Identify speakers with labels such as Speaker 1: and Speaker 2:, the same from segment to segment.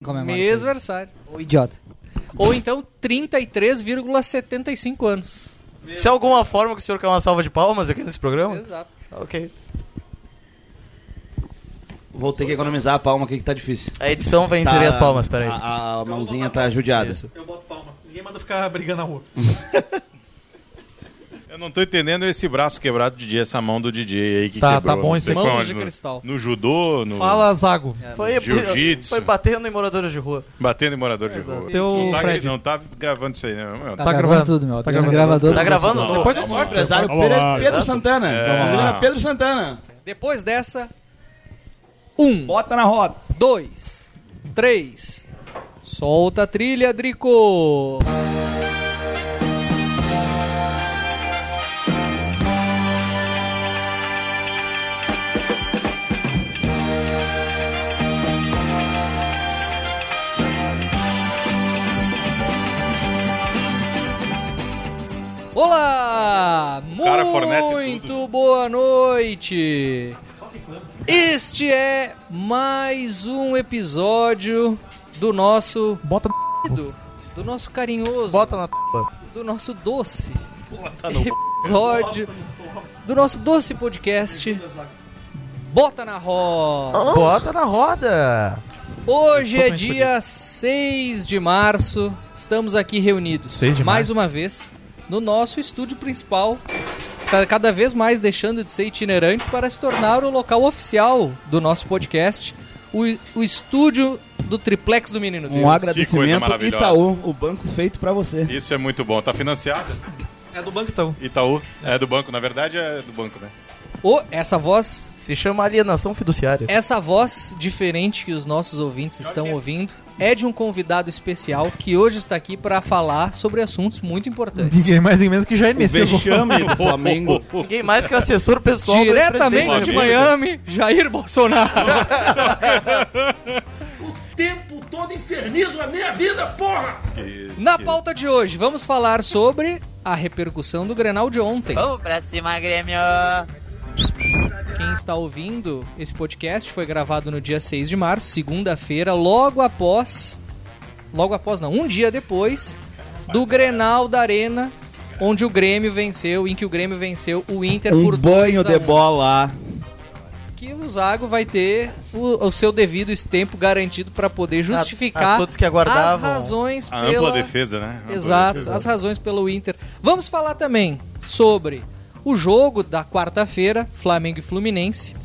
Speaker 1: é
Speaker 2: Comemora isso aí.
Speaker 3: Mesmo aniversário.
Speaker 2: Ô, idiota.
Speaker 3: Ou então 33,75 anos.
Speaker 4: Se há alguma forma que o senhor quer uma salva de palmas aqui nesse programa?
Speaker 3: Exato.
Speaker 4: Ok.
Speaker 1: Vou ter que economizar a palma aqui que tá difícil.
Speaker 4: A edição venceria
Speaker 1: Tá-
Speaker 4: as palmas, peraí.
Speaker 1: A, a mãozinha tá judiada.
Speaker 4: Isso.
Speaker 5: Eu boto palma. Ninguém manda ficar brigando na rua.
Speaker 6: Eu não tô entendendo esse braço quebrado do Didi, essa mão do Didi aí que
Speaker 5: Tá,
Speaker 6: quebrou.
Speaker 5: tá bom
Speaker 6: Não
Speaker 5: isso
Speaker 6: sei
Speaker 5: aí.
Speaker 6: foi
Speaker 3: Mãos
Speaker 6: onde,
Speaker 3: de
Speaker 6: no-
Speaker 3: cristal.
Speaker 6: No judô, no
Speaker 5: Fala, Zago.
Speaker 1: Ah,
Speaker 4: Foi,
Speaker 6: Jiu-jitsu.
Speaker 4: foi batendo em moradores de rua. Tá
Speaker 6: batendo em morador de
Speaker 4: Exato.
Speaker 6: rua.
Speaker 5: Teu
Speaker 6: Não tá,
Speaker 5: Fred.
Speaker 6: não tá gravando isso aí, né?
Speaker 2: Tá,
Speaker 5: Tá
Speaker 2: gravando,
Speaker 5: gravando.
Speaker 2: tudo, meu.
Speaker 5: Tá
Speaker 2: Tá gravando.
Speaker 5: gravando.
Speaker 2: Gravador,
Speaker 4: Tá gravando?
Speaker 6: Não,
Speaker 4: Depois
Speaker 6: não,
Speaker 4: eu
Speaker 6: não.
Speaker 4: mostro.
Speaker 1: Empresário
Speaker 7: Vamos
Speaker 1: Pedro,
Speaker 7: lá,
Speaker 1: Pedro
Speaker 7: exato.
Speaker 1: Santana. Inclusive era Pedro Santana.
Speaker 3: Depois dessa, um,
Speaker 1: Bota na roda.
Speaker 3: dois, três. Solta a trilha, Drico! Olá!
Speaker 6: O cara fornece tudo.
Speaker 3: Muito boa noite! Este é mais um episódio do nosso
Speaker 5: Bota no
Speaker 3: querido, do nosso carinhoso,
Speaker 4: Bota na.
Speaker 3: do nosso doce episódio do nosso doce podcast. Bota na roda!
Speaker 4: Bota na roda!
Speaker 3: Hoje é
Speaker 5: Totalmente
Speaker 3: dia 6 de março. Estamos aqui reunidos
Speaker 5: 6 de
Speaker 3: mais
Speaker 5: março.
Speaker 3: uma vez no nosso estúdio principal. Tá cada vez mais deixando de ser itinerante para se tornar o local oficial do nosso podcast, o, o estúdio do Triplex do Menino Deus.
Speaker 1: Um
Speaker 6: coisa
Speaker 1: agradecimento
Speaker 6: maravilhosa.
Speaker 1: Itaú, o banco feito pra você.
Speaker 6: Isso é muito bom. Tá financiado?
Speaker 5: É do banco então.
Speaker 6: Itaú. É do banco, na verdade é do banco, né?
Speaker 3: Ô, essa voz,
Speaker 4: Se chama alienação fiduciária.
Speaker 3: essa voz diferente que os nossos ouvintes estão ouvindo é de um convidado especial que hoje está aqui para falar sobre assuntos muito importantes.
Speaker 5: Ninguém mais nem menos que Jair
Speaker 1: O
Speaker 4: é
Speaker 5: Messias.
Speaker 1: vexame do Flamengo.
Speaker 4: Ninguém mais que o assessor pessoal do
Speaker 3: Diretamente
Speaker 4: ex-presidente.
Speaker 3: de Miami, Jair Bolsonaro.
Speaker 7: tempo todo infernizo a minha vida, porra!
Speaker 6: Que-
Speaker 3: Na
Speaker 6: que-
Speaker 3: pauta de hoje, vamos falar sobre a repercussão do Grenal de ontem.
Speaker 8: Vamos pra cima, Grêmio!
Speaker 3: Quem está ouvindo esse podcast foi gravado no dia 6 de março, segunda-feira, logo após. Logo após, não, um dia depois do Grenal da Arena, onde o Grêmio venceu, em que o Grêmio venceu o Inter
Speaker 1: Um
Speaker 3: por
Speaker 1: banho
Speaker 3: 2 a
Speaker 1: de
Speaker 3: 1.
Speaker 1: bola.
Speaker 3: Que o Zago vai ter o, o seu devido tempo garantido para poder justificar
Speaker 4: a todos que
Speaker 3: as
Speaker 4: aguardavam.
Speaker 3: razões
Speaker 6: A
Speaker 3: pela...
Speaker 6: ampla defesa, né? Ampla
Speaker 3: Exato,
Speaker 6: defesa.
Speaker 3: as razões pelo Inter. Vamos falar também sobre o jogo da quarta-feira, Flamengo e Fluminense.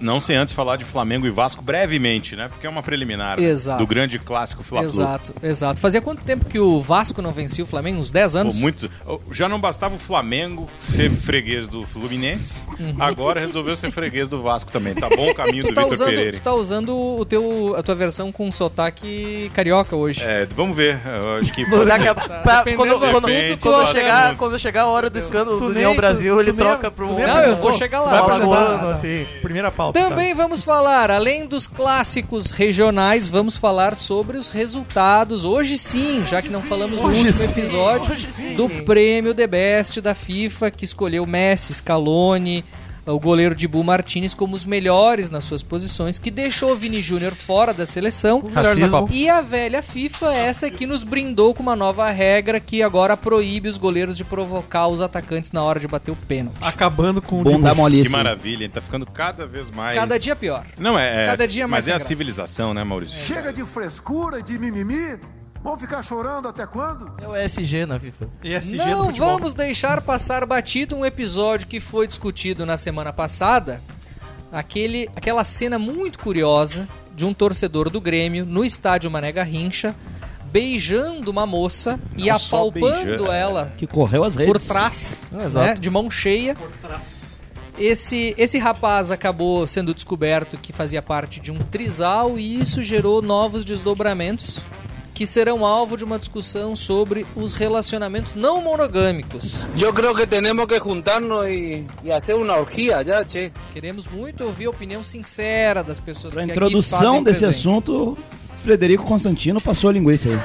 Speaker 6: Não sem antes falar de Flamengo e Vasco brevemente, né? Porque é uma preliminar né?
Speaker 3: Exato.
Speaker 6: do grande clássico Fla-Flu.
Speaker 3: Exato, exato. Fazia quanto tempo que o Vasco não vencia o Flamengo? Uns 10
Speaker 6: Pô,
Speaker 3: anos?
Speaker 6: muito... Já não bastava o Flamengo ser freguês do Fluminense, agora resolveu ser freguês do Vasco também. Tá bom o caminho
Speaker 3: Uhum. Tu
Speaker 6: do
Speaker 3: tá,
Speaker 6: Vitor
Speaker 3: usando,
Speaker 6: Pereira.
Speaker 3: tu tá usando o teu, a tua versão com sotaque carioca hoje.
Speaker 6: É, vamos ver. Eu acho que
Speaker 4: Daqui a- pra-
Speaker 3: dependendo do
Speaker 4: quando, quando- quando
Speaker 6: assunto, tu acha
Speaker 4: chegar,
Speaker 6: muito.
Speaker 4: quando chegar a hora do escândalo
Speaker 5: tu
Speaker 4: do
Speaker 5: nem-
Speaker 4: União Brasil,
Speaker 5: tu-
Speaker 4: ele
Speaker 5: tu nem-
Speaker 4: troca pro
Speaker 5: tu nem
Speaker 3: Não, eu vou chegar
Speaker 4: pro
Speaker 3: lá.
Speaker 5: Vai apresentar-
Speaker 4: alagoano, assim.
Speaker 5: Primeira pauta.
Speaker 3: Também vamos falar, além dos clássicos regionais, vamos falar sobre os resultados. Hoje sim, já que não falamos no
Speaker 5: Hoje
Speaker 3: último
Speaker 5: sim,
Speaker 3: episódio,
Speaker 4: hoje sim.
Speaker 3: do prêmio The Best da FIFA, que escolheu Messi, Scaloni, o goleiro de Bull Martinez como os melhores nas suas posições, que deixou Vini Júnior fora da seleção.
Speaker 4: Racismo.
Speaker 3: E a velha FIFA, essa que nos brindou com uma nova regra que agora proíbe os goleiros de provocar os atacantes na hora de bater o pênalti.
Speaker 5: Acabando com o
Speaker 1: Bunda
Speaker 6: Que
Speaker 1: molíssima.
Speaker 6: maravilha, tá ficando cada vez mais.
Speaker 3: Cada dia pior.
Speaker 6: Não, é. é-
Speaker 3: cada dia mais É,
Speaker 6: Mas é
Speaker 3: sem
Speaker 6: a
Speaker 3: graça.
Speaker 6: civilização, né, Maurício?
Speaker 9: Chega de frescura e de mimimi. Vão ficar chorando até quando?
Speaker 4: É o SG na FIFA.
Speaker 5: ESG do
Speaker 3: Não
Speaker 5: futebol.
Speaker 3: vamos deixar passar batido um episódio que foi discutido na semana passada. Aquele, aquela cena muito curiosa de um torcedor do Grêmio no estádio Mané Garrincha beijando uma moça e
Speaker 6: Não só
Speaker 3: apalpando
Speaker 6: beijando,
Speaker 3: ela
Speaker 1: Que correu as redes.
Speaker 3: por trás,
Speaker 4: Exato.
Speaker 3: né, de mão cheia. Esse, esse rapaz acabou sendo descoberto que fazia parte de um trisal e isso gerou novos desdobramentos que serão alvo de uma discussão sobre os relacionamentos não monogâmicos.
Speaker 7: Yo creo que tenemos que juntarnos y, y hacer una orgía ya, che.
Speaker 3: Queremos muito ouvir a opinião sincera das pessoas
Speaker 1: Pra
Speaker 3: que aqui
Speaker 1: introdução
Speaker 3: fazem
Speaker 1: desse
Speaker 3: presentes.
Speaker 1: assunto, Frederico Constantino passou a linguiça aí.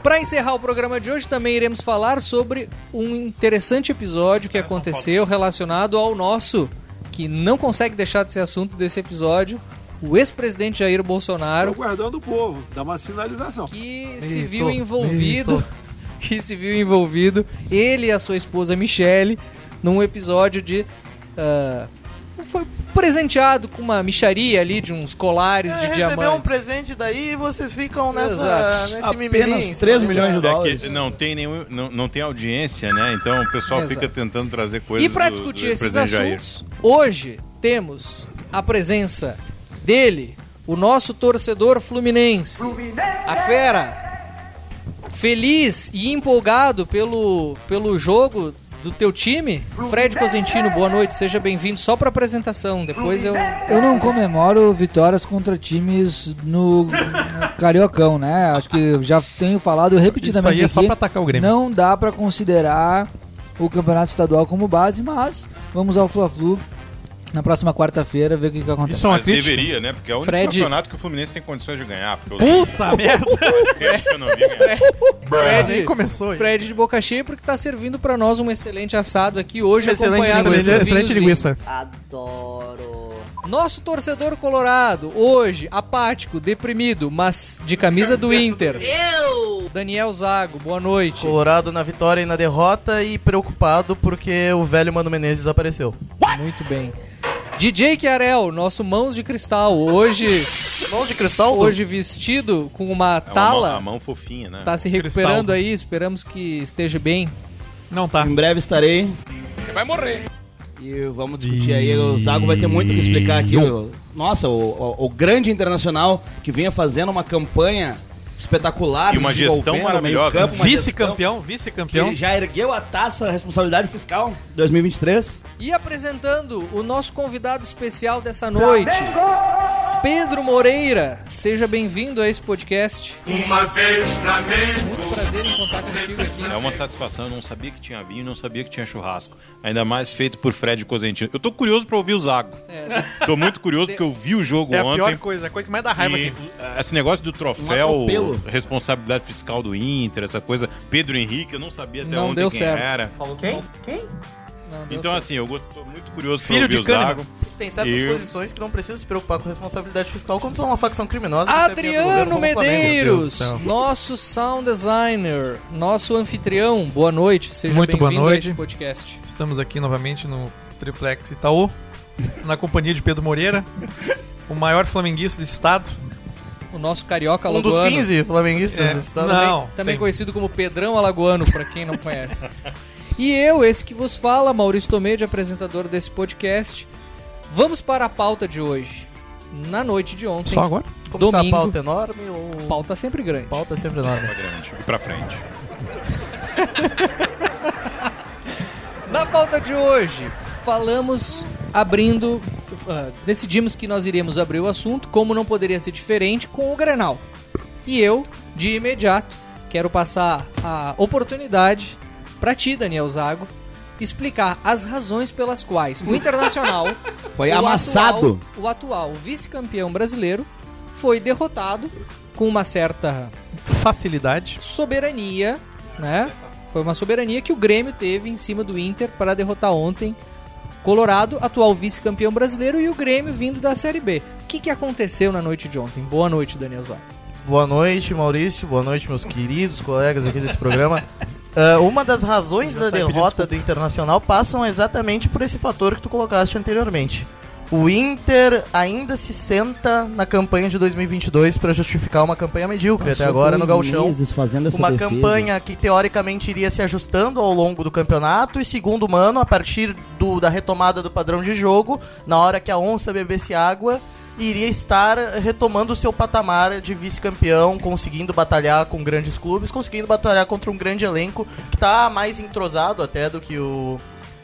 Speaker 3: Para encerrar o programa de hoje, também iremos falar sobre um interessante episódio que aconteceu relacionado ao nosso, que não consegue deixar de ser assunto desse episódio, o ex-presidente Jair Bolsonaro,
Speaker 2: Estou guardando o povo, dá uma sinalização.
Speaker 3: que se viu envolvido, que se viu envolvido, ele e a sua esposa Michele, num episódio de ah, foi presenteado com uma micharia ali de uns colares de
Speaker 4: Recebeu
Speaker 3: diamantes.
Speaker 4: um presente daí e vocês ficam nessa,
Speaker 3: Exato.
Speaker 4: nesse mimimi.
Speaker 1: Apenas 3 milhões de
Speaker 6: É
Speaker 1: dólares.
Speaker 6: que não tem nenhum, não, não tem audiência, né? Então o pessoal
Speaker 3: Exato.
Speaker 6: fica tentando trazer
Speaker 3: E
Speaker 6: coisas.
Speaker 3: para
Speaker 6: do- do
Speaker 3: discutir esses
Speaker 6: presidente Jair.
Speaker 3: assuntos, hoje temos a presença dele, o nosso torcedor fluminense, a fera, feliz e empolgado pelo, pelo jogo do teu time, Fred Cosentino, boa noite, seja bem-vindo só para apresentação, depois eu...
Speaker 8: Eu não comemoro vitórias contra times no no Cariocão, né? Acho que já tenho falado
Speaker 5: Isso
Speaker 8: repetidamente
Speaker 5: aí é só
Speaker 8: aqui.
Speaker 5: pra atacar o Grêmio.
Speaker 8: Não dá pra considerar o Campeonato Estadual como base, mas vamos ao Fla-Flu na próxima quarta-feira ver o que, que acontece.
Speaker 5: Isso é uma
Speaker 6: Mas
Speaker 5: crítica.
Speaker 6: deveria, né? Porque é o único
Speaker 3: Fred-
Speaker 6: campeonato que o Fluminense tem condições de ganhar. Porque os
Speaker 5: Puta merda!
Speaker 6: outros que eu não vi ganhar.
Speaker 5: Nem
Speaker 3: Fred,
Speaker 5: começou aí.
Speaker 3: Fred de Boca Cheia, porque tá servindo para nós um excelente assado aqui hoje,
Speaker 4: Excelente
Speaker 3: acompanhado
Speaker 5: Excelente,
Speaker 3: do
Speaker 5: excelente
Speaker 3: vinhozinho.
Speaker 5: linguiça.
Speaker 3: Nosso torcedor colorado, hoje, apático, deprimido, mas de camisa do Inter. Eu! Daniel Zago, boa noite.
Speaker 4: Colorado na vitória e na derrota e preocupado porque o velho Mano Menezes apareceu.
Speaker 3: Muito bem. DJ Chiarel, nosso mãos de cristal, hoje,
Speaker 4: Mão de cristal?
Speaker 3: hoje vestido com uma
Speaker 6: É uma mão- a
Speaker 3: tala,
Speaker 6: mão fofinha, né?
Speaker 3: tá se recuperando aí, esperamos que esteja bem.
Speaker 5: Não tá.
Speaker 1: Em breve estarei. Você vai morrer. E vamos discutir aí. O Zago vai ter muito o que explicar aqui. O- Nossa, o, o- o grande internacional que vinha fazendo uma campanha espetacular.
Speaker 6: E uma
Speaker 1: se
Speaker 6: gestão
Speaker 1: desenvolvendo no meio
Speaker 6: maravilhosa,
Speaker 1: campo,
Speaker 6: né?
Speaker 1: uma
Speaker 5: Vice-campeão,
Speaker 1: gestão que
Speaker 5: vice-campeão.
Speaker 1: Ele já ergueu a taça responsabilidade fiscal 2023.
Speaker 3: E apresentando o nosso convidado especial dessa noite, Pedro Moreira. Seja bem-vindo a esse podcast.
Speaker 9: Uma vez
Speaker 3: Muito prazer em contar contigo aqui.
Speaker 6: É uma satisfação, eu não sabia que tinha vinho, não sabia que tinha churrasco. Ainda mais feito por Fred Cosentino. Eu tô curioso pra ouvir o Zago. Tô muito curioso porque eu vi o jogo
Speaker 5: É a
Speaker 6: ontem.
Speaker 5: pior coisa, a coisa que mais dá raiva
Speaker 6: E
Speaker 5: aqui.
Speaker 6: esse negócio do
Speaker 1: Um
Speaker 6: troféu,
Speaker 1: atropelo.
Speaker 6: responsabilidade fiscal do Inter, essa coisa. Pedro Henrique, eu não sabia até
Speaker 3: Não
Speaker 6: onde
Speaker 3: deu
Speaker 6: quem
Speaker 3: certo.
Speaker 6: era.
Speaker 5: Falou quem?
Speaker 3: Não, deu
Speaker 6: Então,
Speaker 3: certo.
Speaker 6: assim, eu gosto- tô muito curioso pra
Speaker 5: Filho
Speaker 6: ouvir
Speaker 5: de
Speaker 6: o
Speaker 5: Kahneman.
Speaker 6: Zago.
Speaker 4: Tem certas
Speaker 6: Eu-
Speaker 4: posições que não precisam se preocupar com responsabilidade fiscal quando são uma facção criminosa. que serve ao é governo
Speaker 3: Adriano
Speaker 4: como o Flamengo.
Speaker 3: Medeiros,
Speaker 5: Meu Deus do céu.
Speaker 3: nosso sound designer, nosso anfitrião. Boa noite, seja
Speaker 5: Muito boa
Speaker 3: bem-vindo a
Speaker 5: noite.
Speaker 3: esse podcast.
Speaker 5: Estamos aqui novamente no Triplex Itaú, na companhia de Pedro Moreira, o maior flamenguista desse estado.
Speaker 3: O nosso carioca
Speaker 4: Um dos
Speaker 3: alagoano.
Speaker 4: 15 flamenguistas
Speaker 5: É,
Speaker 4: do estado.
Speaker 5: não.
Speaker 3: Também, também
Speaker 5: tem.
Speaker 3: conhecido como Pedrão Alagoano, pra quem não conhece. e eu, esse que vos fala, Maurício Tomedi, apresentador desse podcast. Vamos para a pauta de hoje. Na noite de ontem,
Speaker 5: Só agora?
Speaker 4: Como está a
Speaker 3: domingo.
Speaker 4: pauta enorme ou...
Speaker 3: pauta tá sempre grande.
Speaker 4: Pauta é sempre enorme.
Speaker 6: Pra grande, Pra frente.
Speaker 3: Na pauta de hoje, falamos abrindo. ah, decidimos que nós iríamos abrir o assunto, como não poderia ser diferente, com o Grenal. E eu, de imediato, quero passar a oportunidade para ti, Daniel Zago, explicar as razões pelas quais o Internacional.
Speaker 1: Foi
Speaker 3: o
Speaker 1: amassado.
Speaker 3: atual- o atual vice-campeão brasileiro foi derrotado com uma certa
Speaker 5: Facilidade.
Speaker 3: soberania, né? Foi uma soberania que o Grêmio teve em cima do Inter para derrotar ontem Colorado, atual vice-campeão brasileiro, e o Grêmio vindo da Série B. O que, que aconteceu na noite de ontem? Boa noite, Daniel Zago.
Speaker 4: Boa noite, Maurício. Boa noite, meus queridos colegas aqui desse programa. Ah, uma das razões da derrota do Internacional passam exatamente por esse fator que tu colocaste anteriormente. O Inter ainda se senta na campanha de 2022 para justificar uma campanha medíocre até agora no Gauchão
Speaker 1: Meses fazendo essa
Speaker 4: uma
Speaker 1: defesa.
Speaker 4: campanha que teoricamente iria se ajustando ao longo do campeonato e segundo mano a partir do- da retomada do padrão de jogo na hora que a onça bebesse água iria estar retomando o seu patamar de vice-campeão, conseguindo batalhar com grandes clubes, conseguindo batalhar contra um grande elenco que está mais entrosado até do que o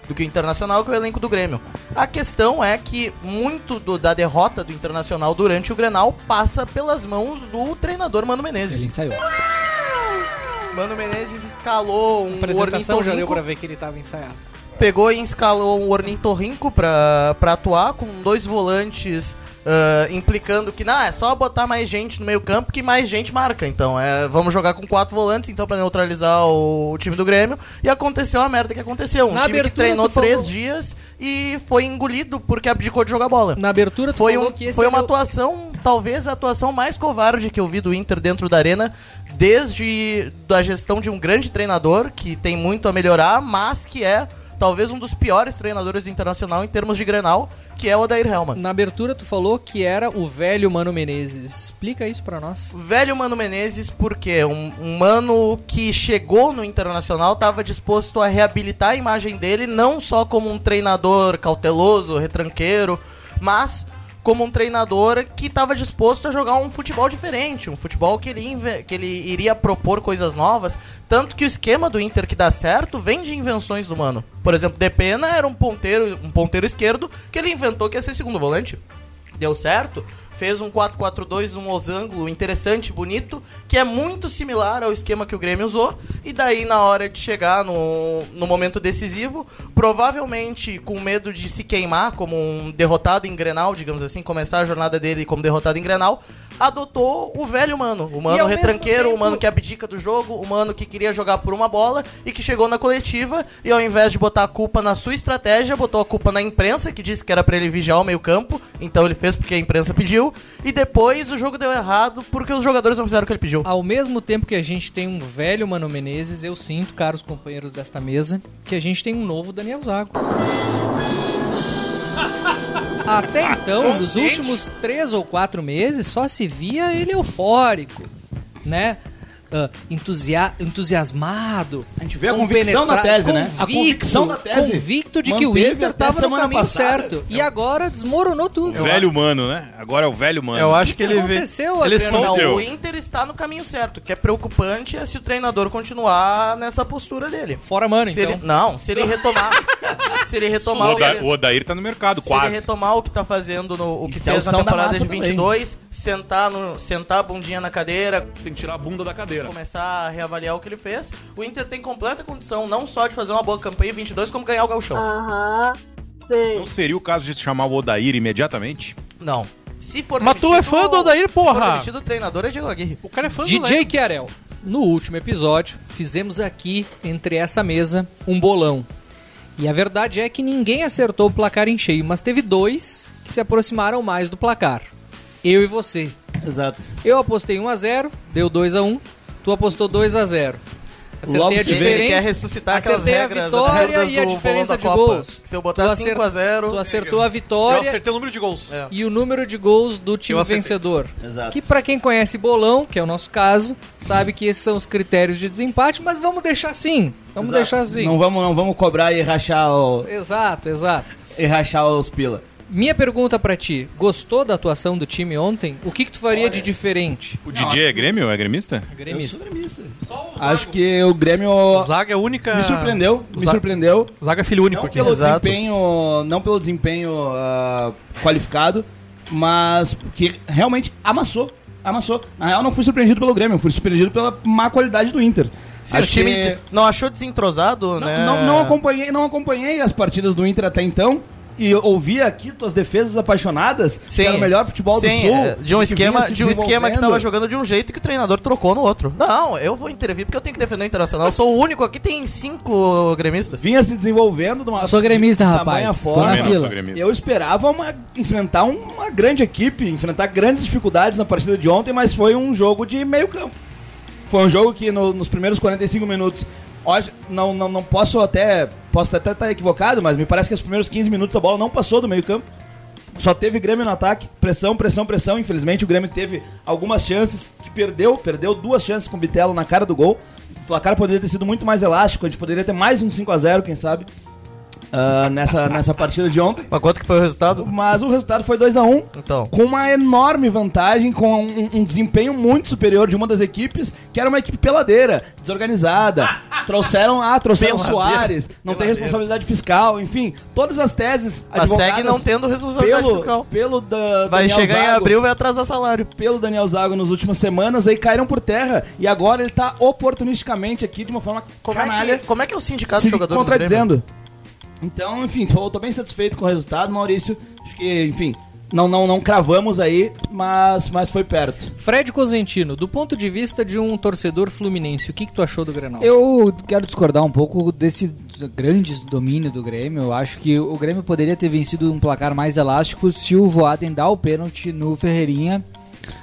Speaker 4: do que o Internacional, que é o elenco do Grêmio. A questão é que muito do- da derrota do Internacional durante o Grenal passa pelas mãos do treinador Mano Menezes.
Speaker 8: Ele ensaiou.
Speaker 4: Mano Menezes escalou
Speaker 3: A
Speaker 4: um
Speaker 3: apresentação já deu
Speaker 4: ornitorrinco,
Speaker 3: pra ver que ele estava ensaiado.
Speaker 4: pegou e escalou um ornitorrinco pra, pra atuar com dois volantes ah, implicando que, não, é só botar mais gente no meio campo que mais gente marca. Então, é, vamos jogar com quatro volantes, então, pra neutralizar o, o time do Grêmio. E aconteceu a merda que aconteceu. Um
Speaker 3: Na
Speaker 4: time que
Speaker 3: abertura,
Speaker 4: treinou
Speaker 3: tu falou-
Speaker 4: três dias e foi engolido porque abdicou de jogar bola.
Speaker 3: Na abertura, tu
Speaker 4: Foi,
Speaker 3: falou
Speaker 4: um-
Speaker 3: que esse
Speaker 4: foi
Speaker 3: é
Speaker 4: uma
Speaker 3: o-
Speaker 4: atuação, talvez a atuação mais covarde que eu vi do Inter dentro da arena, desde a gestão de um grande treinador, que tem muito a melhorar, mas que é talvez um dos piores treinadores do Internacional em termos de Grenal, que é o Odair Hellman.
Speaker 3: Na abertura, tu falou que era o velho Mano Menezes. Explica isso pra nós.
Speaker 4: O Velho Mano Menezes, porque um, um mano que chegou no Internacional estava disposto a reabilitar a imagem dele, não só como um treinador cauteloso, retranqueiro, mas como um treinador que estava disposto a jogar um futebol diferente, um futebol que ele, inve- que ele iria propor coisas novas, tanto que o esquema do Inter que dá certo vem de invenções do mano. Por exemplo, Depena era um ponteiro, um ponteiro esquerdo que ele inventou que ia ser segundo volante deu certo, fez um 4-4-2, um losango interessante, bonito, que é muito similar ao esquema que o Grêmio usou, e daí na hora de chegar no, no momento decisivo, provavelmente com medo de se queimar como um derrotado em Grenal, digamos assim, começar a jornada dele como derrotado em Grenal, adotou o velho mano, o
Speaker 3: E ao
Speaker 4: mano
Speaker 3: mesmo
Speaker 4: retranqueiro, o
Speaker 3: tempo-
Speaker 4: mano que abdica do jogo, o mano que queria jogar por uma bola e que chegou na coletiva e ao invés de botar a culpa na sua estratégia, botou a culpa na imprensa que disse que era pra ele vigiar o meio-campo, então ele fez porque a imprensa pediu e depois o jogo deu errado porque os jogadores não fizeram o que ele pediu.
Speaker 3: Ao mesmo tempo que a gente tem um velho Mano Menezes, eu sinto, caros companheiros desta mesa, que a gente tem um novo Daniel Zago. Até então, nos últimos três ou quatro meses, só se via ele eufórico, né? Ah, entusia- entusiasmado.
Speaker 1: A gente vê a convicção na tese, né? A convicção na tese.
Speaker 3: Convicto de que o
Speaker 1: Manteve
Speaker 3: Inter
Speaker 1: até
Speaker 3: tava no
Speaker 1: semana
Speaker 3: caminho
Speaker 1: passada.
Speaker 3: certo. E agora desmoronou tudo.
Speaker 6: velho humano, né? Agora é o velho humano.
Speaker 5: Eu acho que,
Speaker 3: que
Speaker 5: ele vê.
Speaker 3: aconteceu,
Speaker 5: Ele é
Speaker 3: Adriano?
Speaker 6: Só o
Speaker 4: Não,
Speaker 6: seu.
Speaker 4: o Inter está no caminho certo. O que é preocupante é se o treinador continuar nessa postura dele.
Speaker 3: Fora mano,
Speaker 4: Se
Speaker 3: então.
Speaker 4: ele- não, se ele retomar. se ele
Speaker 6: o,
Speaker 4: retomar
Speaker 6: Oda,
Speaker 4: ele-
Speaker 6: o Odair tá no mercado,
Speaker 4: Se ele
Speaker 6: quase.
Speaker 4: retomar o que tá fazendo, no, o que
Speaker 1: Isso é
Speaker 4: fez
Speaker 1: o
Speaker 4: na
Speaker 1: sal da
Speaker 4: temporada
Speaker 1: massa
Speaker 4: de
Speaker 1: também.
Speaker 4: 22, sentar, no, sentar a bundinha na cadeira,
Speaker 10: Tem que tirar a bunda da cadeira.
Speaker 4: começar a reavaliar o que ele fez, o Inter tem completa condição não só de fazer uma boa campanha em 22, como ganhar o gauchão.
Speaker 6: Não Então, seria o caso de chamar o Odair imediatamente?
Speaker 4: Não. Se for
Speaker 5: Mas tu é
Speaker 4: demitido-
Speaker 5: fã do Odair,
Speaker 4: Se
Speaker 5: porra!
Speaker 4: for demitido, o treinador é Diego Aguirre.
Speaker 5: O cara é fã do
Speaker 3: DJ Chiarel, no último episódio, fizemos aqui, entre essa mesa, um bolão. E a verdade é que ninguém acertou o placar em cheio, mas teve dois que se aproximaram mais do placar. Eu e você.
Speaker 1: Exato.
Speaker 3: Eu apostei 1x0, deu 2x1. Tu apostou 2x0. Acertei
Speaker 1: Logo
Speaker 3: a
Speaker 1: se vê, ele
Speaker 3: diferença.
Speaker 4: quer ressuscitar aquelas
Speaker 3: acertei
Speaker 4: regras
Speaker 3: a vitória
Speaker 4: absurdas
Speaker 3: e a
Speaker 4: do
Speaker 3: diferença
Speaker 4: bolão da
Speaker 3: de
Speaker 4: Copa.
Speaker 3: gols.
Speaker 4: Se eu botar
Speaker 3: Tu acer-
Speaker 4: 5 a 0,
Speaker 3: Tu acertou a
Speaker 5: Eu
Speaker 3: vitória
Speaker 5: acertei o número de gols.
Speaker 4: É.
Speaker 3: e o número de gols do time
Speaker 5: Eu acertei.
Speaker 3: vencedor.
Speaker 1: Exato.
Speaker 3: Que pra quem conhece bolão, que é o nosso caso, sabe que esses são os critérios de desempate, mas vamos deixar assim. Vamos
Speaker 1: Exato.
Speaker 3: deixar assim.
Speaker 1: Não vamos, não vamos cobrar e rachar, o-
Speaker 3: Exato, exato.
Speaker 1: e rachar os pila.
Speaker 3: Minha pergunta pra ti, gostou da atuação do time ontem? O que que tu faria de diferente?
Speaker 6: O DJ é Grêmio? É gremista?
Speaker 3: Gremista.
Speaker 1: Acho que o Grêmio
Speaker 5: O Zaga é a única.
Speaker 1: me surpreendeu, me
Speaker 5: Zaga-
Speaker 1: surpreendeu.
Speaker 5: O Zaga é filho único
Speaker 1: Não
Speaker 5: aqui.
Speaker 1: pelo
Speaker 4: Exato.
Speaker 1: desempenho, não pelo desempenho ah, qualificado, mas porque realmente amassou. Amassou. Na real, não fui surpreendido pelo Grêmio, fui surpreendido pela má qualidade do Inter.
Speaker 4: se o
Speaker 1: Acho
Speaker 4: time
Speaker 1: que-
Speaker 4: não achou desentrosado,
Speaker 1: Não,
Speaker 4: né?
Speaker 1: não, não acompanhei, não acompanhei as partidas do Inter até então. E ouvi aqui tuas defesas apaixonadas,
Speaker 4: Sim.
Speaker 1: que era o melhor futebol
Speaker 4: Sim,
Speaker 1: do Sul.
Speaker 4: é, De um
Speaker 1: que vinha
Speaker 4: esquema,
Speaker 1: se
Speaker 4: de um esquema que
Speaker 1: desenvolvendo.
Speaker 4: tava jogando de um jeito que o treinador trocou no outro. Não, eu vou intervir porque eu tenho que defender o Internacional. Eu sou o único aqui, tem cinco gremistas.
Speaker 1: Vinha se desenvolvendo de uma
Speaker 8: Sou gremista,
Speaker 1: de
Speaker 8: rapaz.
Speaker 1: tamanha
Speaker 8: Tô
Speaker 1: forma.
Speaker 8: na
Speaker 6: Também não sou
Speaker 8: fila.
Speaker 6: gremista.
Speaker 1: Eu esperava uma- enfrentar um, uma grande equipe, enfrentar grandes dificuldades na partida de ontem, mas foi um jogo de meio campo. Foi um jogo que no- nos primeiros 45 minutos. hoje- não, não, não posso até. Posso até estar equivocado, mas me parece que os primeiros 15 minutos a bola não passou do meio campo. Só teve Grêmio no ataque, pressão, pressão, pressão. Infelizmente o Grêmio teve algumas chances que perdeu, perdeu duas chances com o Bitelo na cara do gol. O placar poderia ter sido muito mais elástico, a gente poderia ter mais um 5 a 0 quem sabe, ah, nessa, nessa partida de ontem.
Speaker 4: Mas quanto que foi o resultado?
Speaker 1: Mas o resultado foi 2 a 1
Speaker 4: Então.
Speaker 1: com uma enorme vantagem, com um, um desempenho muito superior de uma das equipes, que era uma equipe peladeira, desorganizada. Trouxeram, ah, trouxeram Soares, não tem responsabilidade fiscal, enfim, todas as teses
Speaker 4: Mas segue não tendo responsabilidade
Speaker 1: pelo,
Speaker 4: fiscal.
Speaker 1: Pelo da,
Speaker 4: Vai
Speaker 1: Daniel
Speaker 4: chegar em
Speaker 1: Zago,
Speaker 4: abril, vai atrasar salário.
Speaker 1: Pelo Daniel Zago nas últimas semanas, aí caíram por terra. E agora ele tá oportunisticamente aqui de uma forma
Speaker 4: Como
Speaker 1: canalha
Speaker 4: é, que, como é que é o sindicato de
Speaker 1: se
Speaker 4: jogadores do Grêmio?
Speaker 1: contradizendo. Então, enfim, eu tô bem satisfeito com o resultado, Maurício. Acho que, enfim, Não, não, não cravamos aí, mas, mas foi perto.
Speaker 3: Fred Cosentino, do ponto de vista de um torcedor fluminense, o que, que tu achou do Grenal?
Speaker 8: Eu quero discordar um pouco desse grande domínio do Grêmio. Eu acho que o Grêmio poderia ter vencido um placar mais elástico se o Voaden dá o pênalti no Ferreirinha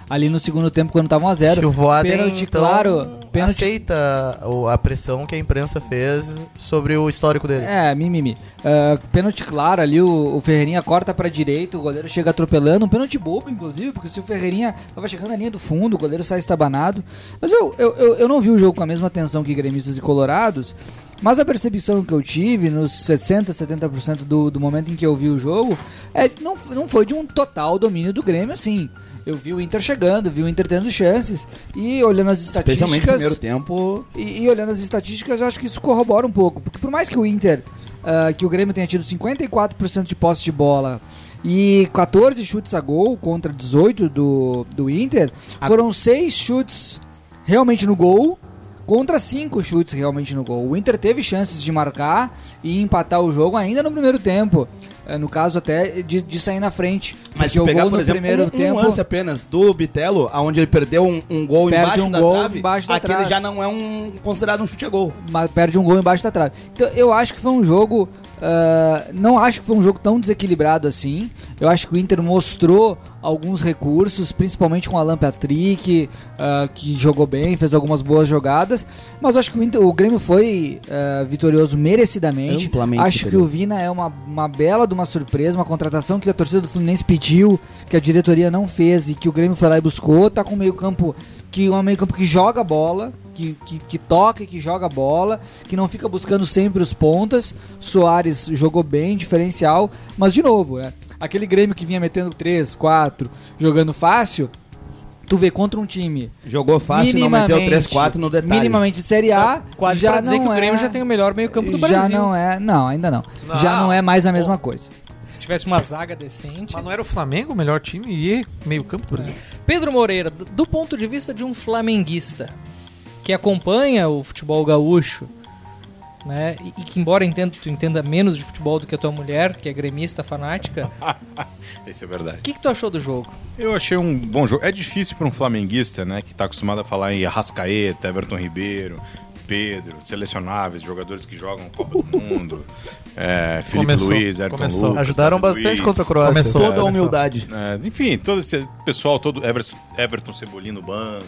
Speaker 8: ali no segundo tempo quando tava 1 a 0.
Speaker 4: Se o Voaden,
Speaker 8: pênalti
Speaker 4: então,
Speaker 8: claro, pênalti
Speaker 4: aceita o- a pressão que a imprensa fez sobre o histórico dele.
Speaker 8: É, mimimi. Ah, pênalti claro ali, o, o Ferreirinha corta pra direita, o goleiro chega atropelando. Um pênalti bobo, inclusive, porque se o Ferreirinha tava chegando na linha do fundo, o goleiro sai estabanado. Mas eu, eu, eu, eu não vi o jogo com a mesma atenção que gremistas e colorados. Mas a percepção que eu tive nos 60%, 70% do, do momento em que eu vi o jogo, é, não, f- não foi de um total domínio do Grêmio, assim. Eu vi o Inter chegando, vi o Inter tendo chances. E olhando as estatísticas.
Speaker 1: Especialmente no primeiro tempo.
Speaker 8: E, e olhando as estatísticas, eu acho que isso corrobora um pouco. Porque por mais que o Inter, ah, que o Grêmio tenha tido 54% de posse de bola e 14 chutes a gol contra 18 do, do Inter, foram 6 chutes realmente no gol contra 5 chutes realmente no gol. O Inter teve chances de marcar e empatar o jogo ainda no primeiro tempo. Eh, No caso, até de, de sair na frente.
Speaker 1: Mas
Speaker 8: porque
Speaker 1: se
Speaker 8: o
Speaker 1: pegar,
Speaker 8: gol
Speaker 1: por
Speaker 8: no
Speaker 1: exemplo,
Speaker 8: primeiro
Speaker 1: um, um
Speaker 8: tempo.
Speaker 1: lance apenas do Bitelo, onde ele perdeu um, um gol
Speaker 8: Perde
Speaker 1: embaixo
Speaker 8: um
Speaker 1: da
Speaker 8: gol
Speaker 1: trave,
Speaker 8: embaixo da
Speaker 1: aquele
Speaker 8: trave.
Speaker 1: já não é um considerado um chute a gol.
Speaker 8: mas perde um gol embaixo da trave. Então eu acho que foi um jogo. ah, não acho que foi um jogo tão desequilibrado assim. Eu acho que o Inter mostrou alguns recursos, principalmente com o Alan Patrick, ah, que jogou bem, fez algumas boas jogadas. Mas eu acho que o, Inter- o Grêmio foi ah, vitorioso merecidamente.
Speaker 1: Amplamente
Speaker 8: acho que
Speaker 1: superior.
Speaker 8: o Vina é uma, uma bela de uma surpresa, uma contratação que a torcida do Fluminense pediu, que a diretoria não fez e que o Grêmio foi lá e buscou. Tá com meio campo que é um meio campo que joga bola, que, que, que toca e que joga bola, que não fica buscando sempre os pontas. Soares jogou bem, diferencial, mas de novo, né? Aquele Grêmio que vinha metendo 3, 4, jogando fácil, tu vê contra um time
Speaker 1: Jogou fácil, não meteu
Speaker 8: Minimamente.
Speaker 1: 3-4 no detalhe.
Speaker 8: minimamente de Série A,
Speaker 3: Tá, Quase
Speaker 8: já
Speaker 3: pra dizer
Speaker 8: não
Speaker 3: que o Grêmio
Speaker 8: é-
Speaker 3: já tem o melhor meio campo do
Speaker 8: já
Speaker 3: Brasil.
Speaker 8: não é, não, ainda não.
Speaker 5: Não.
Speaker 8: Já não é mais a mesma coisa.
Speaker 3: Se tivesse uma zaga decente.
Speaker 5: Mas não era o Flamengo o melhor time e meio campo do Brasil?
Speaker 3: Pedro Moreira, do do ponto de vista de um flamenguista que acompanha o futebol gaúcho, né, e, e que embora entenda, tu entenda menos de futebol do que a tua mulher, que é gremista fanática,
Speaker 6: Isso é verdade.
Speaker 3: o que, que tu achou do jogo?
Speaker 6: Eu achei um bom jogo. É difícil para um flamenguista, né, que tá acostumado a falar em Arrascaeta, Everton Ribeiro, Pedro, selecionáveis, jogadores que jogam Copa do Mundo, é, Felipe
Speaker 5: Começou,
Speaker 6: Luiz, Everton
Speaker 5: começou.
Speaker 6: Lucas,
Speaker 4: Ajudaram
Speaker 6: Davi
Speaker 4: bastante
Speaker 6: Luiz.
Speaker 4: contra a Croácia.
Speaker 5: Começou.
Speaker 1: Toda a
Speaker 5: Olha só.
Speaker 1: humildade.
Speaker 6: É, enfim, todo esse pessoal, todo Everson, Everton Cebolinha no banco,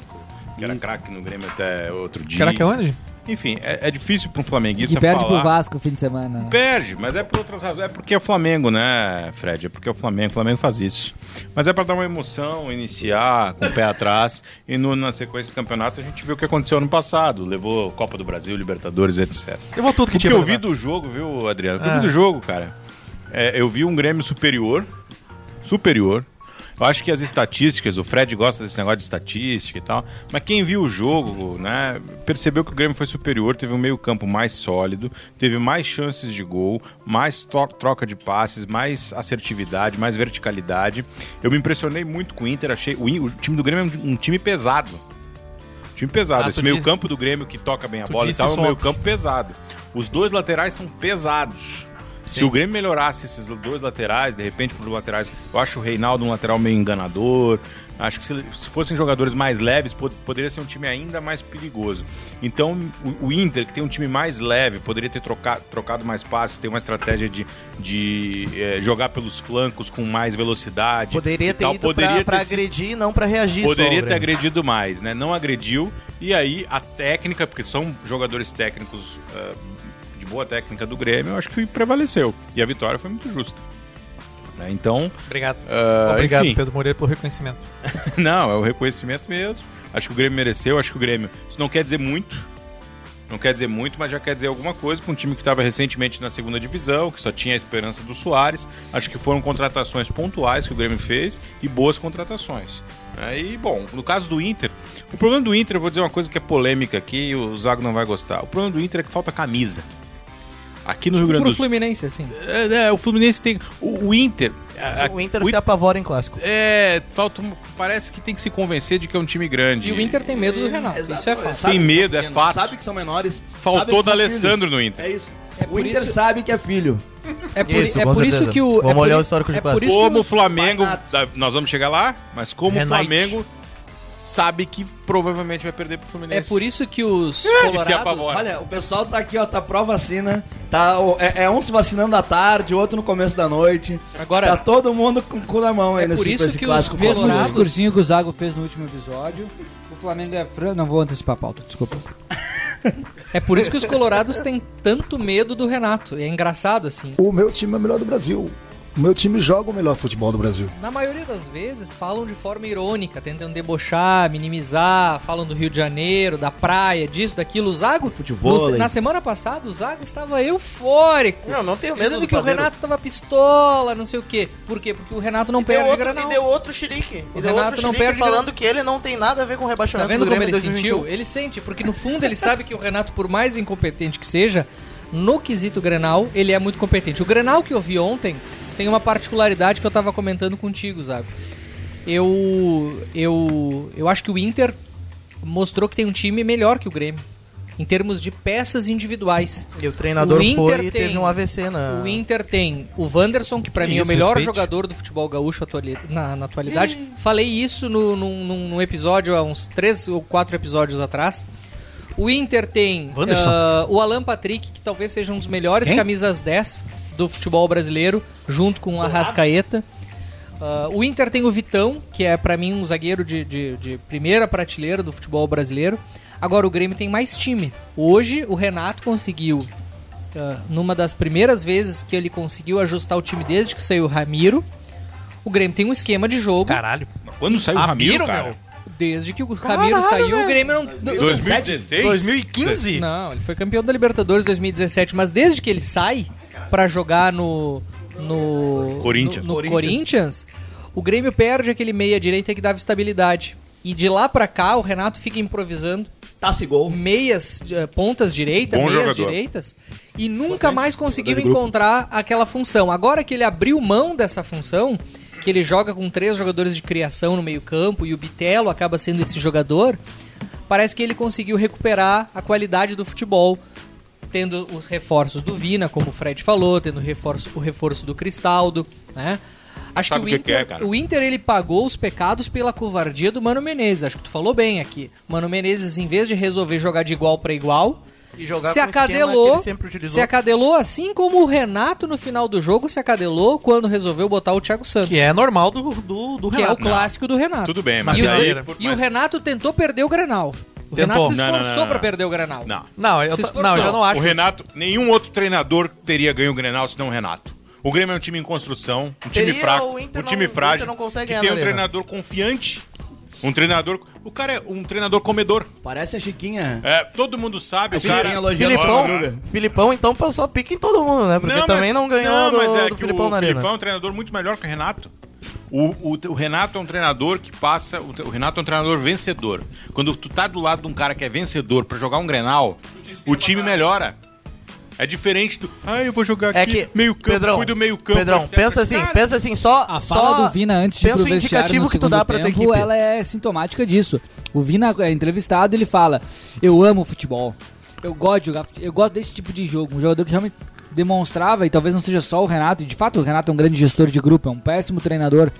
Speaker 6: que era craque no Grêmio até outro dia.
Speaker 5: Caraca, onde?
Speaker 6: Enfim, é, é difícil para um
Speaker 8: Que
Speaker 6: flamenguista
Speaker 8: perde
Speaker 6: falar.
Speaker 8: pro Vasco o fim de semana. né?
Speaker 6: Perde, mas é por outras razões. É porque é o Flamengo, né, Fred? É porque é o Flamengo. O Flamengo faz isso. Mas é pra dar uma emoção, iniciar com o pé atrás. E no- na sequência do campeonato a gente viu o que aconteceu ano passado. Levou Copa do Brasil, Libertadores, etc.
Speaker 5: Levou tudo que
Speaker 6: O que
Speaker 5: tinha
Speaker 6: eu
Speaker 5: pra
Speaker 6: vi
Speaker 5: levar.
Speaker 6: do jogo, viu, Adriano? O que eu
Speaker 5: Ah.
Speaker 6: vi do jogo, cara? é, eu vi um Grêmio superior. Superior. Eu acho que as estatísticas, o Fred gosta desse negócio de estatística e tal, mas quem viu o jogo, né, percebeu que o Grêmio foi superior, teve um meio-campo mais sólido, teve mais chances de gol, mais to- troca de passes, mais assertividade, mais verticalidade. Eu me impressionei muito com o Inter, achei o, In- o time do Grêmio é um, um time pesado. Time pesado.
Speaker 5: Ah, tu
Speaker 6: Esse meio-campo
Speaker 5: disse-
Speaker 6: do Grêmio que toca bem a
Speaker 5: tu
Speaker 6: bola e
Speaker 5: disse
Speaker 6: tal é
Speaker 5: isso
Speaker 6: um
Speaker 5: ontem.
Speaker 6: meio-campo pesado. Os dois laterais são pesados. Se o Grêmio melhorasse esses dois laterais, de repente para os laterais, eu acho o Reinaldo um lateral meio enganador. Acho que se, se fossem jogadores mais leves, pod- poderia ser um time ainda mais perigoso. Então, o, o Inter, que tem um time mais leve, poderia ter troca- trocado mais passes, ter uma estratégia de, de eh, jogar pelos flancos com mais velocidade. e
Speaker 4: Poderia ter
Speaker 6: tal.
Speaker 4: ido pra,
Speaker 6: Poderia
Speaker 4: pra
Speaker 6: ter se-
Speaker 4: agredir e não pra reagir.
Speaker 6: Poderia
Speaker 4: só,
Speaker 6: ter
Speaker 4: Breno.
Speaker 6: agredido mais, né? Não agrediu. E aí a técnica, porque são jogadores técnicos ah, de boa técnica do Grêmio, eu acho que prevaleceu. E a vitória foi muito justa. né? Então,
Speaker 5: Obrigado.
Speaker 6: ah,
Speaker 5: Obrigado,
Speaker 6: enfim,
Speaker 5: Pedro Moreira, pelo reconhecimento.
Speaker 6: não, é o reconhecimento mesmo. Acho que o Grêmio mereceu, acho que o Grêmio. Isso não quer dizer muito. Não quer dizer muito, mas já quer dizer alguma coisa para um time que estava recentemente na segunda divisão, que só tinha a esperança do Soares. Acho que foram contratações pontuais que o Grêmio fez e boas contratações. Aí, bom, no caso do Inter, o problema do Inter, eu vou dizer uma coisa que é polêmica aqui, e o Zago não vai gostar. O problema do Inter é que falta camisa. Aqui no Rio
Speaker 3: Tipo,
Speaker 6: Grande
Speaker 3: Pro
Speaker 6: do Sul.
Speaker 3: Fluminense, assim.
Speaker 6: É, é, o Fluminense tem. O, o Inter. a- a-
Speaker 4: O Inter se apavora em clássico.
Speaker 6: é, falta um- parece que tem que se convencer de que é um time grande.
Speaker 3: E o Inter tem medo do Renato, isso é fácil.
Speaker 6: Tem medo, é
Speaker 1: pequenos,
Speaker 6: fato.
Speaker 1: Sabe que são menores.
Speaker 6: Faltou
Speaker 1: sabe que são
Speaker 6: D'Alessandro
Speaker 1: filhos.
Speaker 6: no Inter.
Speaker 1: É isso.
Speaker 3: É
Speaker 1: o
Speaker 3: por
Speaker 1: Inter
Speaker 3: isso-
Speaker 1: sabe que é filho.
Speaker 3: É por,
Speaker 4: Isso,
Speaker 3: é
Speaker 4: com
Speaker 3: por isso
Speaker 4: certeza.
Speaker 3: que o.
Speaker 4: Vamos
Speaker 3: é por-
Speaker 4: olhar o histórico de
Speaker 3: é por
Speaker 4: clássico.
Speaker 3: isso que
Speaker 6: Como o
Speaker 3: os-
Speaker 6: Flamengo.
Speaker 1: Banato.
Speaker 6: da- Nós vamos chegar lá, mas como o
Speaker 5: Renate.
Speaker 6: Flamengo sabe que provavelmente vai perder pro Fluminense.
Speaker 3: É por isso que os
Speaker 6: se
Speaker 3: colorados...
Speaker 6: apavora.
Speaker 1: Olha, o pessoal tá aqui, ó, tá pró-vacina. Tá, ó, é, é um se vacinando à tarde, outro no começo da noite.
Speaker 3: Agora-
Speaker 1: tá todo mundo com o cu na mão aí
Speaker 3: É
Speaker 1: nesse,
Speaker 3: por isso
Speaker 1: esse
Speaker 3: que os
Speaker 1: clássico.
Speaker 3: mesmos-
Speaker 1: famoso.
Speaker 3: Dourados.
Speaker 8: O discursinho que o Zago fez no último episódio. O Flamengo é Fran. Não vou antecipar a pauta, desculpa.
Speaker 3: É por isso que os colorados têm tanto medo do Renato. É engraçado, assim.
Speaker 10: O meu time é o melhor do Brasil. O meu time joga o melhor futebol do Brasil.
Speaker 3: Na maioria das vezes falam de forma irônica, tentam debochar, minimizar, falam do Rio de Janeiro, da praia, disso, daquilo. O Zago,
Speaker 1: Futevôlei.
Speaker 3: no- na semana passada, o Zago estava eufórico.
Speaker 4: Não, não tenho medo
Speaker 3: Dizendo
Speaker 4: do
Speaker 3: que o
Speaker 4: padeiro.
Speaker 3: Renato tava pistola, não sei o quê. Por quê? Porque o Renato não
Speaker 4: E deu,
Speaker 3: perde
Speaker 4: outro,
Speaker 3: Granal.
Speaker 4: e deu outro xerique.
Speaker 3: O
Speaker 4: E deu
Speaker 3: Renato
Speaker 4: outro
Speaker 3: não
Speaker 4: xerique
Speaker 3: perde
Speaker 4: falando
Speaker 3: grana.
Speaker 4: que ele não tem nada a ver com o
Speaker 3: Tá
Speaker 4: rebaixamento
Speaker 3: vendo
Speaker 4: do
Speaker 3: como
Speaker 4: Grêmio
Speaker 3: ele
Speaker 4: em 2021.
Speaker 3: sentiu? Ele sente, porque no fundo ele sabe que o Renato, por mais incompetente que seja, no quesito Grenal, ele é muito competente. O Grenal que eu vi ontem tem uma particularidade que eu tava comentando contigo, Zago. Eu, eu, eu acho que o Inter mostrou que tem um time melhor que o Grêmio, em termos de peças individuais.
Speaker 4: E o treinador
Speaker 3: O Inter
Speaker 4: foi e
Speaker 3: tem-
Speaker 4: teve um AVC na...
Speaker 3: O Inter tem o Wanderson, que pra
Speaker 5: Que
Speaker 3: mim é o
Speaker 5: Ah. isso,
Speaker 3: melhor
Speaker 5: respeite.
Speaker 3: jogador do futebol gaúcho atuali- na, na atualidade. Falei isso no, num, num- num episódio, há uns três ou quatro episódios atrás. O Inter tem
Speaker 5: Wanderson.
Speaker 3: ah, o Alan Patrick, que talvez seja um dos melhores camisas 10 do futebol brasileiro, junto com a Rascaeta. Ah, o Inter tem o Vitão, que é pra mim um zagueiro de, de- de primeira prateleira do futebol brasileiro. Agora o Grêmio tem mais time. Hoje o Renato conseguiu ah, numa das primeiras vezes que ele conseguiu ajustar o time desde que saiu o Ramiro. O Grêmio tem um esquema de jogo.
Speaker 5: Caralho.
Speaker 4: Uhum.
Speaker 6: Quando saiu o
Speaker 5: Ramiro,
Speaker 6: Ramiro, cara?
Speaker 5: meu.
Speaker 3: Desde que o Ramiro saiu, o Grêmio não. não-
Speaker 6: 2016?
Speaker 5: 2015?
Speaker 3: Não, ele foi campeão da Libertadores 2017, mas desde que ele sai pra jogar no. No.
Speaker 6: Corinthians.
Speaker 3: No, no Corinthians, o Grêmio perde aquele meia-direita que dava estabilidade. E de lá pra cá, o Renato fica improvisando
Speaker 1: Taça e Tá, gol.
Speaker 3: meias, eh, pontas direita,
Speaker 6: Bom
Speaker 3: meias
Speaker 6: jogador.
Speaker 3: direitas, e nunca mais conseguiu encontrar aquela função. Agora que ele abriu mão dessa função, que ele joga com três jogadores de criação no meio-campo e o Bitelo acaba sendo esse jogador, parece que ele conseguiu recuperar a qualidade do futebol. Tendo os reforços do Vina, como o Fred falou, tendo o reforço, o reforço do Cristaldo, né? Acho
Speaker 6: Sabe
Speaker 3: que, o,
Speaker 6: o que que
Speaker 3: Inter,
Speaker 6: é, cara?
Speaker 3: o Inter ele pagou os pecados pela covardia do Mano Menezes. Acho que tu falou bem aqui. Mano Menezes, em vez de resolver jogar de igual pra igual,
Speaker 4: E jogar
Speaker 3: se
Speaker 4: com o esquema que
Speaker 3: acadelou,
Speaker 4: ele sempre utilizou.
Speaker 3: se acadelou assim como o Renato no final do jogo se acadelou quando resolveu botar o Thiago Santos.
Speaker 5: Que é normal do, do, do
Speaker 3: que é o
Speaker 5: Renato.
Speaker 3: clássico do Renato.
Speaker 6: Tudo bem,
Speaker 5: Mas
Speaker 6: mas
Speaker 3: e o,
Speaker 6: aí...
Speaker 5: aí-
Speaker 6: por-
Speaker 3: e o
Speaker 6: mas-
Speaker 3: Renato tentou perder o Grenal. O Renato se
Speaker 6: Não, não,
Speaker 3: esforçou
Speaker 6: não, não,
Speaker 3: pra
Speaker 6: não.
Speaker 3: perder o Grenal.
Speaker 6: Não.
Speaker 5: Não, eu,
Speaker 3: Se
Speaker 5: ta-
Speaker 3: esforçou.
Speaker 5: não, eu já não acho.
Speaker 6: o Renato, nenhum outro treinador teria ganho o Grenal senão o Renato. O Grêmio é um time em construção, um time
Speaker 4: Teria,
Speaker 6: fraco,
Speaker 4: o Inter
Speaker 6: um time
Speaker 4: não- o
Speaker 6: frágil,
Speaker 4: Inter não consegue
Speaker 6: que
Speaker 4: ganhar
Speaker 6: tem
Speaker 4: na
Speaker 6: um
Speaker 4: Arena.
Speaker 6: treinador confiante, um treinador... O cara é um treinador comedor.
Speaker 1: Parece a Chiquinha.
Speaker 6: É, todo mundo sabe, o cara...
Speaker 1: Chiquinha elogiando
Speaker 4: Filipão,
Speaker 1: o Madruga.
Speaker 4: Filipão, então, passou pique em todo mundo, né? Porque também
Speaker 6: mas-
Speaker 4: não ganhou do,
Speaker 6: mas é
Speaker 4: do
Speaker 6: que
Speaker 4: Filipão
Speaker 6: o
Speaker 4: na arena.
Speaker 6: Filipão é um treinador muito melhor que o Renato. O, o- o Renato é um treinador que passa. O, o Renato é um treinador vencedor. Quando tu tá do lado de um cara que é vencedor pra jogar um grenal, o time melhora. É diferente do. Ah, eu vou jogar
Speaker 4: É
Speaker 6: aqui
Speaker 4: que,
Speaker 6: meio campo,
Speaker 4: Pedrão,
Speaker 6: fui do meio campo.
Speaker 4: Pedrão,
Speaker 6: etc.
Speaker 4: pensa assim,
Speaker 6: Cara,
Speaker 4: pensa assim, só...
Speaker 8: A
Speaker 4: só
Speaker 8: fala do Vina antes de ir
Speaker 4: pensa
Speaker 8: pro
Speaker 4: o indicativo
Speaker 8: vestiário no
Speaker 4: que tu
Speaker 8: segundo
Speaker 4: dá pra tua
Speaker 8: tempo,
Speaker 4: equipe.
Speaker 8: ela é sintomática disso. O Vina é entrevistado, ele fala: "Eu amo futebol. Eu gosto de jogar, fute- eu gosto desse tipo de jogo, um jogador que realmente demonstrava e talvez não seja só o Renato, e de fato o Renato é um grande gestor de grupo, é um péssimo treinador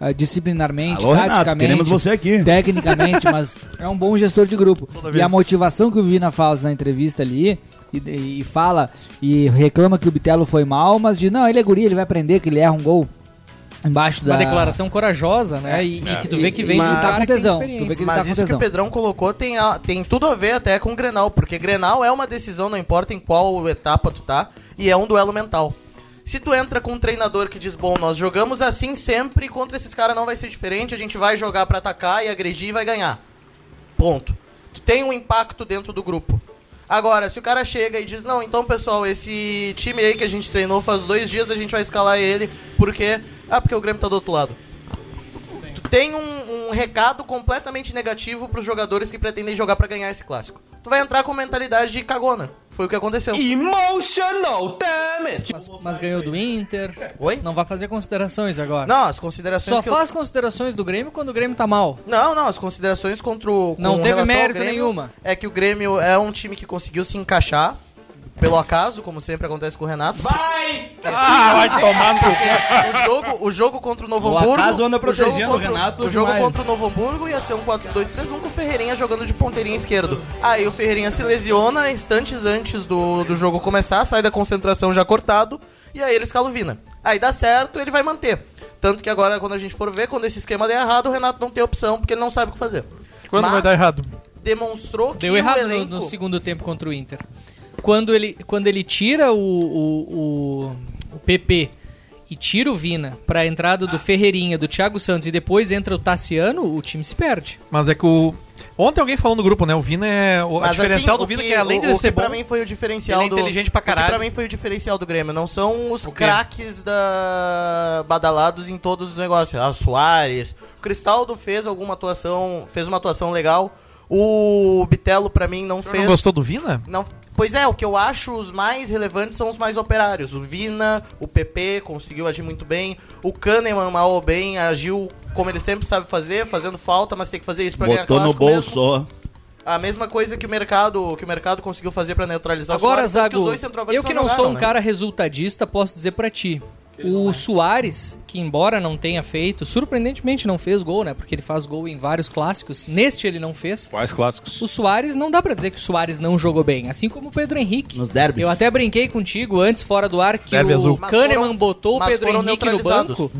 Speaker 8: ah, disciplinarmente,
Speaker 1: Alô, Renato,
Speaker 8: taticamente,
Speaker 1: queremos você aqui.
Speaker 8: tecnicamente, mas é um bom gestor de grupo. E a motivação que o Vina faz na entrevista ali, e, e fala, e reclama que o Bitelo foi mal, mas diz, não, ele é guri, ele vai aprender que ele erra um gol embaixo
Speaker 3: Uma
Speaker 8: da... É.
Speaker 3: declaração corajosa, né? E, e que tu vê que vem de
Speaker 4: Mas-
Speaker 3: um cara que tem
Speaker 8: Tesão, tu vê que
Speaker 3: experiência.
Speaker 8: ele tá
Speaker 4: Mas
Speaker 8: com
Speaker 4: isso que
Speaker 8: tesão.
Speaker 4: o Pedrão colocou tem, a- tem tudo a ver até com o Grenal, porque Grenal é uma decisão, não importa em qual etapa tu tá, e é um duelo mental. Se tu entra com um treinador que diz, bom, nós jogamos assim sempre, contra esses caras não vai ser diferente, a gente vai jogar pra atacar e agredir e vai ganhar. Ponto. Tu tem um impacto dentro do grupo. Agora, se o cara chega e diz, não, então pessoal, esse time aí que a gente treinou faz dois dias, a gente vai escalar ele, porque. Ah, porque o Grêmio tá do outro lado. Tu tem um, um recado completamente negativo pros jogadores que pretendem jogar pra ganhar esse clássico. Tu vai entrar com mentalidade de cagona. Foi o que aconteceu.
Speaker 3: Mas, mas ganhou do Inter.
Speaker 4: Oi?
Speaker 3: Não vai fazer considerações agora.
Speaker 4: Não, as considerações.
Speaker 3: Só
Speaker 4: que eu-
Speaker 3: faz considerações do Grêmio quando o Grêmio tá mal.
Speaker 4: Não, não, as considerações contra o. com
Speaker 3: Não teve
Speaker 4: relação ao
Speaker 3: mérito
Speaker 4: Grêmio
Speaker 3: nenhuma.
Speaker 4: É que o Grêmio é um time que conseguiu se encaixar pelo acaso, como sempre acontece com o Renato. Vai!
Speaker 6: Ah, vai tomar no
Speaker 4: cu. O jogo, o jogo contra o Novo
Speaker 1: O
Speaker 4: Hamburgo.
Speaker 1: acaso anda protegendo
Speaker 4: o jogo contra,
Speaker 1: o Renato
Speaker 4: O jogo
Speaker 1: demais.
Speaker 4: contra o Novo Hamburgo ia ser um 4-2-3-1 com o Ferreirinha jogando de ponteirinho esquerdo. Aí o Ferreirinha se lesiona instantes antes do, do jogo começar, sai da concentração já cortado, e aí ele escala o Vina. Aí dá certo, ele vai manter. Tanto que agora, quando a gente for ver, quando esse esquema der errado, o Renato não tem opção, porque ele não sabe o que fazer.
Speaker 5: Quando vai
Speaker 4: Mas
Speaker 5: dar errado?
Speaker 4: Demonstrou que é
Speaker 3: Deu
Speaker 4: o
Speaker 3: errado no,
Speaker 4: elenco...
Speaker 3: no segundo tempo contra o Inter. Quando ele, quando ele tira o, o, o- o PP e tira o Vina pra entrada
Speaker 4: Ah.
Speaker 3: do Ferreirinha, do Thiago Santos e depois entra o Tassiano, o time se perde.
Speaker 5: Mas é que o. Ontem alguém falou no grupo, né? O Vina é. O a
Speaker 4: Mas,
Speaker 5: diferencial
Speaker 4: assim,
Speaker 5: do Vina
Speaker 4: o
Speaker 5: é que além
Speaker 4: o-
Speaker 5: de ele
Speaker 4: o
Speaker 5: ser
Speaker 4: que pra
Speaker 5: bom.
Speaker 4: mim foi o diferencial
Speaker 5: ele é
Speaker 4: do-
Speaker 5: inteligente pra caralho.
Speaker 4: O que pra mim foi o diferencial do Grêmio, não são os craques da badalados em todos os negócios. Ah, o Soares, o Cristaldo fez alguma atuação, fez uma atuação legal. O Bitelo pra mim não
Speaker 5: Não
Speaker 4: fez.
Speaker 5: gostou do Vina?
Speaker 4: Não- Pois é, o que eu acho os mais relevantes são os mais operários. O Vina, o PP conseguiu agir muito bem. O Kahneman, mal ou bem, agiu como ele sempre sabe fazer, fazendo falta, mas tem que fazer isso pra
Speaker 11: Botou
Speaker 4: ganhar
Speaker 11: no
Speaker 4: clássico mesmo.
Speaker 11: bolso. ó.
Speaker 4: A mesma coisa que o mercado, que o mercado conseguiu fazer pra neutralizar
Speaker 3: Agora,
Speaker 4: o Suárez, tanto que Tá os
Speaker 3: Zago,
Speaker 4: dois centroavantes
Speaker 3: eu que não
Speaker 4: jogaram,
Speaker 3: sou um
Speaker 4: né?
Speaker 3: cara resultadista, posso dizer pra ti. O Soares, que embora não tenha feito, surpreendentemente não fez gol, né? Porque ele faz gol em vários clássicos. Neste ele não fez.
Speaker 6: Quais clássicos?
Speaker 3: O Soares não dá pra dizer que o Soares não jogou bem, assim como o Pedro Henrique.
Speaker 11: Nos derbys.
Speaker 3: Eu até brinquei contigo antes fora do ar que
Speaker 5: Derby
Speaker 3: o
Speaker 5: azul.
Speaker 4: Mas
Speaker 3: Kahneman
Speaker 4: foram-
Speaker 3: botou o
Speaker 4: mas
Speaker 3: Pedro
Speaker 4: foram
Speaker 3: Henrique no
Speaker 4: neutralizados.
Speaker 3: banco.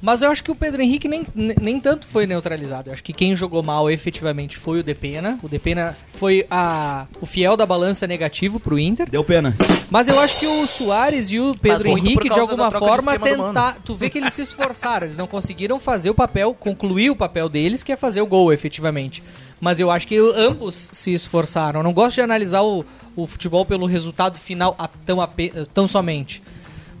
Speaker 3: Mas eu acho que o Pedro Henrique nem, nem nem tanto foi neutralizado. Eu acho que quem jogou mal efetivamente foi o Depena. O Depena foi a, o fiel da balança negativo pro Inter.
Speaker 1: Deu pena.
Speaker 3: Mas eu acho que o Soares e o Pedro
Speaker 4: muito por
Speaker 3: Henrique, de
Speaker 4: causa
Speaker 3: alguma
Speaker 4: da troca de
Speaker 3: forma,
Speaker 4: esquema do Mano.
Speaker 3: tentar. Tu vê que eles se esforçaram, eles não conseguiram fazer o papel, concluir o papel deles, que é fazer o gol, efetivamente. Mas eu acho que ambos se esforçaram. Eu não gosto de analisar o, o futebol pelo resultado final a- tão, ape- tão somente.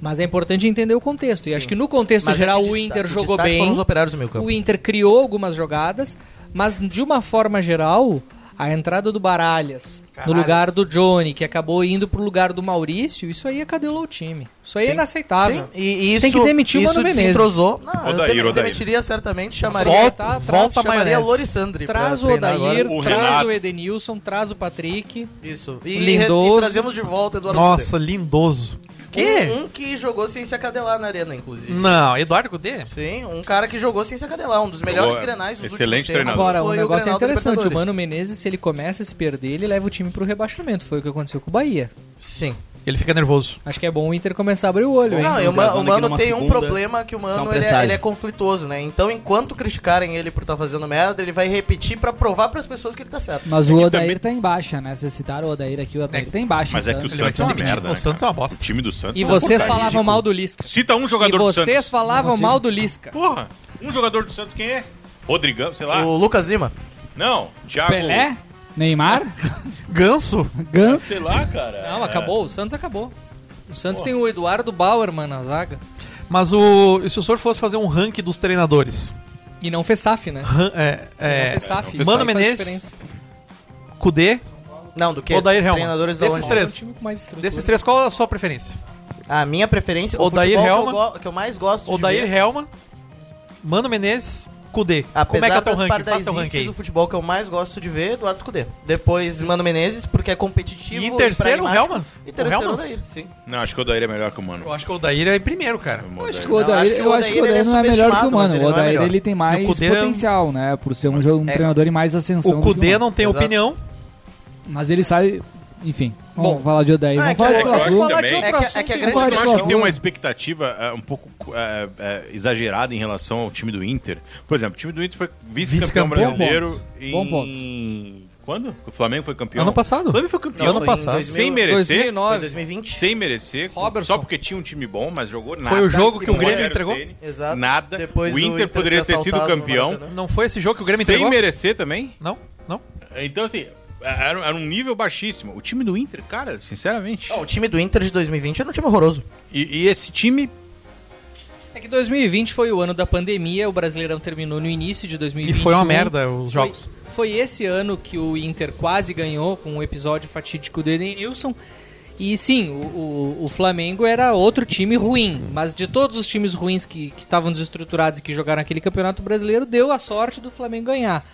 Speaker 3: Mas é importante entender o contexto. E acho que no contexto
Speaker 4: Mas é
Speaker 3: geral
Speaker 4: que
Speaker 3: o
Speaker 4: destaque-
Speaker 3: Inter
Speaker 4: o
Speaker 3: jogou
Speaker 4: destaque
Speaker 3: bem.
Speaker 4: foram os operários do meio campo.
Speaker 3: O Inter criou algumas jogadas, mas de uma forma geral, a entrada do Baralhas no lugar do Johnny, que acabou indo pro lugar do Maurício, isso aí acadelou o time. Isso aí é inaceitável.
Speaker 4: Sim, e isso,
Speaker 3: Tem que demitir o
Speaker 4: isso
Speaker 3: Mano Menezes.
Speaker 4: desentrosou. Não, eu
Speaker 6: Odair,
Speaker 4: dem-
Speaker 6: Odair.
Speaker 4: demitiria certamente, chamaria, Tá,
Speaker 3: Volta- volta a
Speaker 4: chamaria
Speaker 3: maionese.
Speaker 4: Lorissandri pra
Speaker 3: Traz o
Speaker 4: treinar agora.
Speaker 3: Odair,
Speaker 6: O
Speaker 3: traz
Speaker 6: Renato.
Speaker 3: o Edenilson, traz o Patrick.
Speaker 4: Isso. E, re-
Speaker 3: Lindoso.
Speaker 4: e trazemos de volta Eduardo
Speaker 5: Nossa, lindoso.
Speaker 4: Cudê. Um, um que jogou sem se acadelar na arena, inclusive.
Speaker 3: Hum.
Speaker 5: Não, Eduardo Cudê?
Speaker 4: Sim, um cara que jogou sem se acadelar, um dos melhores
Speaker 6: Boa.
Speaker 4: grenais dos
Speaker 6: Excelente
Speaker 4: últimos tempos
Speaker 6: treinador.
Speaker 3: Agora, o
Speaker 4: foi
Speaker 3: negócio é
Speaker 4: Grenal da
Speaker 3: interessante. O
Speaker 4: Libertadores.
Speaker 3: Mano Menezes, se ele começa a se perder, ele leva o time pro rebaixamento. Foi o que aconteceu com o Bahia.
Speaker 4: Sim.
Speaker 5: Ele fica nervoso.
Speaker 3: Acho que é bom o Inter começar a abrir o olho, hein?
Speaker 4: Não, e o,
Speaker 1: Estamos
Speaker 4: Ma-
Speaker 1: gravando aqui
Speaker 4: o Mano
Speaker 1: numa
Speaker 4: tem um
Speaker 1: segunda.
Speaker 4: problema que o Mano
Speaker 1: Só um
Speaker 4: ele é,
Speaker 1: presságio.
Speaker 4: ele é conflituoso, né? Então, enquanto criticarem ele por estar fazendo merda, ele vai repetir pra provar pras pessoas que ele tá certo.
Speaker 8: Mas o Odair tá em baixa, né? Vocês citaram o Odair aqui, o Odair tá em baixa.
Speaker 6: Mas é que o
Speaker 5: vai
Speaker 6: Santos
Speaker 5: ser
Speaker 6: é
Speaker 5: um
Speaker 6: uma
Speaker 5: demitido.
Speaker 6: merda.
Speaker 5: O
Speaker 6: né,
Speaker 5: Santos é
Speaker 6: cara?
Speaker 5: uma bosta.
Speaker 6: O time do Santos.
Speaker 3: E
Speaker 6: é
Speaker 3: vocês
Speaker 6: ridículo.
Speaker 3: falavam mal do Lisca.
Speaker 6: Cita um
Speaker 3: E
Speaker 6: jogador do Santos.
Speaker 3: vocês falavam
Speaker 4: assim?
Speaker 8: Não
Speaker 3: mal do Lisca.
Speaker 6: Porra, um jogador do Santos quem é? Rodrigão, sei
Speaker 5: Ah.
Speaker 6: lá.
Speaker 4: O Lucas Lima.
Speaker 6: Não, Thiago.
Speaker 3: Pelé?
Speaker 8: Neymar?
Speaker 6: Tipo-
Speaker 5: Ganso?
Speaker 8: Ganso?
Speaker 6: Sei lá, cara.
Speaker 3: Não, acabou. O Santos acabou. O Santos tem o Eduardo Bauer, mano, na zaga.
Speaker 5: Mas o. E se o senhor fosse fazer um ranking dos treinadores?
Speaker 3: E não fez SAF, né?
Speaker 5: Ran- é,
Speaker 3: não
Speaker 5: é,
Speaker 3: fez SAF.
Speaker 5: Mano
Speaker 3: Isso aí faz
Speaker 5: Menezes.
Speaker 3: diferença.
Speaker 5: Cudê,
Speaker 4: Não, do que?
Speaker 5: Odair Helman.
Speaker 4: Treinadores da
Speaker 5: Desses
Speaker 4: onde?
Speaker 5: três.
Speaker 3: É um time com mais estrutura.
Speaker 5: Desses três, qual a sua preferência?
Speaker 4: A minha preferência, o
Speaker 5: Odair
Speaker 4: futebol que eu
Speaker 5: Helman.
Speaker 4: go- que, eu mais gosto
Speaker 5: Odair
Speaker 4: de ver,
Speaker 5: Helman, Mano Menezes, Cudê. Como é que
Speaker 4: apesar
Speaker 5: é o teu
Speaker 4: das
Speaker 5: ranking? Faz teu ranking
Speaker 4: pardaisices, o
Speaker 5: aí.
Speaker 4: futebol que eu mais gosto de ver é Eduardo Cudê. Depois Mano Menezes, porque é competitivo.
Speaker 5: E em terceiro, o
Speaker 4: pragmático.
Speaker 5: Helmans?
Speaker 4: E
Speaker 5: O
Speaker 4: terceiro,
Speaker 5: Helmans?
Speaker 4: Odair, sim.
Speaker 6: Não, acho que o Odair é melhor que o Mano.
Speaker 5: Eu acho que o Odair é em primeiro, cara.
Speaker 6: Eu
Speaker 8: acho que
Speaker 6: Odair.
Speaker 8: o
Speaker 4: Não, acho
Speaker 8: Odair,
Speaker 4: que o
Speaker 8: eu acho que o
Speaker 4: Odair,
Speaker 8: Odair
Speaker 4: ele é
Speaker 8: não é melhor que o
Speaker 4: subestimado, mas
Speaker 8: Mano.
Speaker 4: ele
Speaker 8: O
Speaker 4: não é
Speaker 8: Odair
Speaker 4: melhor.
Speaker 8: ele tem mais
Speaker 5: Cudê-
Speaker 8: potencial, né? Por ser um, jo- um
Speaker 4: É.
Speaker 8: treinador em mais ascensão.
Speaker 5: O
Speaker 6: um
Speaker 8: do que
Speaker 5: Cudê
Speaker 8: Mano.
Speaker 5: não tem
Speaker 4: Exato.
Speaker 5: opinião.
Speaker 8: Mas ele sai. Enfim, vamos
Speaker 3: Bom.
Speaker 8: falar de Odair.
Speaker 4: Ah, é que
Speaker 8: Vamos falar
Speaker 4: eu-
Speaker 8: de
Speaker 4: é que eu
Speaker 8: Fla-Flu.
Speaker 6: acho
Speaker 3: Falar de
Speaker 6: Também.
Speaker 3: outro
Speaker 4: É que- é
Speaker 3: assunto
Speaker 4: que a grande
Speaker 6: Eu
Speaker 8: Vamos falar
Speaker 6: acho
Speaker 8: de
Speaker 6: que tem
Speaker 8: Fla-Flu.
Speaker 6: uma expectativa eh, um pouco eh, eh, exagerada em relação ao time do Inter. Por exemplo, o time do Inter foi vice-campeão
Speaker 5: Vice-campeão.
Speaker 6: brasileiro
Speaker 8: Bom ponto.
Speaker 6: em... Quando? O Flamengo foi campeão?
Speaker 5: Ano passado.
Speaker 6: O Flamengo foi campeão.
Speaker 4: Não,
Speaker 5: ano
Speaker 4: foi em
Speaker 5: passado.
Speaker 4: 2000,
Speaker 6: Sem merecer.
Speaker 3: 2009.
Speaker 4: 2020.
Speaker 6: Sem merecer.
Speaker 3: Robertson.
Speaker 6: Só porque tinha um time bom, mas jogou nada.
Speaker 5: Foi o jogo que o
Speaker 6: Não
Speaker 5: Grêmio
Speaker 6: era
Speaker 5: entregou?
Speaker 6: Ceni,
Speaker 4: Exato.
Speaker 6: Nada.
Speaker 4: Depois
Speaker 6: o
Speaker 4: do
Speaker 6: Inter
Speaker 4: Inter
Speaker 6: poderia
Speaker 4: ser
Speaker 6: ter sido
Speaker 4: assaltado no
Speaker 6: campeão.
Speaker 4: Maracanã.
Speaker 5: Não foi esse jogo que o Grêmio
Speaker 6: sem
Speaker 5: entregou?
Speaker 6: merecer também.
Speaker 5: Não, não.
Speaker 6: Então, assim, era, era um nível baixíssimo. O time do Inter, cara, sinceramente.
Speaker 4: Não, o time do Inter de 2020 era um time horroroso.
Speaker 6: E, e esse time.
Speaker 3: É que 2020 foi o ano da pandemia, o Brasileirão terminou no início de
Speaker 5: E
Speaker 3: 2021.
Speaker 5: foi uma merda os
Speaker 3: Foi-
Speaker 5: jogos.
Speaker 3: Foi, esse ano que o Inter quase ganhou com um episódio fatídico do Edenilson. E sim, o, o- o Flamengo era outro time ruim, mas de todos os times ruins que que estavam desestruturados e que jogaram aquele campeonato brasileiro, deu a sorte do Flamengo ganhar.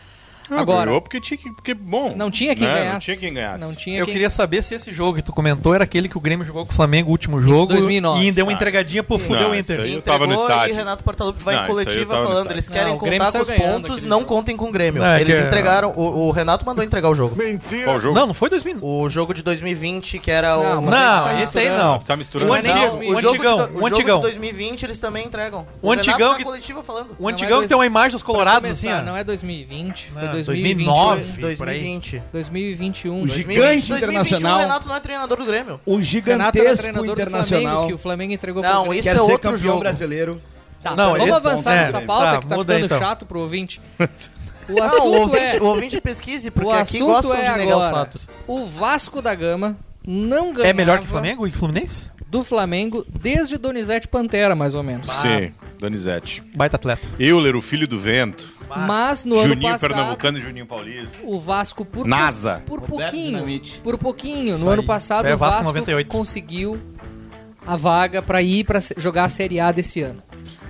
Speaker 3: Agora.
Speaker 6: Ganhou porque tinha que. Porque, bom.
Speaker 3: Não tinha quem
Speaker 6: né?
Speaker 3: ganhasse.
Speaker 6: Não tinha quem ganhasse.
Speaker 3: Não
Speaker 4: é
Speaker 3: tinha
Speaker 5: Eu
Speaker 3: quem-
Speaker 5: queria saber se esse jogo que tu comentou era aquele que o Grêmio jogou com o Flamengo, o último jogo.
Speaker 3: 2009.
Speaker 5: E deu uma
Speaker 4: Tá.
Speaker 6: Ah.
Speaker 5: entregadinha pro fudeu o
Speaker 6: isso
Speaker 5: Inter.
Speaker 6: aí eu
Speaker 4: Entregou
Speaker 6: tava no
Speaker 4: e
Speaker 6: estádio.
Speaker 4: Renato Portaluppi vai
Speaker 6: Não,
Speaker 4: em
Speaker 6: isso aí eu
Speaker 4: coletiva
Speaker 6: tava no
Speaker 4: falando,
Speaker 6: estádio.
Speaker 4: eles querem
Speaker 3: Não, o Grêmio
Speaker 4: contar com
Speaker 3: saiu
Speaker 4: os
Speaker 3: ganhando
Speaker 4: pontos,
Speaker 3: aquele
Speaker 4: não
Speaker 3: jogo.
Speaker 4: contem com o Grêmio.
Speaker 5: É,
Speaker 4: eles
Speaker 5: que-
Speaker 4: entregaram, o, o Renato mandou entregar o jogo.
Speaker 6: Qual o jogo?
Speaker 5: Não, não foi 2009.
Speaker 4: O jogo de 2020, que era o...
Speaker 3: Não, mas
Speaker 5: Não,
Speaker 3: tá
Speaker 5: esse aí
Speaker 6: Ah,
Speaker 5: não.
Speaker 6: Tá misturando.
Speaker 5: O antigo-
Speaker 4: Não, o, jogo de,
Speaker 5: antigão,
Speaker 4: do-
Speaker 5: o
Speaker 4: o jogo
Speaker 5: antigão.
Speaker 4: de 2020 eles também entregam.
Speaker 5: O antigão
Speaker 4: Renato tá
Speaker 5: que-
Speaker 4: na coletiva falando.
Speaker 5: O
Speaker 3: Não,
Speaker 5: Um antigão
Speaker 3: mas
Speaker 5: que tem uma imagem dos colorados, assim,
Speaker 3: Começar, Não
Speaker 5: ó.
Speaker 3: é 2020, foi
Speaker 5: Não,
Speaker 3: 2009.
Speaker 5: 2009, por aí.
Speaker 4: 2020.
Speaker 3: 2021.
Speaker 1: O
Speaker 3: 2020.
Speaker 1: gigante
Speaker 4: 2021,
Speaker 1: internacional.
Speaker 4: O Renato não é treinador do Grêmio.
Speaker 1: O
Speaker 3: Renato era
Speaker 1: gigantesco
Speaker 3: treinador do
Speaker 1: internacional
Speaker 3: Flamengo, que o Flamengo entregou pro
Speaker 4: Não,
Speaker 3: Grêmio.
Speaker 4: esse
Speaker 1: quer
Speaker 4: é
Speaker 1: ser
Speaker 4: outro
Speaker 1: campeão
Speaker 4: jogo.
Speaker 1: brasileiro.
Speaker 3: Tá,
Speaker 5: Não,
Speaker 3: vamos
Speaker 5: esse-
Speaker 3: avançar
Speaker 5: é,
Speaker 3: nessa pauta
Speaker 5: tá,
Speaker 3: que tá
Speaker 5: muda
Speaker 3: ficando
Speaker 5: aí, então.
Speaker 3: chato pro ouvinte. O
Speaker 4: Não, o
Speaker 3: assunto
Speaker 4: ouvinte,
Speaker 3: é...
Speaker 4: o ouvinte pesquise, porque
Speaker 3: o
Speaker 4: aqui
Speaker 3: assunto
Speaker 4: gostam
Speaker 3: é
Speaker 4: de
Speaker 3: agora.
Speaker 4: negar os fatos.
Speaker 3: O Vasco da Gama não ganhava
Speaker 5: É melhor que o Flamengo e que o Fluminense?
Speaker 3: do Flamengo desde Donizete Pantera, mais ou menos.
Speaker 6: Sim, Donizete.
Speaker 5: Baita atleta.
Speaker 6: Euler, o filho do vento.
Speaker 3: Mas no ano
Speaker 6: Juninho
Speaker 3: passado,
Speaker 6: Pernambucano e Juninho Paulista.
Speaker 3: o Vasco por,
Speaker 6: NASA.
Speaker 3: por
Speaker 8: Roberto
Speaker 3: pouquinho,
Speaker 8: Dinamite.
Speaker 3: por pouquinho,
Speaker 5: Isso
Speaker 3: no ano
Speaker 5: aí.
Speaker 3: passado
Speaker 5: Isso aí é
Speaker 3: o
Speaker 5: Vasco
Speaker 3: Vasco
Speaker 5: 98.
Speaker 3: conseguiu a vaga pra ir para jogar a Série A desse ano.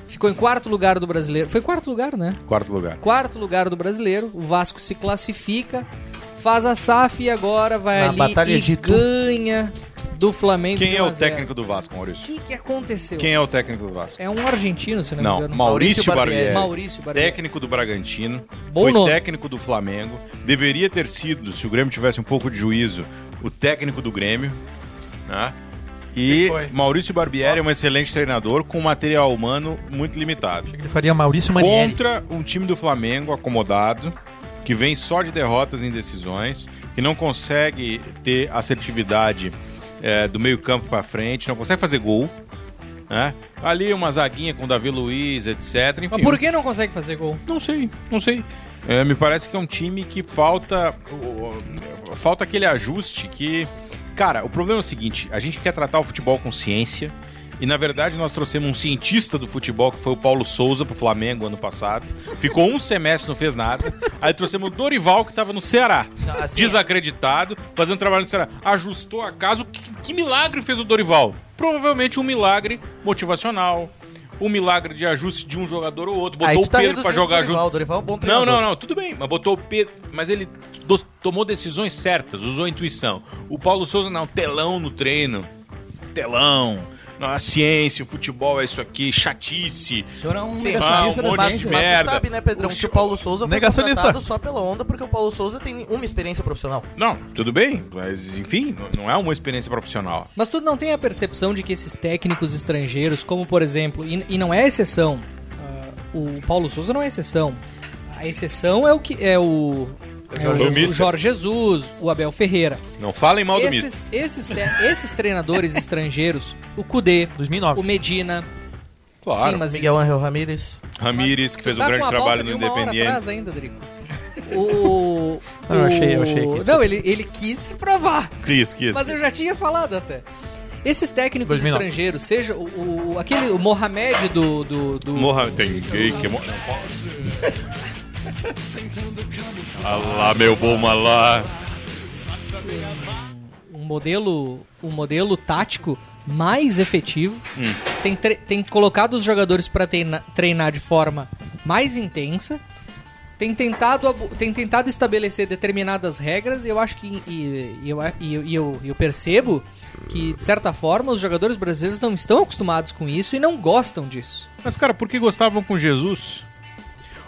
Speaker 3: Ficou em quarto lugar do Brasileiro. Foi quarto lugar, né?
Speaker 6: Quarto lugar.
Speaker 3: Quarto lugar do Brasileiro, o Vasco se classifica, faz a SAF e agora vai
Speaker 4: Na
Speaker 3: ali
Speaker 4: Batalha
Speaker 3: e
Speaker 4: de Tu.
Speaker 3: ganha do Flamengo.
Speaker 6: Quem
Speaker 3: de
Speaker 6: é
Speaker 3: 1 a
Speaker 6: o
Speaker 3: 0.
Speaker 6: técnico do Vasco,
Speaker 3: O
Speaker 6: Maurício?
Speaker 3: que, que aconteceu?
Speaker 6: Quem é o técnico do Vasco?
Speaker 3: É um argentino, se não,
Speaker 6: Não,
Speaker 3: me engano.
Speaker 6: Maurício,
Speaker 4: Maurício
Speaker 6: Barbieri.
Speaker 4: Barbieri.
Speaker 3: Maurício Barbieri.
Speaker 6: Técnico do Bragantino.
Speaker 3: Bom
Speaker 6: foi
Speaker 3: nome.
Speaker 6: técnico do Flamengo. Deveria ter sido, se o Grêmio tivesse um pouco de juízo, o técnico do Grêmio. né? E
Speaker 5: Quem foi?
Speaker 6: Maurício Barbieri é um excelente treinador com material humano muito limitado.
Speaker 5: Ele faria Maurício Manieri.
Speaker 6: Contra um time do Flamengo acomodado, que vem só de derrotas e indecisões, que não consegue ter assertividade eh, do meio campo pra frente, não consegue fazer gol. né? Ali uma zaguinha com o Davi Luiz, etc. Enfim, um
Speaker 3: Mas por que não consegue fazer gol?
Speaker 6: não sei, não sei. É, me parece que é um time que falta. o- o- Falta aquele ajuste que. Cara, o problema é o seguinte: a gente quer tratar o futebol com ciência. E na verdade nós trouxemos um cientista do futebol que foi o Paulo Souza pro Flamengo ano passado. Ficou um semestre, não fez nada. Aí trouxemos o Dorival que tava no Ceará.
Speaker 4: assim-
Speaker 6: desacreditado, fazendo trabalho no Ceará. Ajustou a casa. Que, que milagre fez o Dorival? Provavelmente um milagre motivacional. Um milagre de ajuste de um jogador ou outro. Botou
Speaker 4: Aí
Speaker 6: o
Speaker 4: tu tá
Speaker 6: Pedro pra
Speaker 4: reduzindo
Speaker 6: jogar
Speaker 4: o Dorival. O
Speaker 6: junto.
Speaker 4: Dorival é um bom
Speaker 6: Não,
Speaker 4: treinador.
Speaker 6: não, não, tudo bem, mas botou o Pedro. Mas ele dos- tomou decisões certas, usou a intuição. O Paulo Souza, não, telão no treino. Telão. Não, a ciência, o futebol é isso aqui, chatice.
Speaker 1: O senhor é um
Speaker 4: Sim, Ah,
Speaker 6: negacionista
Speaker 1: negacionista
Speaker 4: mas,
Speaker 6: um monte
Speaker 1: da
Speaker 4: mas,
Speaker 6: de
Speaker 1: ciência.
Speaker 4: mas
Speaker 6: merda. Um
Speaker 4: tu sabe, né, Pedrão,
Speaker 6: Oxe,
Speaker 4: que o Paulo Souza foi
Speaker 5: negacionista.
Speaker 4: contratado só pela onda, porque o Paulo Souza tem uma experiência profissional.
Speaker 6: Não, tudo bem, mas enfim, n- não é uma experiência profissional.
Speaker 3: Mas tu não tem a percepção de que esses técnicos estrangeiros, como por exemplo, e, e não é exceção, ah, o Paulo Souza não é exceção. A exceção é o que é o, é
Speaker 6: Jorge
Speaker 3: o- o
Speaker 6: Mister.
Speaker 3: Jorge Jesus, o Abel Ferreira.
Speaker 6: Não falem mal do Mister.
Speaker 3: Esses, esses, te- esses treinadores estrangeiros, o Kudê,
Speaker 5: 2009.
Speaker 3: o Medina,
Speaker 6: Claro.
Speaker 3: sim, mas
Speaker 4: Miguel Angel Ramírez.
Speaker 6: Ramires,
Speaker 3: Mas
Speaker 6: que fez
Speaker 3: tu
Speaker 6: um
Speaker 3: tá
Speaker 6: grande
Speaker 3: com a
Speaker 6: trabalho
Speaker 3: pauta
Speaker 6: no
Speaker 3: de uma hora
Speaker 6: Independiente.
Speaker 3: atrás ainda, Drico. O.
Speaker 5: Não, Ah, eu achei- eu achei aqui,
Speaker 3: o-
Speaker 5: desculpa.
Speaker 3: Não, ele, ele quis se provar.
Speaker 6: Isso, que isso.
Speaker 3: Mas é eu já tinha falado até. Esses técnicos
Speaker 5: 2009.
Speaker 3: estrangeiros, seja o, o- aquele o Mohamed do. do, do-
Speaker 6: Morra, tem gay que morra. Alá, meu bom alá.
Speaker 3: um modelo. um modelo tático mais efetivo. Tem, tre- tem colocado os jogadores pra treina- treinar de forma mais intensa. Tem tentado, abu- tem tentado estabelecer determinadas regras e eu acho que. E, e eu, e eu- e eu- eu percebo que, de certa forma, os jogadores brasileiros não estão acostumados com isso e não gostam disso.
Speaker 6: Mas, cara, por que gostavam com Jesus?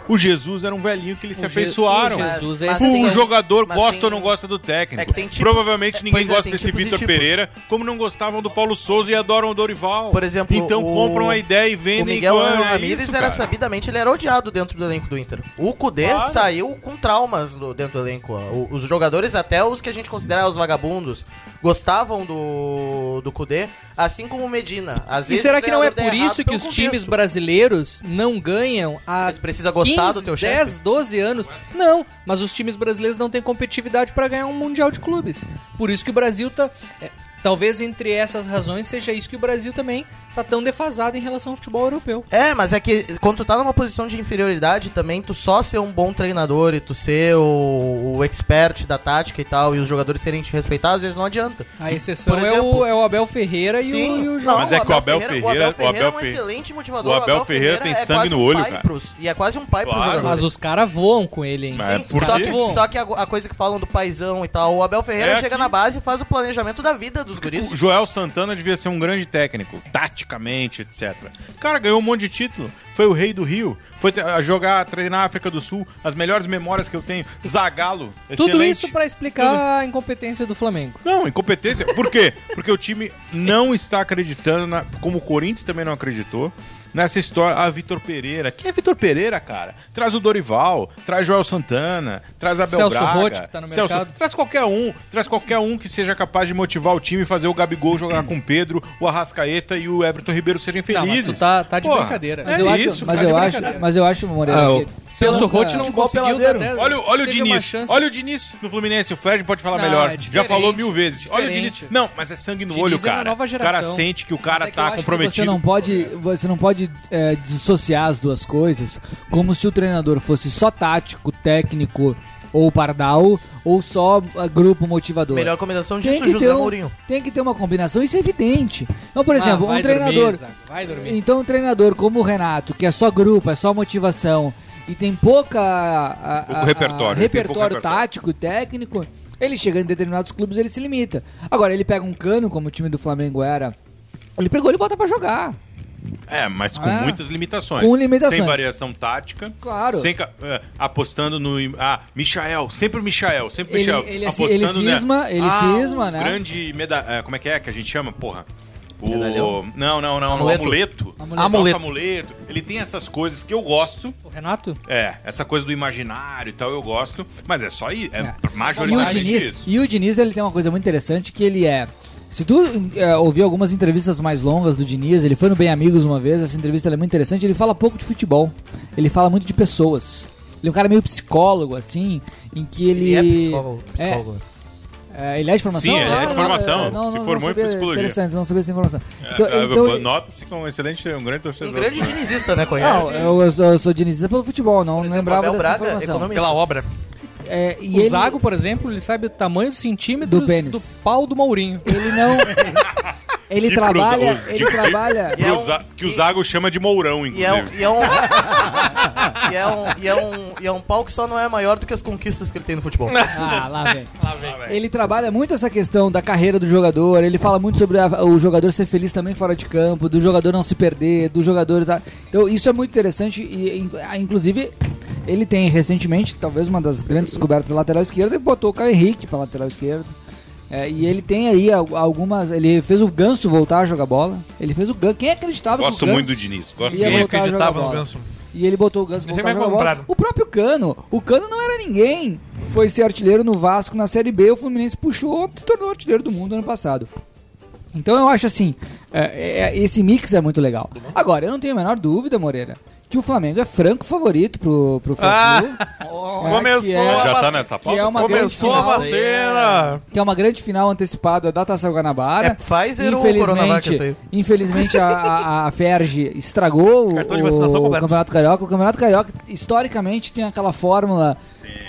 Speaker 6: O Jesus era um velhinho que eles se
Speaker 3: O Je-
Speaker 6: afeiçoaram.
Speaker 3: o Jesus
Speaker 4: Mas-
Speaker 3: é
Speaker 6: Um
Speaker 4: mas tem-
Speaker 3: exceção.
Speaker 6: jogador
Speaker 4: mas
Speaker 6: gosta
Speaker 4: tem-
Speaker 6: ou não gosta do técnico.
Speaker 4: É que tem tipos-
Speaker 6: Provavelmente ninguém
Speaker 4: Pois é,
Speaker 6: gosta
Speaker 4: tem
Speaker 6: desse
Speaker 4: tipos e
Speaker 6: Vitor
Speaker 4: tipos.
Speaker 6: Pereira, como não gostavam do Paulo Souza e adoram o Dorival.
Speaker 4: Por exemplo,
Speaker 6: então
Speaker 4: o-
Speaker 6: compram a ideia e
Speaker 4: O
Speaker 6: vendem.
Speaker 4: Miguel
Speaker 6: Ah,
Speaker 4: Angel
Speaker 6: é
Speaker 4: Ramírez
Speaker 6: isso,
Speaker 4: era
Speaker 6: cara.
Speaker 4: sabidamente, ele era odiado dentro do elenco do Inter. O Kudê
Speaker 6: Claro.
Speaker 4: saiu com traumas no- dentro do elenco. O- os jogadores, até os que a gente considera os vagabundos, gostavam do, do Kudê, assim como o Medina. Às
Speaker 3: E
Speaker 4: vezes
Speaker 3: será
Speaker 4: o
Speaker 3: que não é
Speaker 4: treinador
Speaker 3: por
Speaker 4: dá errado
Speaker 3: isso que
Speaker 4: pelo
Speaker 3: os
Speaker 4: contexto.
Speaker 3: times brasileiros não ganham há
Speaker 4: Tu precisa gostar do teu
Speaker 3: 15,
Speaker 4: chefe.
Speaker 3: 10, 12 anos? Não, mas os times brasileiros não têm competitividade para ganhar um Mundial de Clubes. Por isso que o Brasil tá, é, Talvez entre essas razões seja isso que o Brasil também tá tão defasado em relação ao futebol europeu.
Speaker 4: É, mas é que quando tu tá numa posição de inferioridade também, tu só ser um bom treinador e tu ser o, o expert da tática e tal, e os jogadores serem te respeitados, às vezes não adianta.
Speaker 3: A exceção
Speaker 4: Por
Speaker 3: é, o,
Speaker 4: exemplo-
Speaker 3: é o Abel Ferreira e o, e o Jorge.
Speaker 6: Mas é que o Abel Ferreira-
Speaker 4: O Abel Ferreira é
Speaker 6: o Abel
Speaker 4: um
Speaker 6: Fe-
Speaker 4: excelente motivador.
Speaker 6: o Abel Ferreira tem sangue
Speaker 4: quase
Speaker 6: no
Speaker 4: um
Speaker 6: olho,
Speaker 4: pai
Speaker 6: cara.
Speaker 4: Pros, e é quase um pai pro
Speaker 6: Claro.
Speaker 4: jogador.
Speaker 3: Mas os caras voam com ele, hein?
Speaker 6: Mas
Speaker 3: Sim,
Speaker 6: é
Speaker 3: os
Speaker 6: por
Speaker 4: Só
Speaker 3: caras
Speaker 6: quê?
Speaker 4: que,
Speaker 3: voam.
Speaker 4: só que a, a coisa que falam do paizão e tal, o Abel Ferreira
Speaker 6: É
Speaker 4: chega
Speaker 6: aqui.
Speaker 4: na base e faz o planejamento da vida dos guris.
Speaker 6: O Joel Santana devia ser um grande técnico, taticamente, etc. O Cara, ganhou um monte de título. Foi o rei do Rio. Foi te- a jogar, treinar a África do Sul. As melhores memórias que eu tenho. Zagalo.
Speaker 3: Tudo
Speaker 6: excelente.
Speaker 3: isso pra explicar a incompetência do Flamengo.
Speaker 6: Não, incompetência. Por quê? Porque o time não está acreditando, na- como o Corinthians também não acreditou, nessa história. Ah, Vitor Pereira. Quem é Vitor Pereira, cara? Traz o Dorival, traz Joel Santana, traz Abel
Speaker 3: Celso
Speaker 6: Braga.
Speaker 3: Roth, que tá no mercado.
Speaker 6: Traz qualquer um. Traz qualquer um que seja capaz de motivar o time e fazer o Gabigol jogar com o Pedro, o Arrascaeta e o Everton Ribeiro serem
Speaker 3: Não,
Speaker 6: felizes.
Speaker 3: mas tu tá, tá de
Speaker 6: Porra,
Speaker 3: brincadeira.
Speaker 8: Mas
Speaker 6: É
Speaker 8: eu
Speaker 6: isso,
Speaker 8: acho,
Speaker 6: tá
Speaker 8: mas
Speaker 6: de
Speaker 8: eu acho,
Speaker 6: brincadeira.
Speaker 8: mas eu acho, Moreira,
Speaker 1: Ah, o-
Speaker 8: que-
Speaker 3: Celso Roth não
Speaker 1: Futebol
Speaker 3: conseguiu dar
Speaker 1: peladeiro.
Speaker 3: dez-
Speaker 6: Olha, o- olha o
Speaker 3: teve uma
Speaker 6: Diniz.
Speaker 3: chance.
Speaker 6: Olha o Diniz no Fluminense. O Fred pode falar
Speaker 3: Não,
Speaker 6: melhor.
Speaker 3: é
Speaker 6: Já falou
Speaker 3: diferente,
Speaker 6: mil vezes. Olha o Diniz.
Speaker 3: diferente.
Speaker 6: Não, mas é sangue no
Speaker 3: Diniz
Speaker 6: olho,
Speaker 3: é
Speaker 6: cara.
Speaker 3: uma nova
Speaker 6: o cara
Speaker 3: geração.
Speaker 6: sente que o
Speaker 3: Mas é que
Speaker 6: cara
Speaker 3: eu
Speaker 6: tá
Speaker 3: acho que
Speaker 8: Você
Speaker 6: comprometido.
Speaker 8: não pode, você não pode é, dissociar as duas coisas, como se o treinador fosse só tático, técnico ou pardal, ou só ah, grupo motivador.
Speaker 4: Melhor combinação
Speaker 8: tem
Speaker 4: disso,
Speaker 8: que, ter
Speaker 4: José
Speaker 8: um-
Speaker 4: Mourinho.
Speaker 8: tem que ter uma combinação, isso é evidente. Então, por exemplo,
Speaker 3: Ah, vai
Speaker 8: um treinador,
Speaker 3: Dormir, Zago, vai dormir.
Speaker 8: Então, um treinador como o Renato, que é só grupo, é só motivação e tem pouca a- a-
Speaker 6: Pouco
Speaker 8: a-
Speaker 6: repertório, tem
Speaker 8: repertório
Speaker 6: pouco repertório.
Speaker 8: tático e técnico, ele chega em determinados clubes, ele se limita. Agora ele pega um cano, como o time do Flamengo era, ele pegou e bota pra jogar.
Speaker 6: É, mas com
Speaker 8: Ah.
Speaker 6: muitas limitações.
Speaker 8: Com limitações.
Speaker 6: Sem variação tática.
Speaker 8: Claro.
Speaker 6: Sem, ca- eh, apostando no. Ah, Michael, sempre o Michael, sempre o
Speaker 8: Ele-
Speaker 6: Michael.
Speaker 8: ele assi-
Speaker 6: apostando,
Speaker 8: ele cisma,
Speaker 6: né?
Speaker 8: ele
Speaker 6: ah,
Speaker 8: cisma,
Speaker 6: o
Speaker 8: né?
Speaker 6: Grande meda... eh, Como é que é que a gente chama? Porra. O...
Speaker 4: Medalhão?
Speaker 6: Não, não, não.
Speaker 4: Amuleto.
Speaker 6: O amuleto.
Speaker 8: Amuleto.
Speaker 6: Amuleto. amuleto. Ele tem essas coisas que eu gosto.
Speaker 3: O Renato?
Speaker 6: É, essa coisa do imaginário e tal eu gosto. Mas é só isso. É,
Speaker 8: É. E o
Speaker 6: majoritariamente
Speaker 8: Diniz,
Speaker 6: isso.
Speaker 8: e o Diniz, ele tem uma coisa muito interessante que ele é. Se tu é, ouvir algumas entrevistas mais longas do Diniz, ele foi no Bem Amigos uma vez, essa entrevista ela é muito interessante, ele fala pouco de futebol. Ele fala muito de pessoas. Ele é um cara meio psicólogo, assim, em que ele.
Speaker 4: é psicólogo. psicólogo.
Speaker 8: É, é, ele é de formação?
Speaker 6: Sim, ele é de
Speaker 8: Ah,
Speaker 6: formação.
Speaker 8: é,
Speaker 6: Se formou em
Speaker 8: sabia,
Speaker 6: psicologia.
Speaker 8: Interessante, não sabia essa informação. Então,
Speaker 6: É, é,
Speaker 8: então,
Speaker 6: Nota-se como um excelente, um grande torcedor.
Speaker 4: Um grande dinizista, né?
Speaker 8: não,
Speaker 4: Conhece?
Speaker 8: eu, eu sou, eu sou dinizista pelo futebol, não
Speaker 4: Por exemplo,
Speaker 8: lembrava
Speaker 4: Abel
Speaker 8: dessa
Speaker 4: Braga,
Speaker 8: informação.
Speaker 4: economista.
Speaker 5: Pela obra.
Speaker 8: É, e
Speaker 3: o
Speaker 8: ele-
Speaker 3: Zago, por exemplo, ele sabe o tamanho dos centímetros
Speaker 8: Do pênis.
Speaker 3: pau do Mourinho.
Speaker 8: ele não. ele
Speaker 6: E pros-
Speaker 8: trabalha.
Speaker 6: os-
Speaker 8: ele
Speaker 6: de- de-
Speaker 8: trabalha.
Speaker 6: Que,
Speaker 4: E é
Speaker 6: o
Speaker 4: um-
Speaker 6: Za- que o
Speaker 4: e-
Speaker 6: Zago chama de Mourão,
Speaker 4: E
Speaker 6: inclusive.
Speaker 4: é, um, e, é um, e, é um, e, é um, e é um pau que só não é maior do que as conquistas que ele tem no futebol.
Speaker 8: Ah, lá vem. Ele trabalha muito essa questão da carreira do jogador, ele fala muito sobre a- o jogador ser feliz também fora de campo, do jogador não se perder, do jogador. tá- Então, isso é muito interessante e, in- ah, inclusive, ele tem recentemente, talvez uma das grandes descobertas da lateral esquerda, ele botou o Caio Henrique pra lateral esquerda. É, e ele tem aí al- algumas. Ele fez o ganso voltar a jogar bola. Ele fez o ganso. Quem acreditava que
Speaker 6: Gosto
Speaker 8: o Ganso
Speaker 6: muito do Diniz. Gosto
Speaker 8: ia
Speaker 6: muito.
Speaker 8: voltar a jogar
Speaker 5: acreditava no
Speaker 8: bola?
Speaker 5: Ganso.
Speaker 8: E ele botou o Ganso
Speaker 5: Ele
Speaker 8: voltar
Speaker 5: vai
Speaker 8: a jogar bola.
Speaker 5: comprar.
Speaker 8: O próprio Cano. O Cano não era ninguém. Foi ser artilheiro no Vasco na Série B. O Fluminense puxou, se tornou artilheiro do mundo ano passado. Então eu acho assim, é, é, esse mix é muito legal. Agora, eu não tenho a menor dúvida, Moreira, que o Flamengo é franco favorito pro, pro Fla-Flu. É, que é-
Speaker 6: Já tá nessa
Speaker 8: que
Speaker 6: pauta?
Speaker 8: é uma grande
Speaker 5: Começou a
Speaker 8: final,
Speaker 5: vacina.
Speaker 8: que é uma grande final antecipada da Taça Guanabara.
Speaker 4: É Pfizer ou Coronavac essa aí?
Speaker 8: Infelizmente a, a, a Ferge estragou o,
Speaker 5: Cartão de vacinação
Speaker 8: o
Speaker 5: completo.
Speaker 8: Campeonato Carioca. O Campeonato Carioca, historicamente, tem aquela fórmula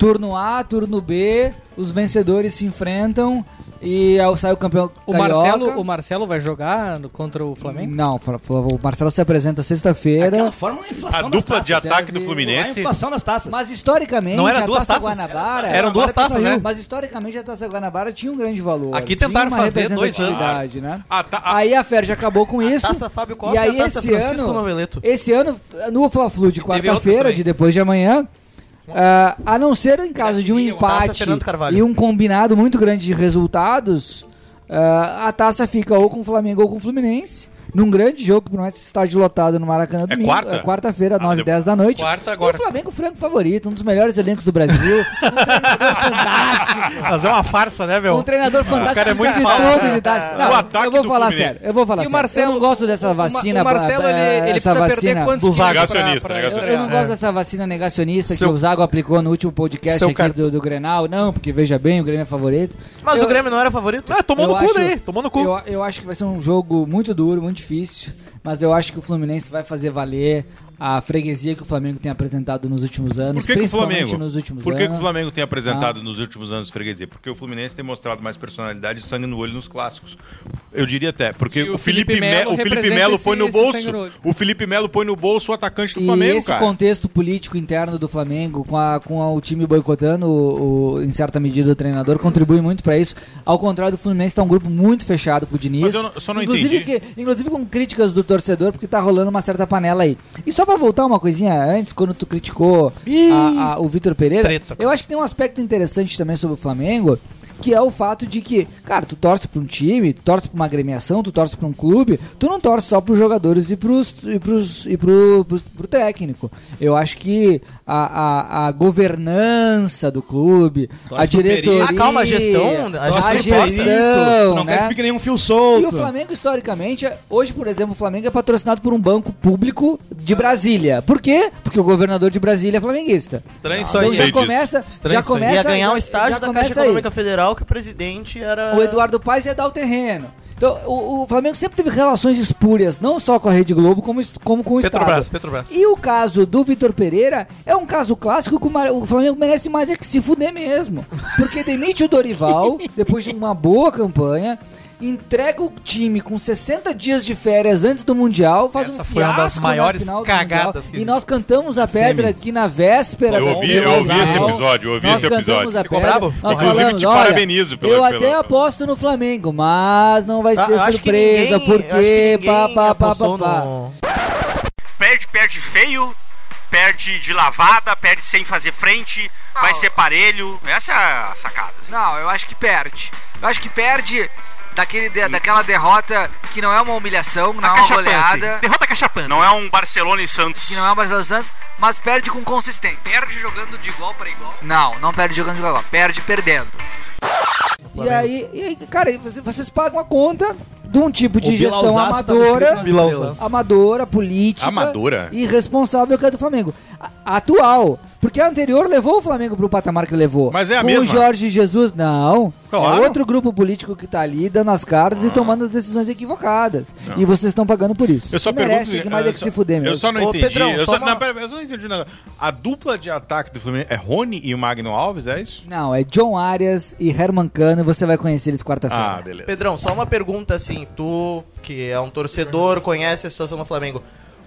Speaker 8: turno A, turno B, os vencedores se enfrentam e aí sai o campeão
Speaker 3: O
Speaker 8: carioca.
Speaker 3: Marcelo, o Marcelo vai jogar no- contra o Flamengo?
Speaker 8: Não, fa- fa- o Marcelo se apresenta sexta-feira.
Speaker 1: Aquela forma é a inflação
Speaker 6: A
Speaker 1: das
Speaker 6: dupla de
Speaker 1: taças.
Speaker 6: ataque do
Speaker 8: deve-
Speaker 1: É a
Speaker 6: Fluminense.
Speaker 1: inflação das taças.
Speaker 8: Mas historicamente,
Speaker 5: Não eram
Speaker 8: a
Speaker 5: duas
Speaker 8: Taça
Speaker 5: taças?
Speaker 8: Guanabara...
Speaker 5: Eram duas taças, né?
Speaker 8: Mas historicamente a Taça Guanabara tinha um grande valor.
Speaker 5: Aqui
Speaker 8: tinha
Speaker 5: tentaram
Speaker 8: uma
Speaker 5: fazer dois anos.
Speaker 8: representatividade, Né?
Speaker 6: Ah, tá- ah,
Speaker 8: Aí a Ferj acabou com isso.
Speaker 4: Taça Fábio Costa
Speaker 8: e aí
Speaker 4: a taça
Speaker 8: esse
Speaker 4: Francisco
Speaker 8: ano,
Speaker 4: Noveleto.
Speaker 8: esse ano, no Fla-Flu de
Speaker 5: outras
Speaker 8: quarta-feira,
Speaker 5: também.
Speaker 8: de depois de amanhã, ah, a não ser em caso de um
Speaker 5: Taça
Speaker 8: empate
Speaker 4: Fernando Carvalho.
Speaker 8: e um combinado muito grande de resultados, ah, a taça fica ou com o Flamengo ou com o Fluminense. num grande jogo, por mais que estádio lotado no Maracanã domingo.
Speaker 6: quarta?
Speaker 8: É quarta-feira,
Speaker 6: Ah,
Speaker 8: 9
Speaker 6: deu-
Speaker 8: 10 da noite.
Speaker 5: Quarta agora.
Speaker 8: O Flamengo, franco favorito, um dos melhores elencos do Brasil. um treinador fantástico.
Speaker 5: Mas é uma farsa, né, meu?
Speaker 8: Um treinador fantástico.
Speaker 5: o cara é muito
Speaker 8: de
Speaker 5: mal,
Speaker 8: tudo,
Speaker 5: né?
Speaker 8: de idade.
Speaker 6: O
Speaker 8: Não,
Speaker 6: ataque
Speaker 8: eu vou
Speaker 6: do
Speaker 8: falar
Speaker 6: Fluminense.
Speaker 8: sério. Eu vou falar
Speaker 3: E o
Speaker 8: sério.
Speaker 3: Marcelo-
Speaker 8: eu não gosto dessa
Speaker 3: o Ma-
Speaker 8: vacina.
Speaker 3: o Marcelo,
Speaker 8: pra- pra-
Speaker 3: ele- ele
Speaker 8: essa
Speaker 3: precisa perder
Speaker 8: vacina.
Speaker 3: quantos
Speaker 8: dos-
Speaker 3: quilos né? pra-
Speaker 6: é Negacionista,
Speaker 3: pra
Speaker 6: negacionista.
Speaker 8: Eu não
Speaker 3: estrear?
Speaker 8: gosto dessa vacina negacionista
Speaker 5: Seu-
Speaker 8: que o Zago aplicou no último podcast
Speaker 5: Seu
Speaker 8: aqui
Speaker 5: car-
Speaker 8: do, do Grenal. Não, porque veja bem, o Grêmio é favorito.
Speaker 4: Mas
Speaker 8: Eu-
Speaker 4: o Grêmio não era favorito?
Speaker 5: Ah, tomou
Speaker 8: Eu
Speaker 5: no cu
Speaker 8: acho-
Speaker 5: daí, tomou no cu.
Speaker 8: Eu, eu acho que vai ser um jogo muito duro, muito difícil, mas eu acho que o Fluminense vai fazer valer a freguesia que o Flamengo tem apresentado nos últimos anos,
Speaker 6: Por que, que o
Speaker 8: principalmente
Speaker 6: Flamengo?
Speaker 8: nos últimos
Speaker 6: por que, que
Speaker 8: anos. Ah.
Speaker 6: o Flamengo tem apresentado nos últimos anos freguesia? Porque o Fluminense tem mostrado mais personalidade e sangue no olho nos clássicos. Eu diria até, porque
Speaker 3: E
Speaker 6: o Felipe Melo, o Felipe
Speaker 3: representa
Speaker 6: Melo
Speaker 3: esse-
Speaker 6: põe no
Speaker 3: esse sangue
Speaker 6: bolso,
Speaker 3: no olho.
Speaker 6: o Felipe Melo põe no bolso o atacante do
Speaker 8: E
Speaker 6: Flamengo,
Speaker 8: esse
Speaker 6: cara.
Speaker 8: contexto político interno do Flamengo, com, a- com a- o time boicotando, o- o- em certa medida, o treinador, contribui muito pra isso. Ao contrário do Fluminense, tá um grupo muito fechado com o Diniz.
Speaker 6: Mas eu não- eu só não
Speaker 8: inclusive,
Speaker 6: entendi.
Speaker 8: que- inclusive com críticas do torcedor, porque tá rolando uma certa panela aí. E só pra voltar uma coisinha antes, quando tu criticou a- a- o Vitor Pereira,
Speaker 5: Treta.
Speaker 8: eu acho que tem um aspecto interessante também sobre o Flamengo, que é o fato de que, cara, tu torce pra um time, tu torce pra uma agremiação, tu torce pra um clube, tu não torce só pros jogadores e, pros, e, pros, e pro, pros- pro técnico. Eu acho que a, a- a governança do clube, a
Speaker 5: pro
Speaker 8: diretoria...
Speaker 4: Ah, calma, a gestão, a
Speaker 8: A
Speaker 4: gestão
Speaker 8: gestão,
Speaker 4: do
Speaker 1: Tu não quer
Speaker 8: né?
Speaker 1: que fique nenhum fio
Speaker 8: E o
Speaker 1: solto.
Speaker 8: Flamengo, historicamente, é- hoje, por exemplo, o Flamengo é patrocinado por um banco público de Brasília. Por quê? Porque o governador de Brasília é flamenguista.
Speaker 5: Estranho isso
Speaker 8: Então
Speaker 5: aí.
Speaker 6: sei
Speaker 8: já
Speaker 6: disso.
Speaker 8: começa,
Speaker 5: Estranho
Speaker 8: já
Speaker 5: isso aí.
Speaker 8: começa,
Speaker 4: Ia ganhar um
Speaker 8: já-
Speaker 4: estágio
Speaker 8: já
Speaker 4: da Caixa
Speaker 8: começa aí.
Speaker 4: Econômica Federal que o presidente era.
Speaker 8: O Eduardo Paes ia dar o terreno. Então, o, o Flamengo sempre teve relações espúrias, não só com a Rede Globo, como, es- como com o
Speaker 5: Petrobras,
Speaker 8: Estado.
Speaker 5: Petrobras.
Speaker 8: E o caso do Vitor Pereira é um caso clássico que o Mar- o Flamengo merece mais é que se fuder mesmo. Porque demite o Dorival, depois de uma boa campanha, entrega o time com 60 dias de férias antes do Mundial, faz
Speaker 5: Essa
Speaker 8: um
Speaker 5: foi
Speaker 8: fiasco
Speaker 5: uma das
Speaker 8: na
Speaker 5: maiores
Speaker 8: final do
Speaker 5: cagadas
Speaker 8: Mundial.
Speaker 5: que
Speaker 8: E
Speaker 5: existe.
Speaker 8: nós cantamos a pedra aqui na véspera
Speaker 6: Eu
Speaker 8: da
Speaker 6: ouvi- eu ouvi esse
Speaker 8: final.
Speaker 6: episódio, eu ouvi
Speaker 8: Nós
Speaker 6: esse episódio.
Speaker 8: cantamos a
Speaker 5: Ficou
Speaker 8: pedra,
Speaker 5: bravo?
Speaker 8: nós
Speaker 6: Inclusive,
Speaker 8: falamos,
Speaker 6: te
Speaker 8: "Olha,
Speaker 6: parabenizo pelo-
Speaker 8: Eu
Speaker 6: pelo-
Speaker 8: até aposto no Flamengo, mas não vai
Speaker 4: Ah,
Speaker 8: ser
Speaker 4: eu acho que
Speaker 8: surpresa,
Speaker 4: ninguém- eu acho que
Speaker 8: porque
Speaker 4: ninguém
Speaker 8: pá, pá, pá, pá,
Speaker 4: apostou
Speaker 8: pá.
Speaker 4: no-
Speaker 11: Perde, perde feio, perde de lavada, perde sem fazer frente,
Speaker 2: Ah.
Speaker 11: vai ser parelho. Essa é a sacada.
Speaker 12: Não, eu acho que perde. Eu acho que perde daquele de- daquela derrota que não é uma humilhação, não é uma goleada,
Speaker 11: Derrota a Cachapante. Não é um Barcelona e Santos.
Speaker 12: que não é uma Barcelona Santos, mas perde com consistência.
Speaker 11: Perde jogando de igual para igual.
Speaker 12: Não, não perde jogando de igual, a igual, perde perdendo.
Speaker 8: E aí, e aí, cara, e vocês- vocês pagam a conta de um tipo de
Speaker 1: O
Speaker 8: gestão
Speaker 1: Bilauzaço tá
Speaker 8: amadora,
Speaker 1: escrito nas estrelas.
Speaker 8: amadora, política,
Speaker 6: Amadora?
Speaker 8: e irresponsável que é do Flamengo. A- atual, porque a anterior levou o Flamengo pro patamar que levou.
Speaker 6: Mas é a
Speaker 8: Com
Speaker 6: mesma.
Speaker 8: o Jorge Jesus, não.
Speaker 6: Claro. Ah.
Speaker 8: É outro grupo político que tá ali dando as cartas e tomando as decisões equivocadas. E vocês estão pagando por isso.
Speaker 6: Eu só
Speaker 8: Não merece,
Speaker 6: pergunto.
Speaker 8: tem que mais é
Speaker 6: eu
Speaker 8: que
Speaker 6: só-
Speaker 8: se fuder, meu.
Speaker 6: Eu só não
Speaker 4: Ô,
Speaker 6: entendi.
Speaker 4: Pedrão,
Speaker 6: eu,
Speaker 4: só
Speaker 6: só,
Speaker 4: uma-
Speaker 6: não, pera, eu só não entendi o negócio. A dupla de ataque do Fluminense é Rony e o Magno Alves, é isso?
Speaker 8: Não, é John Arias e Herman Cano, você vai conhecer eles quarta-feira.
Speaker 6: Ah, beleza.
Speaker 4: Pedrão, só uma pergunta assim, tu que é um torcedor, conhece a situação do Flamengo.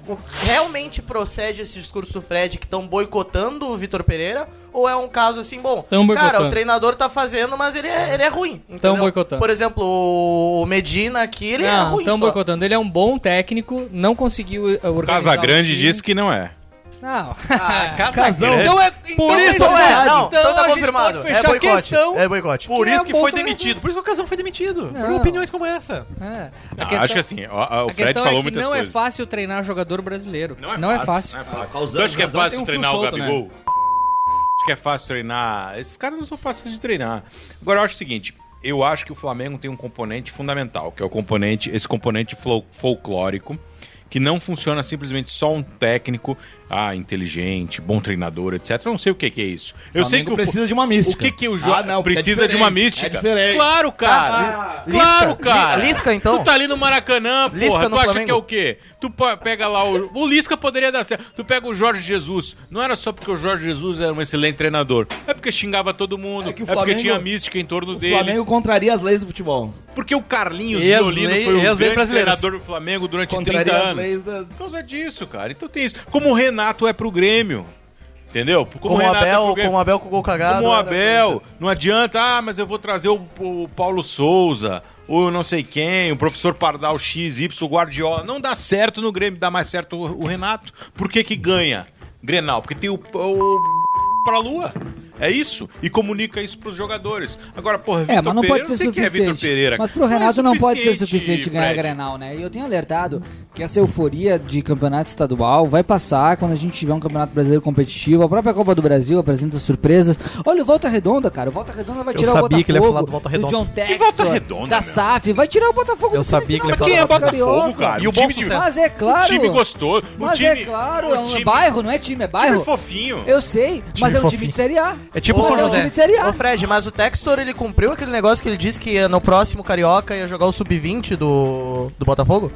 Speaker 4: O- Realmente procede esse discurso do Fred que estão boicotando o Vitor Pereira? Ou é um caso assim, bom,
Speaker 3: Tão
Speaker 4: cara,
Speaker 3: boicotando.
Speaker 4: o treinador tá fazendo, mas ele é, ele é ruim. entendeu?
Speaker 3: Tão boicotando.
Speaker 4: Por exemplo, o Medina aqui, ele é
Speaker 3: não,
Speaker 4: ruim
Speaker 3: estão
Speaker 4: só.
Speaker 3: boicotando. Ele é um bom técnico, não conseguiu eh, organizar
Speaker 6: Casa Grande
Speaker 3: o time.
Speaker 6: disse que não é.
Speaker 3: Não.
Speaker 8: Ah,
Speaker 5: Casão.
Speaker 3: Então é...
Speaker 4: Por
Speaker 3: Ah, então
Speaker 4: isso
Speaker 3: é
Speaker 4: é, não,
Speaker 3: então
Speaker 4: então tá
Speaker 3: a gente pode
Speaker 4: confirmado. É
Speaker 3: fechar a
Speaker 4: boicote.
Speaker 3: questão.
Speaker 4: É boicote.
Speaker 5: Por
Speaker 3: Que é
Speaker 5: isso que
Speaker 3: bom
Speaker 5: foi
Speaker 3: também.
Speaker 5: demitido. Por isso que o Casão foi demitido. Por
Speaker 3: Não.
Speaker 5: opiniões como essa.
Speaker 3: É.
Speaker 6: Não,
Speaker 3: A questão-
Speaker 6: acho que assim, ó, ó, o
Speaker 3: a
Speaker 6: Fred
Speaker 3: questão
Speaker 6: falou
Speaker 3: é que
Speaker 6: muitas
Speaker 3: não
Speaker 6: coisas.
Speaker 3: é fácil treinar jogador brasileiro. Não é, fácil.
Speaker 6: Não é fácil.
Speaker 1: Causando-
Speaker 6: Tu acha que é
Speaker 1: causando
Speaker 6: fácil
Speaker 1: tem um fio
Speaker 6: treinar
Speaker 1: solto,
Speaker 6: o
Speaker 1: né?
Speaker 6: Gabigol? Acho que é fácil treinar. Esses caras não são fáceis de treinar. Agora eu acho o seguinte. Eu acho que o Flamengo tem um componente fundamental, que é o componente, esse componente fol- folclórico, que não funciona simplesmente só um técnico, ah, inteligente, bom treinador, etc. Eu não sei o que, que é isso. Eu sei que o fo-
Speaker 1: precisa de uma mística.
Speaker 6: O que que o jogo
Speaker 1: Ah, não, porque é
Speaker 6: precisa de uma
Speaker 1: diferente,
Speaker 6: mística?
Speaker 1: é diferente. Ah,
Speaker 6: Claro, cara.
Speaker 4: Lisca,
Speaker 6: claro, cara.
Speaker 4: Li- Lisca, então?
Speaker 6: Tu tá ali no Maracanã,
Speaker 4: Lisca
Speaker 6: porra.
Speaker 4: no
Speaker 6: tu acha
Speaker 4: Flamengo?
Speaker 6: que é o quê? Tu pa- pega lá o. O Lisca poderia dar certo. Tu pega o Jorge Jesus. Não era só porque o Jorge Jesus era um excelente treinador. É porque xingava todo mundo. É,
Speaker 1: É que o
Speaker 6: porque
Speaker 1: Flamengo-
Speaker 6: tinha mística em torno
Speaker 1: O
Speaker 6: dele.
Speaker 1: Flamengo contraria as leis do futebol.
Speaker 6: Porque o Carlinhos
Speaker 5: Ex-lei-
Speaker 6: Violino foi o
Speaker 5: ex-lei
Speaker 6: grande
Speaker 5: brasileiras.
Speaker 6: treinador do Flamengo durante
Speaker 1: Contraria
Speaker 6: 30
Speaker 1: as
Speaker 6: anos.
Speaker 1: leis da...
Speaker 6: Por causa disso, cara. Então tem isso. Como o Renato é pro Grêmio. Entendeu?
Speaker 4: Como, o
Speaker 6: Renato é pro
Speaker 4: Abel,
Speaker 6: Grêmio.
Speaker 4: como o Abel com o gol cagado. né?
Speaker 6: Como o
Speaker 4: era-
Speaker 6: Abel, não adianta, ah, mas eu vou trazer o, o Paulo Souza, o não sei quem, o professor Pardal XY, o Guardiola. Não dá certo no Grêmio, dá mais certo o, o Renato. Por que que ganha Grenal? Porque tem o, o pra lua. É isso. E comunica isso pros jogadores. Agora, porra, Vitor
Speaker 8: É, mas não
Speaker 6: Pereira,
Speaker 8: pode ser
Speaker 6: sei quem é Vitor
Speaker 8: suficiente.
Speaker 6: Pereira.
Speaker 8: mas pro
Speaker 6: é
Speaker 8: Renato não pode ser suficiente ganhar
Speaker 6: Fred.
Speaker 8: Grenal, né? E eu tenho alertado que essa euforia de campeonato estadual vai passar quando a gente tiver um campeonato brasileiro competitivo. A própria Copa do Brasil apresenta surpresas. Olha o Volta Redonda, cara. O Volta Redonda vai
Speaker 3: Eu
Speaker 8: tirar o
Speaker 3: sabia
Speaker 8: Botafogo.
Speaker 3: que ele ia falar do Volta Redonda.
Speaker 8: John
Speaker 3: Que
Speaker 8: Textor,
Speaker 3: Volta Redonda,
Speaker 8: da
Speaker 3: meu?
Speaker 8: SAF. Vai tirar o Botafogo
Speaker 3: Eu
Speaker 8: do
Speaker 3: sabia que ele ia
Speaker 8: semifinal
Speaker 3: falar
Speaker 8: da
Speaker 3: do
Speaker 8: Copa
Speaker 3: Botafogo,
Speaker 8: Carioca.
Speaker 3: cara? E o bom sucesso.
Speaker 8: Mas é claro.
Speaker 6: O time gostou.
Speaker 8: Mas
Speaker 6: o time,
Speaker 8: é claro,
Speaker 6: o
Speaker 8: é um
Speaker 6: time-
Speaker 8: bairro, não é time, é bairro.
Speaker 6: Time fofinho.
Speaker 8: Eu sei, mas é um time
Speaker 4: fofinho.
Speaker 8: de Série A.
Speaker 4: Ô,
Speaker 8: É um time de Série A.
Speaker 4: Ô, Fred, mas o Textor, ele cumpriu aquele negócio que ele disse que ia no próximo Carioca ia jogar o Sub-20 do, do Botafogo?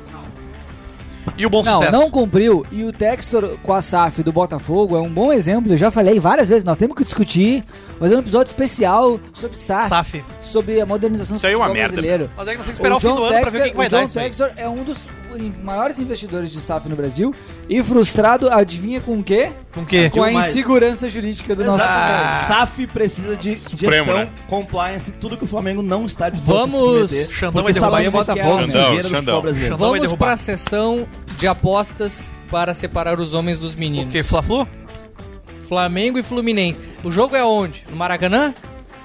Speaker 5: E o bom
Speaker 8: não, não cumpriu. E o Textor com a SAF do Botafogo é um bom exemplo. Eu já falei várias vezes, nós temos que discutir, fazer um episódio especial sobre SAF.
Speaker 5: SAF.
Speaker 8: Sobre a modernização
Speaker 5: Isso aí é uma
Speaker 8: futebol
Speaker 5: merda.
Speaker 8: brasileiro.
Speaker 5: Mas é que nós temos que esperar o fim
Speaker 8: John
Speaker 5: do ano pra ver o que
Speaker 8: Textor-
Speaker 5: que vai dar
Speaker 8: John
Speaker 5: isso aí.
Speaker 8: Textor é um dos maiores investidores de SAF no Brasil e frustrado, adivinha com o quê?
Speaker 5: Com o quê?
Speaker 8: tá Com a
Speaker 5: Com mais.
Speaker 8: insegurança jurídica do
Speaker 1: Exato.
Speaker 8: nosso
Speaker 1: SAF precisa de
Speaker 8: Supremo,
Speaker 1: gestão,
Speaker 8: né?
Speaker 1: compliance, tudo que o Flamengo não está disposto a
Speaker 3: Vamos-
Speaker 1: se meter. porque
Speaker 3: Xandão vai derrubar
Speaker 1: sabemos
Speaker 3: o Botafogo.
Speaker 1: que é a
Speaker 3: Xandão,
Speaker 1: cegueira do futebol brasileiro.
Speaker 3: Vamos para a sessão de apostas para separar os homens dos meninos. O que?
Speaker 5: Fla-Flu? Tá
Speaker 3: Flamengo e Fluminense. O jogo é onde? No Maracanã?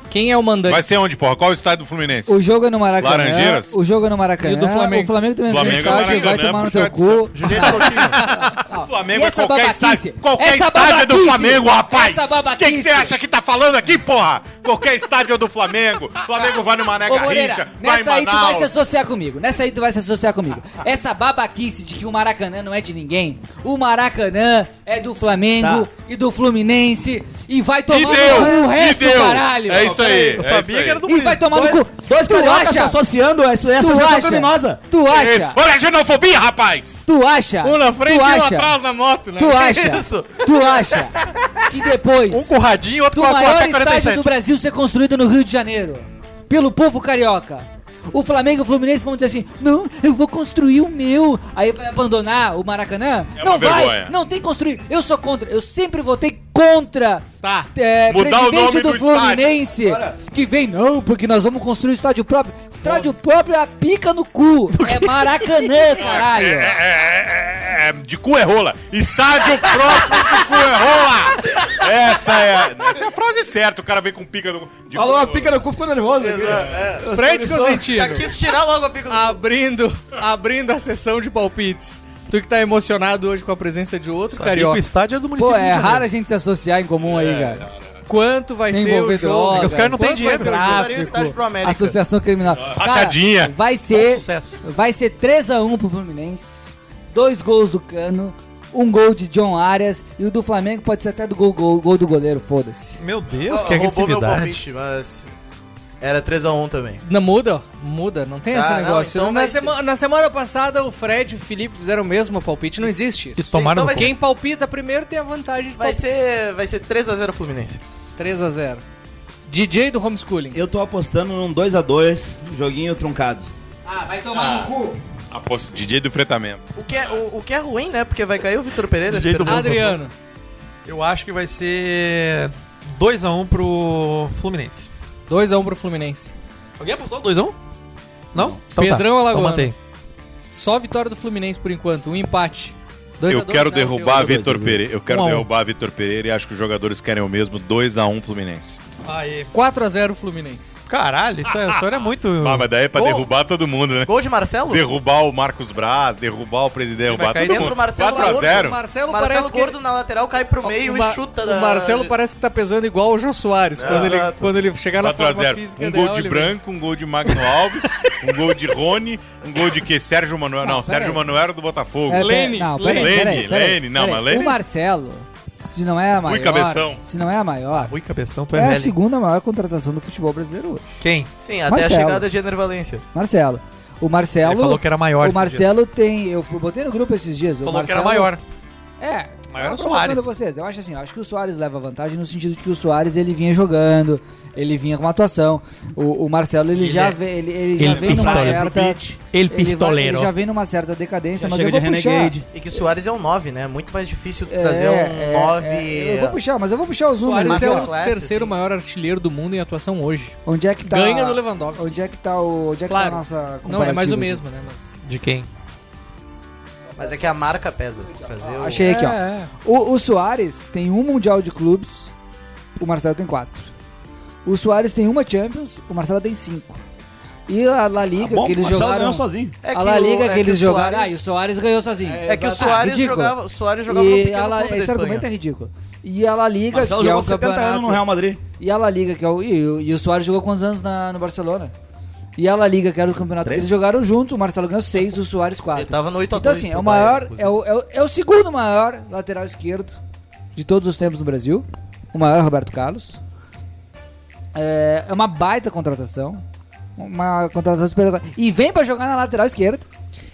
Speaker 3: Quem é o mandante?
Speaker 6: Vai ser onde, porra? Qual é o estádio do Fluminense?
Speaker 8: O jogo é no Maracanã.
Speaker 6: Laranjeiras?
Speaker 8: O jogo é no
Speaker 6: E
Speaker 8: Maracanã.
Speaker 6: o do Flamengo?
Speaker 8: O Flamengo também
Speaker 6: Flamengo é
Speaker 8: é estádio, vai
Speaker 6: Maracanã,
Speaker 8: tomar no
Speaker 6: puxa
Speaker 8: teu cu.
Speaker 6: O Flamengo
Speaker 8: E
Speaker 6: é
Speaker 8: essa
Speaker 6: qualquer
Speaker 8: babaquice?
Speaker 6: estádio. Qualquer
Speaker 8: Essa
Speaker 6: estádio é do
Speaker 8: babaquice?
Speaker 6: Flamengo, rapaz.
Speaker 3: Essa
Speaker 6: O que que você acha que tá falando aqui, porra? Qualquer estádio é do Flamengo. Flamengo vai no Mané
Speaker 8: Ô, Moreira,
Speaker 6: Garrincha, vai em
Speaker 8: nessa aí tu vai se
Speaker 6: Manaus.
Speaker 8: associar comigo. Nessa aí tu vai se associar comigo. Essa babaquice de que o Maracanã não é de ninguém. O Maracanã é do Flamengo
Speaker 1: Tá.
Speaker 8: e do Fluminense. E vai tomar
Speaker 6: E
Speaker 8: no
Speaker 6: deu,
Speaker 8: cu o
Speaker 6: e
Speaker 8: resto,
Speaker 6: deu.
Speaker 8: caralho.
Speaker 6: É isso aí,
Speaker 8: Eu
Speaker 6: é
Speaker 8: sabia
Speaker 6: isso aí.
Speaker 8: que era do
Speaker 6: E
Speaker 8: E vai tomar no
Speaker 1: Dois-
Speaker 8: cu.
Speaker 1: dois
Speaker 8: Tu
Speaker 1: cariocas
Speaker 8: acha?
Speaker 1: se associando, é isso- é
Speaker 8: Tu
Speaker 1: associação
Speaker 8: acha?
Speaker 1: criminosa.
Speaker 8: Tu acha?
Speaker 6: Olha a xenofobia, rapaz.
Speaker 8: Tu acha?
Speaker 6: Um na frente
Speaker 8: tu
Speaker 6: e um
Speaker 8: acha-
Speaker 6: atrás na moto, né?
Speaker 8: Tu acha?
Speaker 6: Isso.
Speaker 8: Tu acha que depois.
Speaker 5: Um com o radinho, outro
Speaker 8: do
Speaker 5: com a
Speaker 8: maior
Speaker 5: AK-47.
Speaker 8: estádio do Brasil ser construído no Rio de Janeiro pelo povo carioca. O Flamengo e o Fluminense vão dizer assim: não, eu vou construir o meu. Aí vai abandonar o Maracanã?
Speaker 6: É
Speaker 8: não
Speaker 6: uma
Speaker 8: vai,
Speaker 6: vergonha.
Speaker 8: não tem que construir. Eu sou contra, eu sempre votei contra.
Speaker 3: Tá.
Speaker 8: É,
Speaker 6: Mudar o
Speaker 8: presidente
Speaker 6: nome do
Speaker 8: do Fluminense que vem, não, porque nós vamos construir o estádio próprio. Estádio próprio é a pica no cu. É Maracanã,
Speaker 6: É,
Speaker 8: caralho.
Speaker 6: é, é, é, de cu é rola. Estádio próprio de cu é rola. Essa é, essa é a frase certa. O cara vem com pica no... de
Speaker 1: Falou
Speaker 6: cu.
Speaker 1: uma pica no cu, ficou nervoso. aqui. Eu
Speaker 3: Frente
Speaker 1: sou-
Speaker 3: Consentino.
Speaker 1: Já quis tirar
Speaker 4: logo a pica
Speaker 6: Ah,
Speaker 4: do
Speaker 3: Abrindo, abrindo a sessão de palpites. Tu que tá emocionado hoje com a presença de outro
Speaker 5: Sabia
Speaker 3: carioca.
Speaker 5: que o estádio é do
Speaker 8: Pô,
Speaker 5: município de
Speaker 8: é
Speaker 5: Janeiro.
Speaker 8: raro a gente se associar em comum
Speaker 6: É,
Speaker 8: aí, cara.
Speaker 3: tipo Quanto vai
Speaker 8: Se
Speaker 3: ser o
Speaker 8: envolver
Speaker 3: jogo?
Speaker 8: drogas,
Speaker 3: Os caras não têm
Speaker 8: quanto vai
Speaker 3: dinheiro.
Speaker 8: ser o
Speaker 3: Tráfico.
Speaker 8: estádio pro América. Ah, Associação Criminal.
Speaker 6: Ah,
Speaker 8: Cara,
Speaker 3: Rachadinha.
Speaker 8: vai
Speaker 5: um
Speaker 8: ser. Vai ser 3x1 pro Fluminense. Dois gols do Cano. Um gol de John Arias. E o do Flamengo pode ser até do gol, gol, gol do goleiro, foda-se.
Speaker 5: Meu Deus,
Speaker 4: Ah,
Speaker 5: que
Speaker 4: roubou meu
Speaker 5: agressividade.
Speaker 4: palpite, mas era 3x1 também.
Speaker 3: Não muda, ó. muda, não tem esse
Speaker 4: Ah, não,
Speaker 3: negócio.
Speaker 4: então
Speaker 3: na,
Speaker 4: vai
Speaker 3: sema- na semana passada o Fred e o Felipe fizeram o mesmo o palpite, não existe. Isso.
Speaker 5: E tomaram Sim, então no vai cu. ser-
Speaker 3: Quem palpita primeiro tem a vantagem de
Speaker 4: Vai ser, vai ser 3x0 Fluminense.
Speaker 3: 3 a 0. DJ do homeschooling.
Speaker 1: Eu tô apostando num 2x2, joguinho truncado.
Speaker 3: Ah, vai
Speaker 6: tomar no cu. Aposto, DJ do fretamento.
Speaker 4: O que, é, o, o que é ruim, né? Porque vai cair o Vitor Pereira.
Speaker 5: Jeito
Speaker 4: esse
Speaker 5: bom,
Speaker 4: perdão.
Speaker 5: Adriano. Eu acho que vai ser 2x1 pro Fluminense.
Speaker 3: 2x1 pro Fluminense.
Speaker 5: Alguém apostou 2x1? Não? Então tá.
Speaker 3: Pedrão Alagoano.
Speaker 5: Então mantém.
Speaker 3: Só a vitória do Fluminense por enquanto, um empate. Dois
Speaker 6: Eu
Speaker 3: a dois,
Speaker 6: quero
Speaker 3: né,
Speaker 6: derrubar
Speaker 3: o teu-
Speaker 6: Vitor Pereira. Eu quero
Speaker 3: Um a um.
Speaker 6: derrubar Vitor Pereira e acho que os jogadores querem o mesmo 2x1 Fluminense.
Speaker 5: Aê.
Speaker 3: 4x0 Fluminense.
Speaker 5: Caralho, isso é, isso era muito.
Speaker 8: Hum.
Speaker 6: Ah, mas daí é pra derrubar todo mundo, né?
Speaker 4: Gol de Marcelo?
Speaker 6: Derrubar o Marcos Braz, derrubar o presidente, derrubar todo
Speaker 4: dentro
Speaker 6: mundo.
Speaker 4: o Marcelo
Speaker 6: 4x0.
Speaker 4: Gordo. Marcelo, Gordo na lateral cai pro tá meio
Speaker 3: O Ma-
Speaker 4: e chuta.
Speaker 3: O Marcelo parece que tá pesando igual o Jô Soares. quando, ele,
Speaker 6: Exato.
Speaker 3: quando ele chegar na forma
Speaker 6: 4x0.
Speaker 3: física
Speaker 6: Um gol
Speaker 3: ideal,
Speaker 6: de
Speaker 3: ele-
Speaker 6: Branco, um gol de Magno Alves, um gol de Rony, um gol de que? Sérgio Manuel. Não,
Speaker 8: pera
Speaker 6: Sérgio
Speaker 8: aí.
Speaker 6: Manuel era do Botafogo.
Speaker 8: É, pera- não, pera aí, pera aí,
Speaker 6: Lene,
Speaker 8: pera aí,
Speaker 6: Lene. Não,
Speaker 8: pera
Speaker 6: mas
Speaker 8: aí.
Speaker 6: Lene.
Speaker 8: O Marcelo, se não é a maior.
Speaker 6: Cabeção.
Speaker 8: Se não é a maior.
Speaker 5: Rui Cabeção, tu
Speaker 8: É
Speaker 5: é,
Speaker 8: a
Speaker 5: velho.
Speaker 8: segunda maior contratação do futebol brasileiro hoje.
Speaker 5: Quem?
Speaker 4: Sim, até
Speaker 8: Marcelo.
Speaker 4: a chegada de Ener Valência.
Speaker 8: Marcelo. O Marcelo.
Speaker 5: Ele falou que era maior
Speaker 8: O
Speaker 5: esses
Speaker 8: Marcelo tem. Eu botei no grupo esses dias. o
Speaker 5: Falou que era
Speaker 8: Marcelo-
Speaker 5: maior.
Speaker 8: É.
Speaker 5: Maior é o
Speaker 8: Eu tava falando
Speaker 5: Soares.
Speaker 8: pra vocês, eu acho assim, eu acho que o Soares leva vantagem no sentido de que o Soares ele vinha jogando, ele vinha com uma atuação. O, o Marcelo ele,
Speaker 5: Ele
Speaker 8: já
Speaker 5: é-
Speaker 8: vem, ele, ele já
Speaker 5: ele
Speaker 8: vem numa
Speaker 5: pistoleiro.
Speaker 8: certa
Speaker 5: Ele
Speaker 8: vai-
Speaker 5: pistoleiro.
Speaker 8: ele já vem numa certa
Speaker 4: Já
Speaker 8: decadência, mas eu
Speaker 4: chega
Speaker 8: vou
Speaker 4: de
Speaker 8: puxar.
Speaker 4: renegade. E que o Soares é um 9, né? Muito mais difícil
Speaker 8: É,
Speaker 4: trazer
Speaker 8: é,
Speaker 4: um 9.
Speaker 8: é, eu vou puxar, mas eu vou puxar os números.
Speaker 3: Soares
Speaker 8: aqui,
Speaker 3: é
Speaker 8: ó.
Speaker 3: o terceiro maior artilheiro do mundo em atuação hoje.
Speaker 8: Onde é que tá?
Speaker 3: Ganha do Lewandowski.
Speaker 8: Onde é que tá o onde é que
Speaker 3: Claro.
Speaker 8: tá a nossa
Speaker 3: Não, é mais o
Speaker 8: comparativa?
Speaker 3: mesmo, né? Mas...
Speaker 5: De quem?
Speaker 4: Mas é que a marca pesa. Fazer o-
Speaker 1: É,
Speaker 8: Achei aqui, ó. O, o Soares tem um Mundial de Clubes, o Marcelo tem quatro. O Soares tem uma Champions, o Marcelo tem cinco. E a La Liga
Speaker 1: Tá bom,
Speaker 8: que eles
Speaker 1: o Marcelo
Speaker 8: jogaram.
Speaker 1: ganhou sozinho. É
Speaker 8: a
Speaker 1: que
Speaker 8: La
Speaker 1: o-
Speaker 8: Liga
Speaker 1: é
Speaker 8: que,
Speaker 1: que
Speaker 8: eles
Speaker 1: o Suárez-
Speaker 8: jogaram. Ah, e o Soares ganhou sozinho.
Speaker 1: É,
Speaker 8: que o
Speaker 1: exato.
Speaker 8: Suárez
Speaker 1: ridículo.
Speaker 8: jogava,
Speaker 1: o Soares jogava
Speaker 8: e
Speaker 1: no pequeno
Speaker 8: a La-
Speaker 1: clube da
Speaker 8: Esse
Speaker 1: Espanha.
Speaker 8: argumento é ridículo. E a La Liga,
Speaker 1: Marcelo
Speaker 8: que é
Speaker 1: jogou
Speaker 8: o
Speaker 1: 70 anos
Speaker 8: campeonato...
Speaker 1: no Real Madrid.
Speaker 8: E a La Liga, que é o... E, o- e o Soares jogou quantos anos na- no Barcelona? E a La Liga, que era o campeonato que
Speaker 4: Três.
Speaker 8: eles jogaram junto, o Marcelo ganhou seis, o Soares quatro. Ele
Speaker 4: tava no 8 a
Speaker 8: Então
Speaker 4: 2
Speaker 8: assim, é
Speaker 4: pro
Speaker 8: o maior...
Speaker 4: Bayern,
Speaker 8: É o, é, o, é o segundo maior lateral esquerdo de todos os tempos no Brasil. O maior é o Roberto Carlos. É, é uma baita contratação. Uma contratação espetacular. E vem pra jogar na lateral esquerda.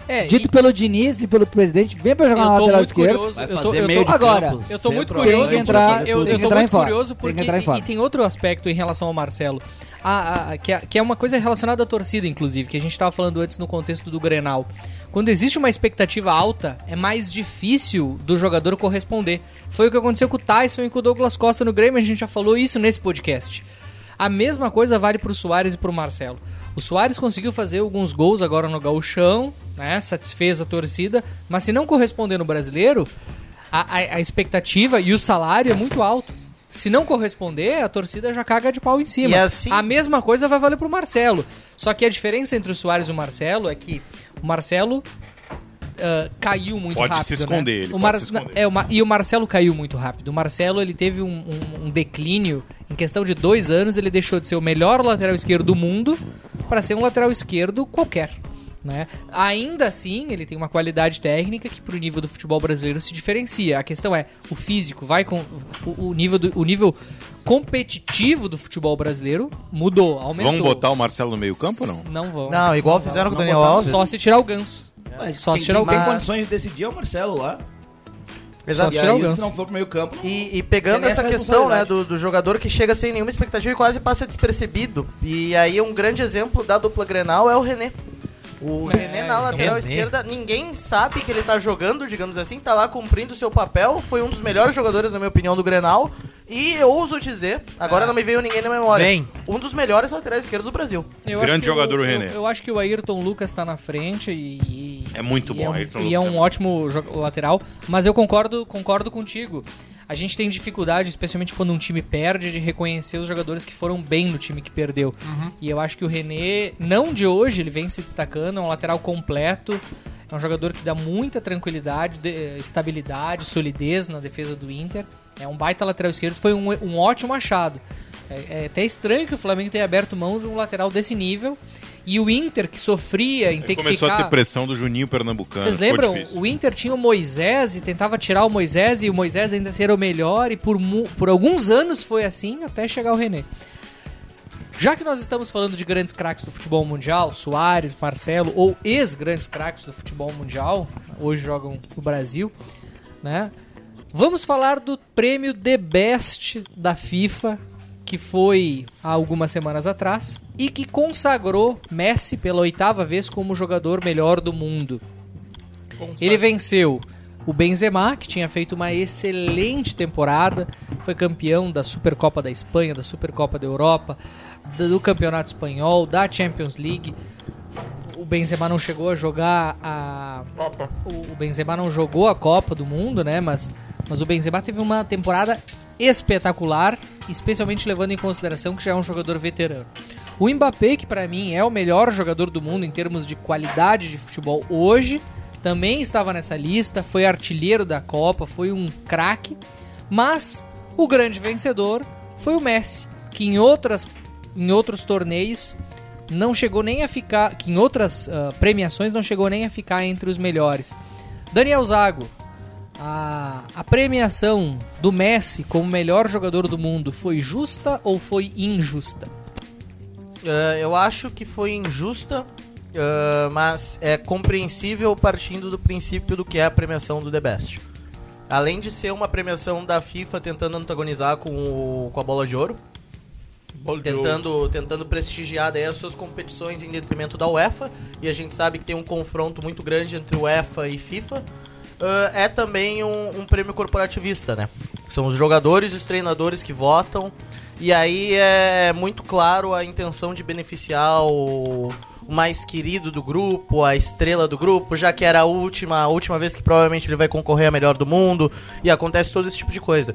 Speaker 3: É,
Speaker 8: Dito pelo Diniz e pelo presidente, vem pra jogar
Speaker 3: Eu
Speaker 8: na
Speaker 3: tô
Speaker 8: lateral
Speaker 3: muito
Speaker 8: esquerda.
Speaker 3: curioso, Vai eu tô- fazer eu tô- meio de
Speaker 8: agora.
Speaker 3: campo, eu tô muito
Speaker 8: centroavante,
Speaker 3: curioso
Speaker 8: tem que entrar,
Speaker 3: porque eu-
Speaker 8: tem
Speaker 3: eu
Speaker 8: que
Speaker 3: tô
Speaker 8: entrar em
Speaker 3: muito
Speaker 8: forma.
Speaker 3: curioso
Speaker 8: Tem que
Speaker 3: porque
Speaker 8: entrar em
Speaker 3: e-
Speaker 8: forma.
Speaker 3: e tem outro aspecto em relação ao Marcelo, a- a- que, é, que é uma coisa relacionada à torcida, inclusive, que a gente tava falando antes no contexto do Grenal. Quando existe uma expectativa alta, é mais difícil do jogador corresponder. Foi o que aconteceu com o Tyson e com o Douglas Costa no Grêmio, a gente já falou isso nesse podcast. A mesma coisa vale pro Soares e pro Marcelo. O Soares conseguiu fazer alguns gols agora no Gauchão, né? Satisfez a torcida, mas se não corresponder no brasileiro, a, a- a expectativa e o salário é muito alto. Se não corresponder, a torcida já caga de pau em cima.
Speaker 4: E assim-
Speaker 3: A mesma coisa vai valer pro Marcelo. Só que a diferença entre o Soares e o Marcelo é que o Marcelo ah, caiu muito
Speaker 6: Pode se
Speaker 3: rápido. né?
Speaker 6: esconder, ele
Speaker 3: o
Speaker 6: pode
Speaker 3: Mar-
Speaker 6: se esconder.
Speaker 3: é, o Ma- E o Marcelo caiu muito rápido. O Marcelo ele teve um, um- um declínio. Em questão de dois anos, ele deixou de ser o melhor lateral esquerdo do mundo para ser um lateral esquerdo qualquer. Né? Ainda assim, ele tem uma qualidade técnica que, pro nível do futebol brasileiro, se diferencia. A questão é: o físico vai com. O, o nível, do- o nível competitivo do futebol brasileiro mudou, aumentou.
Speaker 6: Vão botar o Marcelo no meio-campo ou não?
Speaker 3: Não vão.
Speaker 4: Não, igual
Speaker 3: vão.
Speaker 4: fizeram com
Speaker 3: Não
Speaker 4: o Daniel
Speaker 3: botaram.
Speaker 4: Alves.
Speaker 3: Só se tirar o ganso.
Speaker 1: Mas
Speaker 3: Só
Speaker 1: quem,
Speaker 3: se tirar o
Speaker 1: quem tem
Speaker 3: ganso.
Speaker 1: condições de decidir é o Marcelo lá.
Speaker 4: Exato.
Speaker 1: E
Speaker 4: Só tirar o
Speaker 1: aí,
Speaker 4: ganso.
Speaker 1: se não for pro meio campo...
Speaker 4: E, e pegando essa questão né, do, do jogador que chega sem nenhuma expectativa e quase passa despercebido. E aí um grande exemplo da dupla Grenal é o René. O
Speaker 12: É,
Speaker 4: René
Speaker 12: esse é
Speaker 4: na
Speaker 12: um
Speaker 4: lateral
Speaker 12: René.
Speaker 4: esquerda, ninguém sabe que ele tá jogando, digamos assim, tá lá cumprindo o seu papel, foi um dos melhores jogadores, na minha opinião, do Grenal. E eu ouso dizer, agora
Speaker 12: É.
Speaker 4: não me veio ninguém na memória,
Speaker 6: Vem.
Speaker 4: um dos melhores laterais esquerdos do Brasil.
Speaker 3: Eu
Speaker 6: Grande
Speaker 3: acho que
Speaker 6: jogador,
Speaker 3: eu,
Speaker 6: o René.
Speaker 3: Eu, eu acho que o Ayrton Lucas tá na frente e.
Speaker 6: É muito
Speaker 3: e
Speaker 6: bom,
Speaker 3: é um-
Speaker 6: Ayrton
Speaker 3: E é
Speaker 6: Lucas
Speaker 3: um ótimo jo- lateral. Mas eu concordo, concordo contigo. A gente tem dificuldade, especialmente quando um time perde, de reconhecer os jogadores que foram bem no time que perdeu. E eu acho que o René, não de hoje, ele vem se destacando, é um lateral completo. É um jogador que dá muita tranquilidade, de- eh, estabilidade, solidez na defesa do Inter. É um baita lateral esquerdo, foi um, um ótimo achado. É, é até estranho que o Flamengo tenha aberto mão de um lateral desse nível. E o Inter, que sofria em ter que
Speaker 6: Começou a
Speaker 3: ficar-
Speaker 6: ter pressão do Juninho Pernambucano.
Speaker 3: vocês
Speaker 6: ficou
Speaker 3: lembram?
Speaker 6: difícil.
Speaker 3: O Inter tinha o Moisés e tentava tirar o Moisés e o Moisés ainda era o melhor e por, mu- por alguns anos foi assim até chegar o René. Já que nós estamos falando de grandes craques do futebol mundial, Soares, Marcelo ou ex-grandes craques do futebol mundial, hoje jogam no Brasil, né? Vamos falar do prêmio The Best da FIFA, que foi há algumas semanas atrás e que consagrou Messi pela oitava vez como o jogador melhor do mundo. Ele venceu o Benzema, que tinha feito uma excelente temporada, foi campeão da Supercopa da Espanha, da Supercopa da Europa, do do Campeonato Espanhol, da Champions League. O Benzema não chegou a jogar a
Speaker 5: Copa.
Speaker 3: O o Benzema não jogou a Copa do Mundo, né? Mas, mas o Benzema teve uma temporada espetacular, especialmente levando em consideração que já é um jogador veterano. O Mbappé, que pra mim é o melhor jogador do mundo em termos de qualidade de futebol hoje, também estava nessa lista, foi artilheiro da Copa, foi um craque, mas o grande vencedor foi o Messi, que em outras em outros torneios não chegou nem a ficar, que em outras ah, premiações não chegou nem a ficar entre os melhores. Daniel Zago, a, a premiação do Messi como melhor jogador do mundo foi justa ou foi injusta?
Speaker 4: Eh, eu acho que foi injusta, eh, mas é compreensível partindo do princípio do que é a premiação do The Best. Além de ser uma premiação da FIFA tentando antagonizar com, o- com a bola de ouro, tentando, tentando prestigiar daí as suas competições em detrimento da UEFA, e a gente sabe que tem um confronto muito grande entre UEFA e FIFA, ah, é também um, um prêmio corporativista, né? São os jogadores e os treinadores que votam, e aí é muito claro a intenção de beneficiar o, o mais querido do grupo, a estrela do grupo, já que era a última, a última vez que provavelmente ele vai concorrer a melhor do mundo, e acontece todo esse tipo de coisa.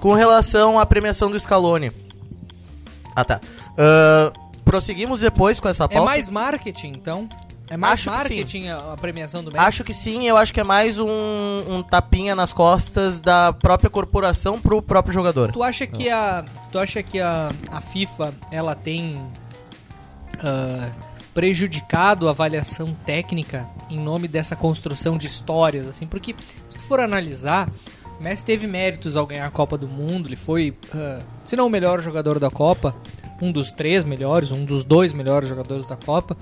Speaker 4: Com relação à premiação do Scaloni. Ah, tá. Ahn, prosseguimos depois com essa
Speaker 3: É
Speaker 4: pauta.
Speaker 3: mais marketing, então? É mais
Speaker 4: Acho que
Speaker 3: marketing a a premiação do Messi?
Speaker 4: Acho que sim, eu acho que é mais um, um tapinha nas costas da própria corporação pro próprio jogador.
Speaker 3: Tu acha que a, tu acha que a, a FIFA ela tem ah, prejudicado a avaliação técnica em nome dessa construção de histórias assim? Porque se tu for analisar, o Messi teve méritos ao ganhar a Copa do Mundo, ele foi, ah, se não o melhor jogador da Copa, um dos três melhores, um dos dois melhores jogadores da Copa.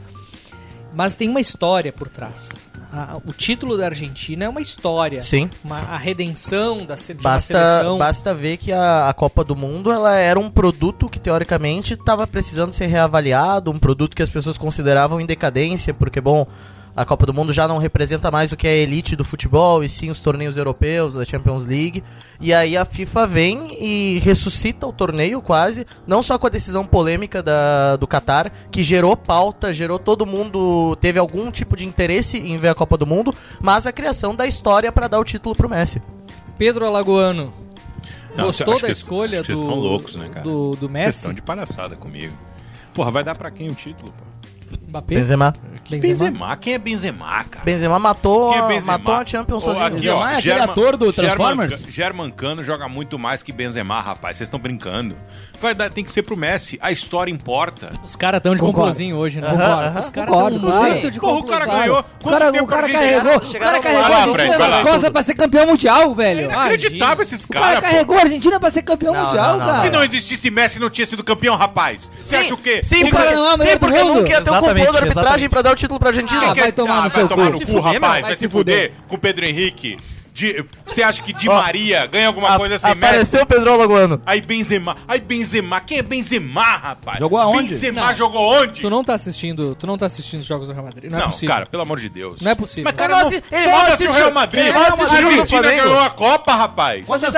Speaker 3: Mas tem uma história por trás. A- o título da Argentina é uma história.
Speaker 4: Sim.
Speaker 3: Uma- a redenção da, se- de uma
Speaker 4: Basta,
Speaker 3: seleção.
Speaker 4: basta ver que a, a Copa do Mundo ela era um produto que teoricamente estava precisando ser reavaliado, um produto que as pessoas consideravam em decadência, porque bom, a Copa do Mundo já não representa mais o que é a elite do futebol e sim os torneios europeus, a Champions League. E aí a FIFA vem e ressuscita o torneio quase, não só com a decisão polêmica da, do Qatar, que gerou pauta, gerou todo mundo teve algum tipo de interesse em ver a Copa do Mundo, mas a criação da história para dar o título pro Messi.
Speaker 3: Pedro Alagoano.
Speaker 6: Não,
Speaker 3: Gostou
Speaker 6: acho
Speaker 3: da
Speaker 6: que-
Speaker 3: escolha
Speaker 6: acho que
Speaker 3: do,
Speaker 6: Vocês estão loucos, né, cara?
Speaker 3: do, do
Speaker 6: Vocês
Speaker 3: Messi?
Speaker 6: estão de palhaçada comigo. Porra, vai dar pra quem o título, pô?
Speaker 3: Mbappé?
Speaker 4: Benzema.
Speaker 6: Que
Speaker 4: Benzema?
Speaker 6: Benzema? Quem é Benzema, cara?
Speaker 4: Benzema matou,
Speaker 6: Quem é
Speaker 4: a-
Speaker 6: Benzema?
Speaker 4: matou a Champions
Speaker 6: Ô,
Speaker 4: sozinho.
Speaker 6: aqui, ó,
Speaker 4: Benzema
Speaker 6: German- German
Speaker 4: Transformers?
Speaker 6: Ca- German Cano joga muito mais que Benzema, rapaz. Vocês estão brincando. Vai dar, tem que ser pro Messi. A história importa.
Speaker 3: Os caras estão de
Speaker 6: Concordo.
Speaker 3: conclusinho hoje, né?
Speaker 6: Aham,
Speaker 3: Concordo.
Speaker 6: aham.
Speaker 3: Os caras
Speaker 6: Concordo,
Speaker 3: estão
Speaker 6: claro.
Speaker 3: muito de
Speaker 6: Porra, o cara
Speaker 3: conclusão.
Speaker 6: ganhou.
Speaker 8: O cara, o cara carregou, o cara carregou a Argentina nas costas pra ser campeão mundial, velho.
Speaker 6: É Inacreditável esses
Speaker 8: O cara
Speaker 6: caras. pô.
Speaker 8: carregou a Argentina pra ser campeão
Speaker 6: Não,
Speaker 8: mundial,
Speaker 6: não, não,
Speaker 8: cara.
Speaker 6: Se não existisse Messi, não tinha sido campeão, rapaz. Você acha o quê?
Speaker 4: Sim,
Speaker 6: Quem
Speaker 4: porque,
Speaker 6: ganha-
Speaker 3: é
Speaker 4: não, sim, porque nunca ia ter o complô da arbitragem pra dar o título pra Argentina.
Speaker 6: Quem quer- Ah, vai tomar no cu, rapaz. Vai se fuder com o Pedro Henrique. Di- Você acha que Di
Speaker 4: Ó,
Speaker 6: Maria ganha alguma coisa assim?
Speaker 4: Apareceu o Pedro Alagoano.
Speaker 6: Aí Benzema, aí Benzema, quem é Benzema, rapaz?
Speaker 3: Jogou
Speaker 6: aonde? Benzema jogou onde?
Speaker 3: Tu não tá assistindo, tu não tá assistindo os jogos do Real Madrid. Não, é
Speaker 6: Não,
Speaker 3: possível.
Speaker 6: cara, pelo amor de Deus.
Speaker 3: Não é possível.
Speaker 6: Mas, cara, não, foda-se o Real Madrid.
Speaker 3: Ele não
Speaker 6: a
Speaker 3: assiste jogo do
Speaker 6: Argentina
Speaker 3: Flamengo.
Speaker 6: ganhou a Copa, rapaz.
Speaker 3: Mas aí-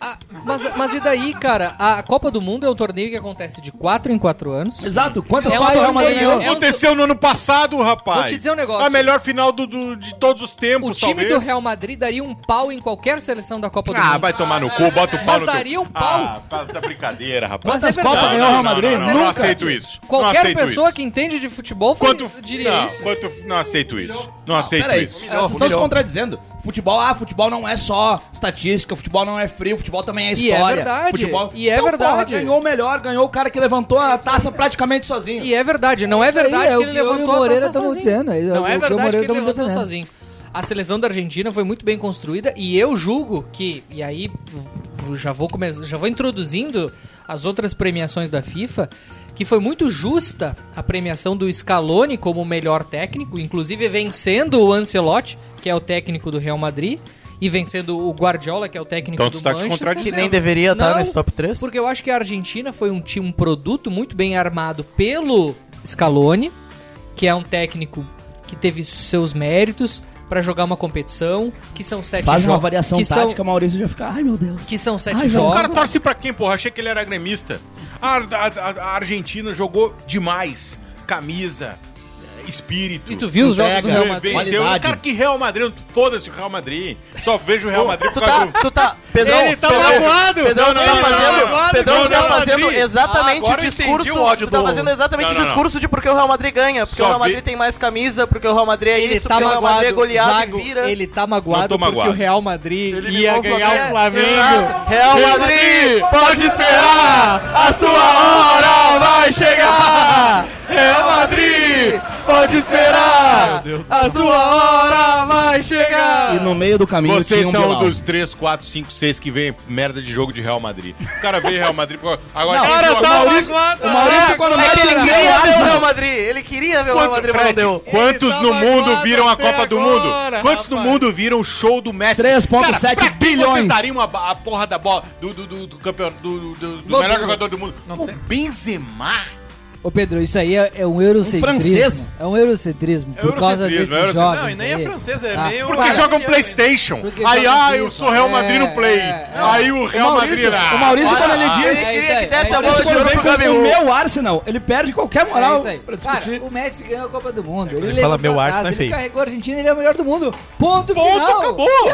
Speaker 3: Ah, mas, mas e daí, cara? A Copa do Mundo é um torneio que acontece de 4 em 4 anos.
Speaker 1: Exato.
Speaker 3: É um torneio- é um
Speaker 6: Aconteceu no ano passado, rapaz.
Speaker 3: Vou te dizer um negócio.
Speaker 6: A melhor final do, do- de todos os tempos,
Speaker 3: O time
Speaker 6: talvez.
Speaker 3: do Real Madrid daria um pau em qualquer seleção da Copa do Mundo.
Speaker 6: Ah, vai tomar no cu, bota o pau
Speaker 3: Mas
Speaker 6: no teu-
Speaker 3: daria um pau.
Speaker 6: Ah, pá, tá brincadeira, rapaz.
Speaker 3: Mas é verdade.
Speaker 6: Não, não, não, Não, não, não
Speaker 3: Nunca.
Speaker 6: aceito isso. não
Speaker 3: Qualquer
Speaker 6: aceito
Speaker 3: pessoa
Speaker 6: isso.
Speaker 3: que entende de futebol fa- diria
Speaker 6: não,
Speaker 3: isso.
Speaker 6: quanto- não aceito isso. Não aceito
Speaker 1: Peraí,
Speaker 6: isso.
Speaker 1: vocês estão se contradizendo. Futebol, ah, futebol não é só estatística, futebol não é frio, futebol também é
Speaker 3: E é
Speaker 1: história.
Speaker 3: verdade,
Speaker 1: Futebol... Então,
Speaker 3: e é verdade.
Speaker 1: ganhou o melhor, ganhou o cara que levantou a taça praticamente sozinho.
Speaker 3: E é verdade, não é verdade
Speaker 8: é o
Speaker 3: que ele
Speaker 8: que eu e o
Speaker 3: levantou a
Speaker 8: Moreira
Speaker 3: taça
Speaker 8: tamo
Speaker 3: sozinho.
Speaker 8: dizendo, é o
Speaker 3: não é
Speaker 8: que eu e o
Speaker 3: verdade que
Speaker 8: Moreira
Speaker 3: ele
Speaker 8: tamo
Speaker 3: levantou
Speaker 8: defendendo.
Speaker 3: sozinho. A seleção da Argentina foi muito bem construída e eu julgo que e aí v- já vou começar, já vou introduzindo as outras premiações da FIFA, que foi muito justa a premiação do Scaloni como o melhor técnico, inclusive vencendo o Ancelotti, que é o técnico do Real Madrid. E vencendo o Guardiola, que é o técnico
Speaker 4: Então
Speaker 3: do
Speaker 4: tu tá te
Speaker 3: Manchester.
Speaker 4: contradizendo. Que nem deveria tá nesse top 3.
Speaker 3: Porque eu acho que a Argentina foi um, ti- um produto muito bem armado pelo Scaloni, que é um técnico que teve seus méritos pra jogar uma competição, que são sete
Speaker 1: Faz uma
Speaker 3: jogos-
Speaker 1: variação
Speaker 3: que
Speaker 1: tática,
Speaker 3: são,
Speaker 1: Maurício já fica, ai meu Deus.
Speaker 3: que são sete
Speaker 1: Ai, já-
Speaker 3: jogos.
Speaker 6: O cara torce pra quem, porra? Achei que ele era gremista. A, a- a- a Argentina jogou demais. Camisa, eh, espírito.
Speaker 3: E tu viu os jogos do Real Madrid?
Speaker 6: Venceu.
Speaker 3: Qualidade.
Speaker 6: Cara, que Real Madrid. Foda-se o Real Madrid. Só vejo o Real Madrid
Speaker 4: Tu
Speaker 6: por causa
Speaker 4: tá,
Speaker 6: do...
Speaker 4: tu tá, Pedrão,
Speaker 6: Ele tá
Speaker 4: Pedrão,
Speaker 6: magoado.
Speaker 4: Pedrão, tu
Speaker 6: Não, não,
Speaker 4: tá
Speaker 6: ele tá
Speaker 4: fazendo,
Speaker 6: magoado
Speaker 4: Pedrão, tu
Speaker 6: com o
Speaker 4: tá
Speaker 6: Real
Speaker 4: fazendo
Speaker 6: Madrid.
Speaker 4: exatamente
Speaker 6: Ah,
Speaker 4: o
Speaker 6: agora eu entendi
Speaker 4: discurso,
Speaker 6: o ódio
Speaker 4: tu tá
Speaker 6: do-
Speaker 4: fazendo exatamente
Speaker 6: Não,
Speaker 4: o
Speaker 6: não,
Speaker 4: discurso de porque o Real Madrid ganha, porque
Speaker 6: Só
Speaker 4: o Real
Speaker 6: vi-
Speaker 4: Madrid tem mais camisa, porque o Real Madrid é
Speaker 3: Ele
Speaker 4: isso,
Speaker 3: tá
Speaker 4: porque o Real Madrid é
Speaker 3: magoado,
Speaker 4: goleado,
Speaker 3: Zago,
Speaker 4: vira.
Speaker 3: ele tá magoado, porque
Speaker 6: magoado.
Speaker 3: o Real Madrid ia ganhar
Speaker 4: É,
Speaker 3: o Flamengo.
Speaker 4: Real Madrid, pode esperar, a sua hora vai chegar. Real Madrid, pode esperar, a sua hora vai chegar.
Speaker 1: E no meio do caminho
Speaker 6: Vocês
Speaker 1: tinha um
Speaker 6: são
Speaker 1: Bilal.
Speaker 6: é dos 3, 4, 5, 6 que vem merda de jogo de Real Madrid. O cara veio Real Madrid. por causa- Agora
Speaker 4: Não,
Speaker 6: quem
Speaker 4: cara,
Speaker 6: viu a-
Speaker 4: tá
Speaker 6: Maurício-
Speaker 4: magoado.
Speaker 6: o Maurício, quando
Speaker 4: é que
Speaker 6: mete
Speaker 4: ele
Speaker 6: na
Speaker 4: queria ver
Speaker 6: casa-
Speaker 4: o Real Madrid, ele queria ver o Real
Speaker 6: Quanto-
Speaker 4: Madrid, mas não
Speaker 6: Fred,
Speaker 4: deu.
Speaker 6: Quantos no mundo viram a Copa do Mundo?
Speaker 4: agora,
Speaker 6: Quantos no mundo viram o show do Messi?
Speaker 1: 3,7
Speaker 6: Cara, pra que
Speaker 1: bilhões.
Speaker 6: Vocês dariam a, ba- a porra da bola do, do, do, do campeão do, do- do
Speaker 4: Não
Speaker 6: melhor
Speaker 4: tem-
Speaker 6: jogador do mundo. o Benzema
Speaker 8: Ô Pedro, isso aí é, é um eurocentrismo.
Speaker 13: francês.
Speaker 8: É um eurocentrismo. por causa desses
Speaker 13: eurocentrismo, é
Speaker 8: jogos.
Speaker 13: eurocentrismo.
Speaker 8: Não, e nem é francês,
Speaker 5: Ah,
Speaker 13: é meio-
Speaker 8: Porque
Speaker 13: Para-
Speaker 8: jogam
Speaker 6: um PlayStation.
Speaker 8: Porque
Speaker 13: aí,
Speaker 8: joga
Speaker 13: ah,
Speaker 8: FIFA.
Speaker 13: eu sou Real Madrid no Play. Aí o Real
Speaker 1: Maurício-
Speaker 13: Madrid. ah,
Speaker 1: O Maurício, quando ele
Speaker 13: ah, ah,
Speaker 1: diz. Ele queria que desse
Speaker 13: é
Speaker 1: a
Speaker 13: isso
Speaker 1: bola
Speaker 13: aí.
Speaker 1: de ouro pro
Speaker 13: Gabriel.
Speaker 1: O meu Arsenal, ele perde qualquer
Speaker 8: É
Speaker 1: moral
Speaker 8: isso aí.
Speaker 1: pra
Speaker 8: Cara,
Speaker 1: discutir.
Speaker 8: o Messi ganhou a Copa do Mundo. Ele,
Speaker 1: Ele fala,
Speaker 8: levantou
Speaker 1: "Meu
Speaker 8: a
Speaker 1: arte
Speaker 8: taça,
Speaker 1: tá
Speaker 8: ele
Speaker 1: feio."
Speaker 8: carregou a Argentina, ele é o melhor do mundo. Ponto,
Speaker 6: Ponto,
Speaker 8: final.
Speaker 6: acabou.
Speaker 8: E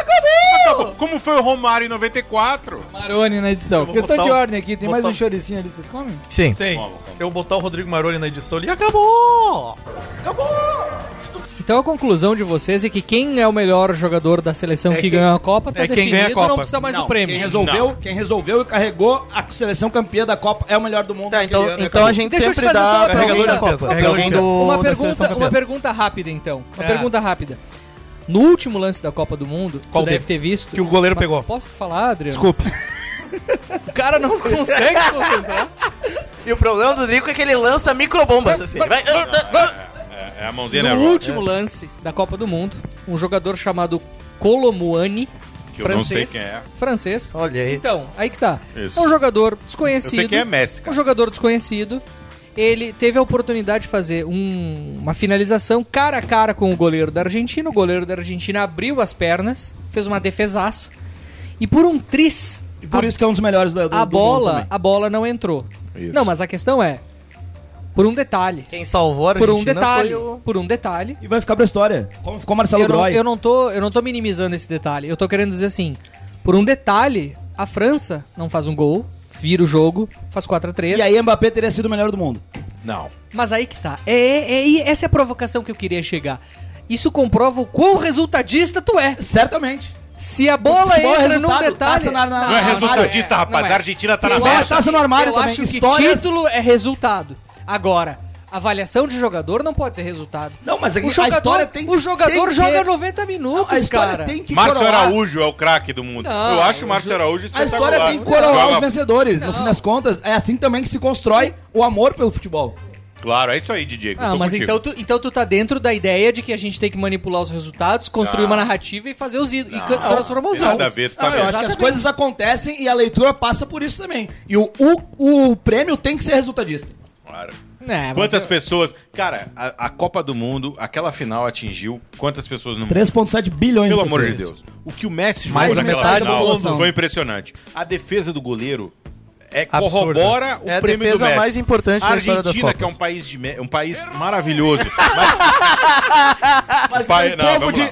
Speaker 8: acabou.
Speaker 6: Como foi o Romário em 94?
Speaker 8: Maroni na edição.
Speaker 5: vou
Speaker 8: Questão
Speaker 5: botar
Speaker 8: de
Speaker 5: o-
Speaker 8: ordem aqui. Tem
Speaker 5: vou
Speaker 8: mais um
Speaker 5: botar-
Speaker 8: choricinho ali. Vocês comem?
Speaker 4: Sim.
Speaker 5: Eu botar o Rodrigo Maroni na edição ali e acabou!
Speaker 3: Então a conclusão de vocês é que quem é o melhor jogador da seleção que ganhou a Copa tá definido, não precisa mais
Speaker 1: Não,
Speaker 3: do prêmio.
Speaker 1: Quem resolveu, quem resolveu e carregou a seleção campeã da Copa é o melhor do
Speaker 3: Tá.
Speaker 1: mundo.
Speaker 4: então-
Speaker 1: naquele ano e
Speaker 4: então
Speaker 1: acabou.
Speaker 4: a gente Deixa eu te sempre fazer dá só uma pra alguém pergunta. da Copa, pra
Speaker 3: Uma
Speaker 4: alguém
Speaker 3: pergunta- uma
Speaker 4: do- da seleção
Speaker 3: pergunta, uma
Speaker 4: campeã.
Speaker 3: pergunta rápida então. Uma
Speaker 5: É.
Speaker 3: pergunta rápida. No último lance da Copa do Mundo,
Speaker 5: Qual
Speaker 3: tu deve
Speaker 5: deles?
Speaker 3: ter visto
Speaker 5: Que o goleiro
Speaker 3: Mas
Speaker 5: pegou.
Speaker 3: Posso falar, Adriano?
Speaker 5: Desculpe.
Speaker 3: O cara não consegue se concentrar.
Speaker 4: E o problema do Drico é que ele lança microbombas assim. Ele vai-
Speaker 6: É, é a mãozinha
Speaker 3: no
Speaker 6: nervosa.
Speaker 3: último lance da Copa do Mundo, um jogador chamado Colomuani,
Speaker 6: Que eu não sei
Speaker 3: francês,
Speaker 6: quem é.
Speaker 3: francês.
Speaker 4: Olha aí.
Speaker 3: Então, aí que tá.
Speaker 6: Isso.
Speaker 3: É um jogador desconhecido.
Speaker 6: Eu sei quem é Messi,
Speaker 3: Um jogador desconhecido. Ele teve a oportunidade de fazer um- uma finalização cara a cara com o goleiro da Argentina. O goleiro da Argentina abriu as pernas, fez uma defesaça. E por um tris,
Speaker 1: E por isso que é um dos melhores da, do,
Speaker 3: a
Speaker 1: do mundo
Speaker 3: bola,
Speaker 1: também.
Speaker 3: a bola não entrou.
Speaker 1: Isso.
Speaker 3: Não, mas a questão é por um detalhe.
Speaker 4: Quem salvou a
Speaker 3: Por um
Speaker 4: Argentina
Speaker 3: detalhe,
Speaker 4: foi o-
Speaker 3: por um detalhe.
Speaker 1: E vai ficar pra história. Como ficou Marcelo
Speaker 3: Eu não,
Speaker 1: Groy.
Speaker 3: eu, não tô, eu não tô minimizando esse detalhe. Eu tô querendo dizer assim: por um detalhe, a França não faz um gol, vira o jogo, faz 4 a 3
Speaker 1: E aí Mbappé teria sido o melhor do mundo.
Speaker 6: Não.
Speaker 3: Mas aí que tá. É, é- é- essa é a provocação que eu queria chegar. Isso comprova o quão resultadista tu é.
Speaker 1: Certamente.
Speaker 3: Se a bola
Speaker 1: Futebol é
Speaker 3: entra num
Speaker 1: resultado,
Speaker 3: detalhe.
Speaker 1: taça na- na- Não
Speaker 3: Ah,
Speaker 1: é
Speaker 6: resultadista, rapaz. A Argentina tá na
Speaker 3: Eu
Speaker 6: merda.
Speaker 3: acho
Speaker 6: Taça
Speaker 3: que-
Speaker 6: no armário
Speaker 3: Eu
Speaker 6: também.
Speaker 3: acho que
Speaker 6: Histórias-
Speaker 3: título é resultado. Agora, avaliação de jogador não pode ser resultado.
Speaker 1: Não, mas é que
Speaker 3: o
Speaker 1: a
Speaker 3: jogador,
Speaker 1: história tem que-
Speaker 3: o jogador
Speaker 1: tem que-
Speaker 3: joga 90 minutos,
Speaker 1: A história
Speaker 3: cara.
Speaker 1: tem que
Speaker 6: Márcio
Speaker 1: coroar-
Speaker 6: Araújo é o craque do mundo.
Speaker 3: Não,
Speaker 6: eu acho o
Speaker 3: eu
Speaker 6: Márcio
Speaker 3: ju-
Speaker 6: Araújo
Speaker 1: A
Speaker 6: espetacular.
Speaker 1: história tem que coroar os
Speaker 6: Joga-
Speaker 1: vencedores. No fim das contas, é assim também que se constrói o amor pelo futebol.
Speaker 6: Claro, é isso aí, Didier.
Speaker 3: Ah, mas então tu, então tu tá dentro da ideia de que a gente tem que manipular os resultados, construir
Speaker 6: Não.
Speaker 3: uma narrativa e fazer os ídolos. E
Speaker 6: Não,
Speaker 3: can- transformar os
Speaker 6: tem nada
Speaker 3: ídolos.
Speaker 6: a ver, tu tá
Speaker 1: Não, Ah, eu acho que as
Speaker 3: Exatamente.
Speaker 1: coisas acontecem e a leitura passa por isso também. E o, o, o prêmio tem que ser resultadista.
Speaker 6: Claro.
Speaker 3: É,
Speaker 1: Ah,
Speaker 3: mas
Speaker 6: Quantas
Speaker 3: eu-
Speaker 6: pessoas. Cara, a, a Copa do Mundo, aquela final atingiu quantas pessoas no mundo?
Speaker 1: 3,7 bilhões
Speaker 6: Pelo
Speaker 1: de pessoas.
Speaker 6: amor de Deus. O que o Messi
Speaker 1: Mais
Speaker 6: jogou
Speaker 1: de
Speaker 6: naquela
Speaker 1: metade da
Speaker 6: final
Speaker 1: população.
Speaker 6: foi impressionante. A defesa do goleiro é,
Speaker 4: Absurda.
Speaker 6: corrobora o
Speaker 4: É a
Speaker 6: prêmio
Speaker 4: defesa
Speaker 6: do Messi.
Speaker 4: mais importante
Speaker 6: a
Speaker 4: da história
Speaker 6: Argentina,
Speaker 4: das
Speaker 6: que é um
Speaker 4: Copas.
Speaker 6: país, de, me- um país maravilhoso. Mas,
Speaker 1: tem povo de-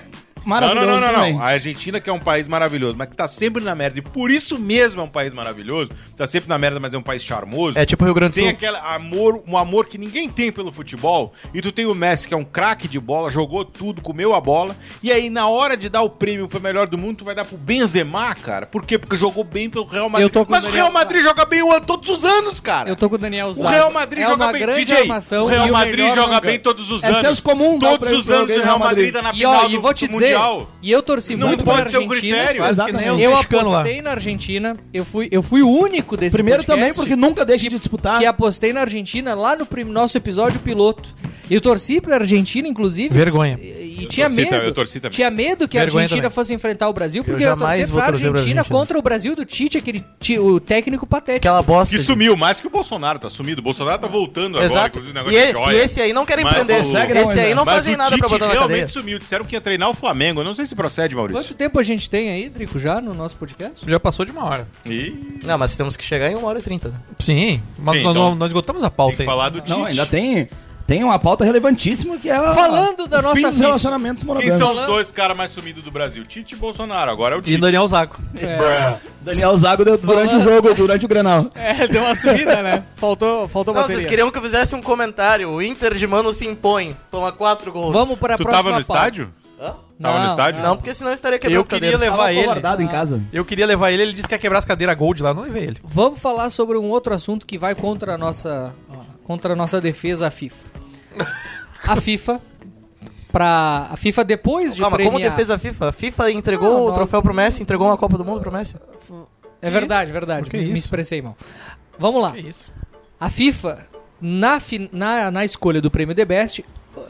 Speaker 1: maravilhoso
Speaker 6: não, não, não,
Speaker 1: também.
Speaker 6: não. A Argentina que é um país maravilhoso, mas que tá sempre na merda. E por isso mesmo é um país maravilhoso. Tá sempre na merda, mas é um país charmoso.
Speaker 4: É tipo o Rio Grande do
Speaker 6: tem
Speaker 4: Sul.
Speaker 6: aquele amor, um amor que ninguém tem pelo futebol. E tu tem o Messi, que é um craque de bola, jogou tudo, comeu a bola. E aí, na hora de dar o prêmio pro melhor do mundo, tu vai dar pro Benzema, cara. Por quê? Porque jogou bem pelo Real Madrid.
Speaker 3: Eu tô com
Speaker 6: Mas
Speaker 3: o
Speaker 6: o
Speaker 3: Daniel
Speaker 6: Real Madrid joga bem o ano- todos os anos, cara.
Speaker 3: Eu tô com o Daniel
Speaker 6: O
Speaker 3: Zago.
Speaker 6: Real Madrid
Speaker 3: É
Speaker 6: joga
Speaker 3: uma
Speaker 6: bem.
Speaker 3: grande
Speaker 6: DJ,
Speaker 3: armação
Speaker 6: o
Speaker 3: e
Speaker 6: Real
Speaker 3: o
Speaker 6: Madrid
Speaker 3: melhor
Speaker 6: joga
Speaker 3: não
Speaker 6: bem
Speaker 3: ganha.
Speaker 6: todos os
Speaker 3: É
Speaker 6: anos.
Speaker 3: senso comum dar o
Speaker 6: Todos
Speaker 3: prêmio
Speaker 6: os
Speaker 3: pro
Speaker 6: anos o
Speaker 3: Real
Speaker 6: Real
Speaker 3: Madrid.
Speaker 6: Madrid tá na
Speaker 3: E, ó,
Speaker 6: final
Speaker 3: e
Speaker 6: do-
Speaker 3: vou te
Speaker 6: do
Speaker 3: dizer,
Speaker 6: Mundial.
Speaker 3: e eu torci
Speaker 6: Não
Speaker 3: muito
Speaker 6: pode
Speaker 3: pra
Speaker 6: ser o
Speaker 3: Argentina.
Speaker 6: critério. Quase que nem os
Speaker 3: eu
Speaker 6: mexicanos lá.
Speaker 3: apostei na Argentina, eu fui, eu fui o único desse
Speaker 1: Primeiro
Speaker 3: podcast
Speaker 1: também, porque nunca deixa de disputar.
Speaker 3: que é apostei na Argentina lá no prim- nosso episódio piloto. Eu torci pra Argentina, inclusive.
Speaker 5: Vergonha.
Speaker 3: E
Speaker 6: Eu
Speaker 3: tinha
Speaker 6: torci
Speaker 3: medo.
Speaker 6: também, eu torci também.
Speaker 3: Tinha medo que a
Speaker 5: Vergonha
Speaker 3: Argentina
Speaker 5: também.
Speaker 3: fosse enfrentar o Brasil, porque eu,
Speaker 4: jamais
Speaker 3: torci
Speaker 4: vou
Speaker 3: pra
Speaker 4: torcer pra
Speaker 3: Argentina,
Speaker 4: Argentina.
Speaker 3: contra o Brasil do Tite, aquele ti- o técnico patético.
Speaker 4: Aquela bosta.
Speaker 6: Que sumiu, mais que o Bolsonaro tá sumido. O Bolsonaro tá voltando agora,
Speaker 4: Exato.
Speaker 6: inclusive,
Speaker 4: E,
Speaker 6: o negócio
Speaker 3: é-
Speaker 6: de
Speaker 4: ele-
Speaker 6: joia.
Speaker 4: e esse aí não querem
Speaker 6: Mas
Speaker 4: prender.
Speaker 6: o-
Speaker 4: Esse aí não né?
Speaker 6: Mas
Speaker 4: fazem
Speaker 6: o
Speaker 4: nada pra
Speaker 6: Tite
Speaker 4: botar na
Speaker 6: realmente
Speaker 4: cadeia.
Speaker 6: sumiu. Disseram que ia treinar o Flamengo. Eu não sei se procede, Maurício.
Speaker 3: Quanto tempo a gente tem aí, Drico, já no nosso podcast?
Speaker 5: Já passou de uma hora.
Speaker 6: Ih,
Speaker 4: Não, mas temos que chegar em uma hora e trinta. né?
Speaker 5: Sim, mas
Speaker 6: Sim,
Speaker 5: nós,
Speaker 6: então,
Speaker 5: nós esgotamos a pauta aí.
Speaker 6: falar do Tite.
Speaker 1: Não, tá ainda tem, tem uma pauta relevantíssima que é a-
Speaker 3: Falando da
Speaker 1: o
Speaker 3: nossa
Speaker 1: fim dos
Speaker 3: vida.
Speaker 1: relacionamentos
Speaker 6: Quem
Speaker 1: monogâmicos.
Speaker 6: são os dois caras mais sumidos do Brasil? Tite e Bolsonaro. Agora é o
Speaker 5: E
Speaker 6: Tite.
Speaker 5: Daniel Zago.
Speaker 1: Daniel Zago deu- durante o jogo, durante o Grenal.
Speaker 3: É, deu uma subida, né? Faltou, faltou
Speaker 4: Não, vocês queriam que eu fizesse um comentário. O Inter de Mano se impõe. Toma quatro gols.
Speaker 3: Vamos para a
Speaker 6: Tu
Speaker 3: próxima
Speaker 6: tava no
Speaker 3: pauta.
Speaker 6: estádio?
Speaker 4: Hã?
Speaker 6: Tava no
Speaker 3: Não,
Speaker 6: estádio?
Speaker 4: Não, porque senão eu estaria quebrando
Speaker 5: Eu queria
Speaker 4: cadeiras.
Speaker 5: levar ele.
Speaker 1: guardado
Speaker 3: Ah.
Speaker 1: em casa.
Speaker 5: Eu queria levar ele, ele disse que ia quebrar as cadeiras Gold lá, não levei ele.
Speaker 3: Vamos falar sobre um outro assunto que vai contra a nossa, contra a nossa defesa, a FIFA. A FIFA, pra, a FIFA depois de
Speaker 4: Calma, como
Speaker 3: premiar-
Speaker 4: defesa da FIFA? A FIFA entregou
Speaker 3: Não,
Speaker 4: o
Speaker 3: não.
Speaker 4: troféu pro Messi, entregou uma Copa do Mundo pro Messi.
Speaker 3: É verdade, verdade.
Speaker 5: Que
Speaker 3: me, me
Speaker 5: isso?
Speaker 3: expressei mal. Vamos lá.
Speaker 5: Que isso.
Speaker 3: A FIFA, na, fi- na, na escolha do prêmio The Best,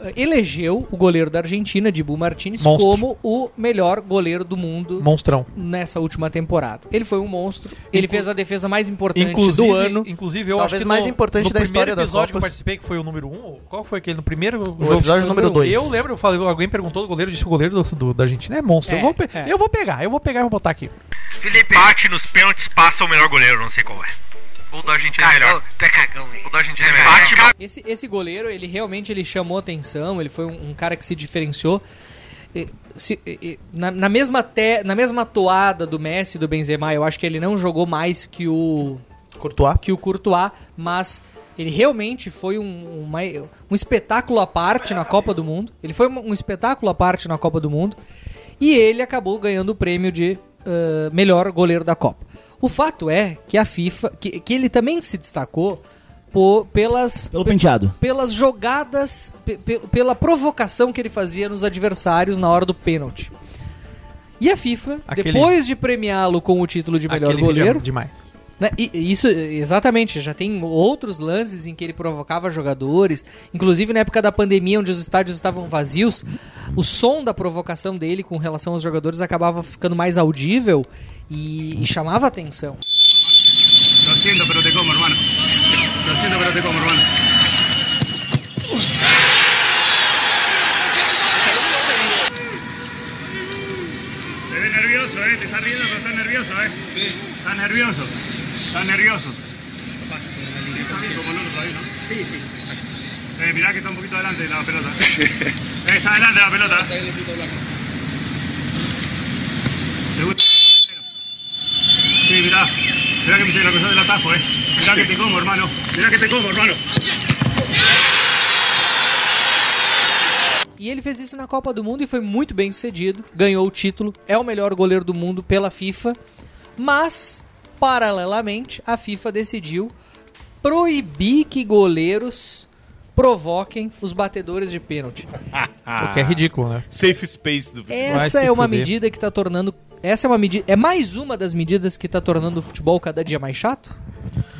Speaker 3: eh, elegeu o goleiro da Argentina, Dibu Martínez,
Speaker 5: Monstro.
Speaker 3: como o melhor goleiro do mundo
Speaker 5: Monstrão.
Speaker 3: nessa última temporada. Ele foi um monstro, ele fez a defesa mais importante
Speaker 5: Inclusive,
Speaker 3: do ano.
Speaker 5: inclusive eu acho que no, no primeiro episódio que eu participei, que foi o número 1, um, qual que foi aquele? No primeiro jogo?
Speaker 4: episódio número dois.
Speaker 5: um. Eu lembro, eu falei, alguém perguntou do goleiro, disse que o goleiro do, do- da Argentina é monstro.
Speaker 11: É,
Speaker 5: eu, vou pe-
Speaker 11: é.
Speaker 5: eu vou pegar, eu vou pegar e vou botar aqui.
Speaker 11: Felipe. Bate nos pênaltis, passa o melhor goleiro, não sei qual é. O da Argentina é melhor. Tu é cagão, hein? O da Argentina é melhor.
Speaker 3: Esse, esse goleiro, ele realmente ele chamou atenção, ele foi um, um cara que se diferenciou. E, se- e- e- na, na mesma te- na mesma toada do Messi e do Benzema, eu acho que ele não jogou mais que o
Speaker 4: Courtois,
Speaker 3: que o Courtois mas ele realmente foi um, uma- um espetáculo à parte na Copa do Mundo. Ele foi um um espetáculo à parte na Copa do Mundo. E ele acabou ganhando o prêmio de ah, melhor goleiro da Copa. O fato é que a FIFA. que, que ele também se destacou po- pelas.
Speaker 14: Pelo penteado.
Speaker 3: Pelas jogadas. pe- pe- pela provocação que ele fazia nos adversários na hora do pênalti. E a FIFA,
Speaker 5: Aquele-
Speaker 3: depois de premiá-lo com o título de melhor
Speaker 5: Aquele vídeo é
Speaker 3: goleiro.
Speaker 5: Demais.
Speaker 3: Né, e- e Isso, exatamente. Já tem outros lances em que ele provocava jogadores. Inclusive na época da pandemia, onde os estádios estavam vazios, o som da provocação dele com relação aos jogadores acabava ficando mais audível e, e chamava atenção.
Speaker 11: Lo siento, pero te como, hermano. Lo siento, pero te como, hermano. Te ves nervioso, eh. Te estás riendo, pero estás nervioso, eh. Sí. Estás nervioso. Estás nervioso. Está bien como no, todavía, ¿no? Sí, sí. Eh, mirá que está un poquito adelante de la pelota. eh, está adelante de la pelota. Está el pito blanco. ¿Te gusta? Sí, mirá. Mirá que me la cosa del atajo, eh. Mirá que te como, hermano. Mirá que te como, hermano.
Speaker 3: E ele fez isso na Copa do Mundo e foi muito bem sucedido. Ganhou o título, é o melhor goleiro do mundo pela FIFA. Mas, paralelamente, a FIFA decidiu proibir que goleiros provoquem os batedores de pênalti.
Speaker 6: Ah.
Speaker 5: O que é ridículo, né?
Speaker 6: Safe space do Vai se
Speaker 3: Essa é uma
Speaker 6: fuder.
Speaker 3: medida que tá tornando. Essa é uma medida. É mais uma das medidas que tá tornando o futebol cada dia mais chato?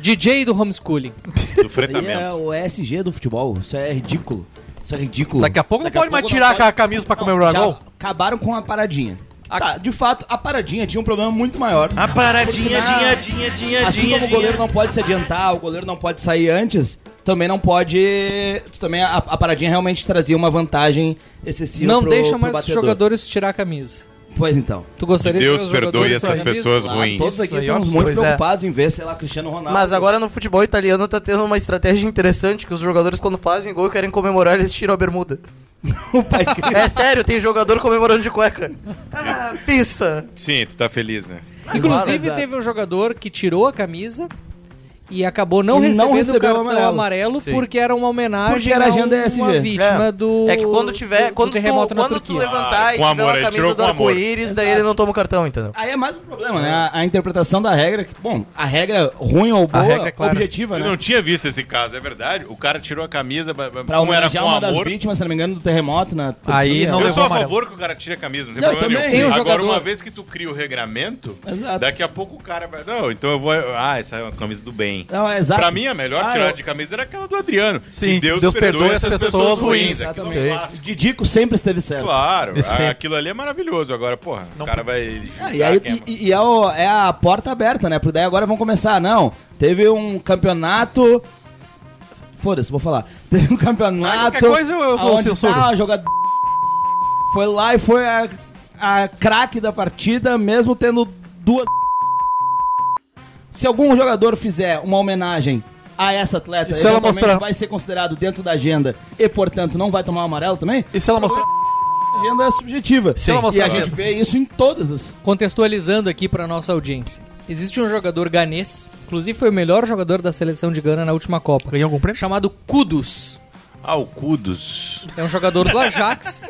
Speaker 3: DJ do homeschooling.
Speaker 6: Do
Speaker 14: Aí é o ESG do futebol. Isso é ridículo. Isso é ridículo.
Speaker 5: Daqui a é pouco não pode mais tirar a camisa pra comer o
Speaker 14: Não, já
Speaker 5: dragão.
Speaker 14: Acabaram com a paradinha. Tá, de fato, a paradinha tinha um problema muito maior. A
Speaker 1: paradinha, dinha,
Speaker 14: dinha,
Speaker 1: assim como o goleiro não pode se adiantar, o goleiro não pode sair antes, também não pode. tu Também a, a paradinha realmente trazia uma vantagem excessiva.
Speaker 3: Não
Speaker 1: pro-
Speaker 3: deixa
Speaker 1: pro
Speaker 3: mais os
Speaker 1: batedor.
Speaker 3: jogadores tirar a camisa.
Speaker 1: Pois então.
Speaker 3: Tu gostaria
Speaker 6: Que
Speaker 3: de
Speaker 6: Deus
Speaker 3: ver os jogadores
Speaker 6: perdoe
Speaker 3: tirarem
Speaker 6: essas
Speaker 3: a camisa?
Speaker 6: pessoas
Speaker 3: Ah,
Speaker 6: ruins.
Speaker 1: Todos aqui
Speaker 6: Isso aí,
Speaker 1: estamos
Speaker 6: ó,
Speaker 1: muito
Speaker 6: pois é.
Speaker 1: preocupados em ver, sei lá, Cristiano Ronaldo.
Speaker 4: Mas agora no futebol italiano tá tendo uma estratégia interessante que os jogadores quando fazem gol e querem comemorar, eles tiram a bermuda. é sério, tem jogador comemorando de cueca. Ah, pizza.
Speaker 6: Sim, tu tá feliz, né?
Speaker 3: Inclusive,
Speaker 4: Exato.
Speaker 3: teve um jogador que tirou a camisa e acabou não
Speaker 4: E
Speaker 3: recebendo
Speaker 4: não
Speaker 3: o
Speaker 4: recebeu
Speaker 3: cartão
Speaker 4: o
Speaker 3: amarelo,
Speaker 4: amarelo. Sim.
Speaker 3: porque era uma homenagem
Speaker 4: Porque era
Speaker 3: a
Speaker 4: agenda
Speaker 3: uma
Speaker 4: SG.
Speaker 3: vítima
Speaker 4: É.
Speaker 3: do
Speaker 4: É que quando tiver,
Speaker 3: do
Speaker 4: quando, tu,
Speaker 3: terremoto na
Speaker 4: quando tu
Speaker 3: Turquia.
Speaker 4: levantar e
Speaker 14: com
Speaker 4: tiver
Speaker 14: amor, ele
Speaker 4: uma
Speaker 14: tirou
Speaker 4: camisa do
Speaker 14: com amor.
Speaker 4: arco-íris, daí ele não toma o cartão, entendeu?
Speaker 14: Aí é mais um problema, né? A, a interpretação da regra, que, bom, a regra ruim ou boa,
Speaker 6: é
Speaker 14: objetiva,
Speaker 6: Eu
Speaker 14: né?
Speaker 6: não tinha visto esse caso, é verdade. O cara tirou a camisa, pra- pra-
Speaker 14: Pra
Speaker 6: um era com
Speaker 14: homenagear uma das
Speaker 6: amor.
Speaker 14: vítimas, se não me engano, do terremoto na Turquia.
Speaker 6: eu sou a favor que o cara tire a camisa, não tem
Speaker 14: Não, eu
Speaker 6: problema
Speaker 14: também. Tem
Speaker 6: nenhum.
Speaker 14: um
Speaker 6: Agora,
Speaker 14: jogador-
Speaker 6: uma vez que tu cria o regramento,
Speaker 14: Exato.
Speaker 6: daqui a pouco o cara vai. Não, então eu vou. Ah, essa é uma camisa do bem.
Speaker 14: Não, é
Speaker 1: Tá.
Speaker 14: exato.
Speaker 6: Pra mim, a melhor
Speaker 14: Ah,
Speaker 6: tirada
Speaker 14: eu-
Speaker 6: de camisa era aquela do Adriano.
Speaker 5: Sim,
Speaker 6: Que Deus,
Speaker 5: Deus
Speaker 6: perdoe,
Speaker 5: perdoe
Speaker 6: essas
Speaker 5: as
Speaker 6: pessoas
Speaker 5: pessoas
Speaker 6: ruins.
Speaker 5: ruins.
Speaker 6: aquilo é um
Speaker 5: Sei.
Speaker 6: clássico.
Speaker 14: Didico sempre esteve certo.
Speaker 6: Claro,
Speaker 14: E sempre.
Speaker 6: aquilo ali é maravilhoso. Agora, porra, o cara vai.
Speaker 14: Ah, e, aí- e- e- e é, o- é a porta aberta, né? Porque daí agora vão começar. Não, teve um campeonato. Foda-se, vou falar. Teve um campeonato.
Speaker 5: Ah, qualquer coisa eu- eu
Speaker 14: aonde
Speaker 5: censuro.
Speaker 14: tá a jogada- Foi lá e foi a, a craque da partida, mesmo tendo duas. Se algum jogador fizer uma homenagem a essa atleta,
Speaker 5: E se ela
Speaker 14: eventualmente
Speaker 5: mostrar?
Speaker 14: vai ser considerado dentro da agenda e, portanto, não vai tomar o amarelo também? então,
Speaker 5: E se ela mostrar?
Speaker 14: A agenda é subjetiva.
Speaker 3: Se ela
Speaker 14: e
Speaker 3: mostrar
Speaker 14: a
Speaker 3: mesmo.
Speaker 14: gente vê isso em todas as.
Speaker 3: Contextualizando aqui para nossa audiência. Existe um jogador ganês, inclusive foi o melhor jogador da seleção de Gana na última Copa. Ganhou algum prêmio? Chamado Kudus.
Speaker 6: Ah, o Kudus.
Speaker 3: É um jogador do Ajax.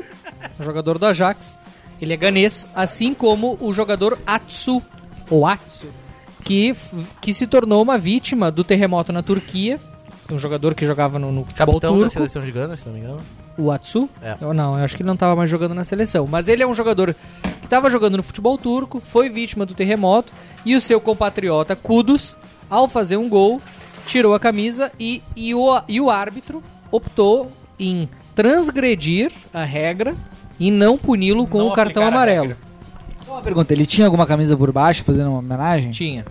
Speaker 3: um jogador do Ajax. Ele é ganês, assim como o jogador Atsu, ou Atsu, que, f- que se tornou uma vítima do terremoto na Turquia. Um jogador que jogava no, no futebol
Speaker 4: Capitão da
Speaker 3: turco.
Speaker 4: seleção de Gana, se não me engano.
Speaker 3: O Atsu?
Speaker 4: É.
Speaker 3: Eu, não, eu acho que ele não estava mais jogando na seleção. Mas ele é um jogador que estava jogando no futebol turco, foi vítima do terremoto e o seu compatriota Kudus, ao fazer um gol, tirou a camisa e, e, o, e o árbitro optou em transgredir a regra e não puni-lo com o cartão amarelo.
Speaker 8: Só uma pergunta, ele tinha alguma camisa por baixo fazendo uma homenagem?
Speaker 3: Tinha.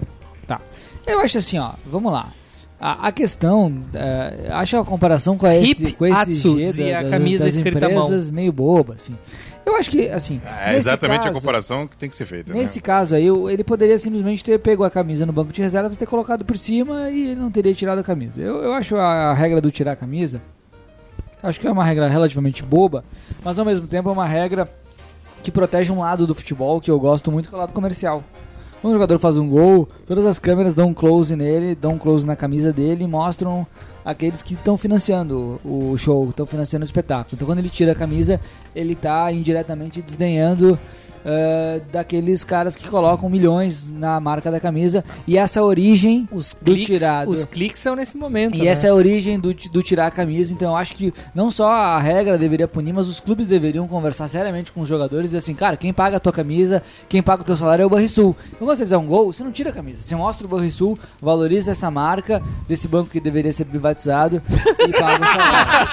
Speaker 8: Tá. Eu acho assim, ó, vamos lá. A, a questão, eh, acho a comparação com a
Speaker 3: Hip
Speaker 8: esse, com esse
Speaker 3: Atsu,
Speaker 8: G
Speaker 3: dizia a
Speaker 8: das-
Speaker 3: camisa
Speaker 8: das
Speaker 3: escrita à mão.
Speaker 8: empresas meio boba, assim. Eu acho que, assim...
Speaker 6: É
Speaker 8: nesse
Speaker 6: exatamente a
Speaker 8: caso-
Speaker 6: comparação que tem que ser feita. né?
Speaker 8: Nesse caso aí, o- ele poderia simplesmente ter pego a camisa no banco de reservas, ter colocado por cima e ele não teria tirado a camisa. Eu, eu acho a regra do tirar a camisa, acho que é uma regra relativamente boba, mas ao mesmo tempo é uma regra que protege um lado do futebol que eu gosto muito, que é o lado comercial. Quando o jogador faz um gol, todas as câmeras dão um close nele, dão um close na camisa dele e mostram aqueles que estão financiando o o show, estão financiando o espetáculo. Então quando ele tira a camisa, ele está indiretamente desdenhando eh, daqueles caras que colocam milhões na marca da camisa e essa origem os do
Speaker 3: Cliques-
Speaker 8: tirado.
Speaker 3: Os cliques são nesse momento.
Speaker 8: E
Speaker 3: né?
Speaker 8: essa é a origem do, ti- do tirar a camisa, então eu acho que não só a regra deveria punir, mas os clubes deveriam conversar seriamente com os jogadores e dizer assim, cara, quem paga a tua camisa, quem paga o teu salário é o Banrisul. Então quando você fizer um gol, você não tira a camisa, você mostra o Banrisul, valoriza essa marca desse banco que deveria ser privatizado e paga o salário.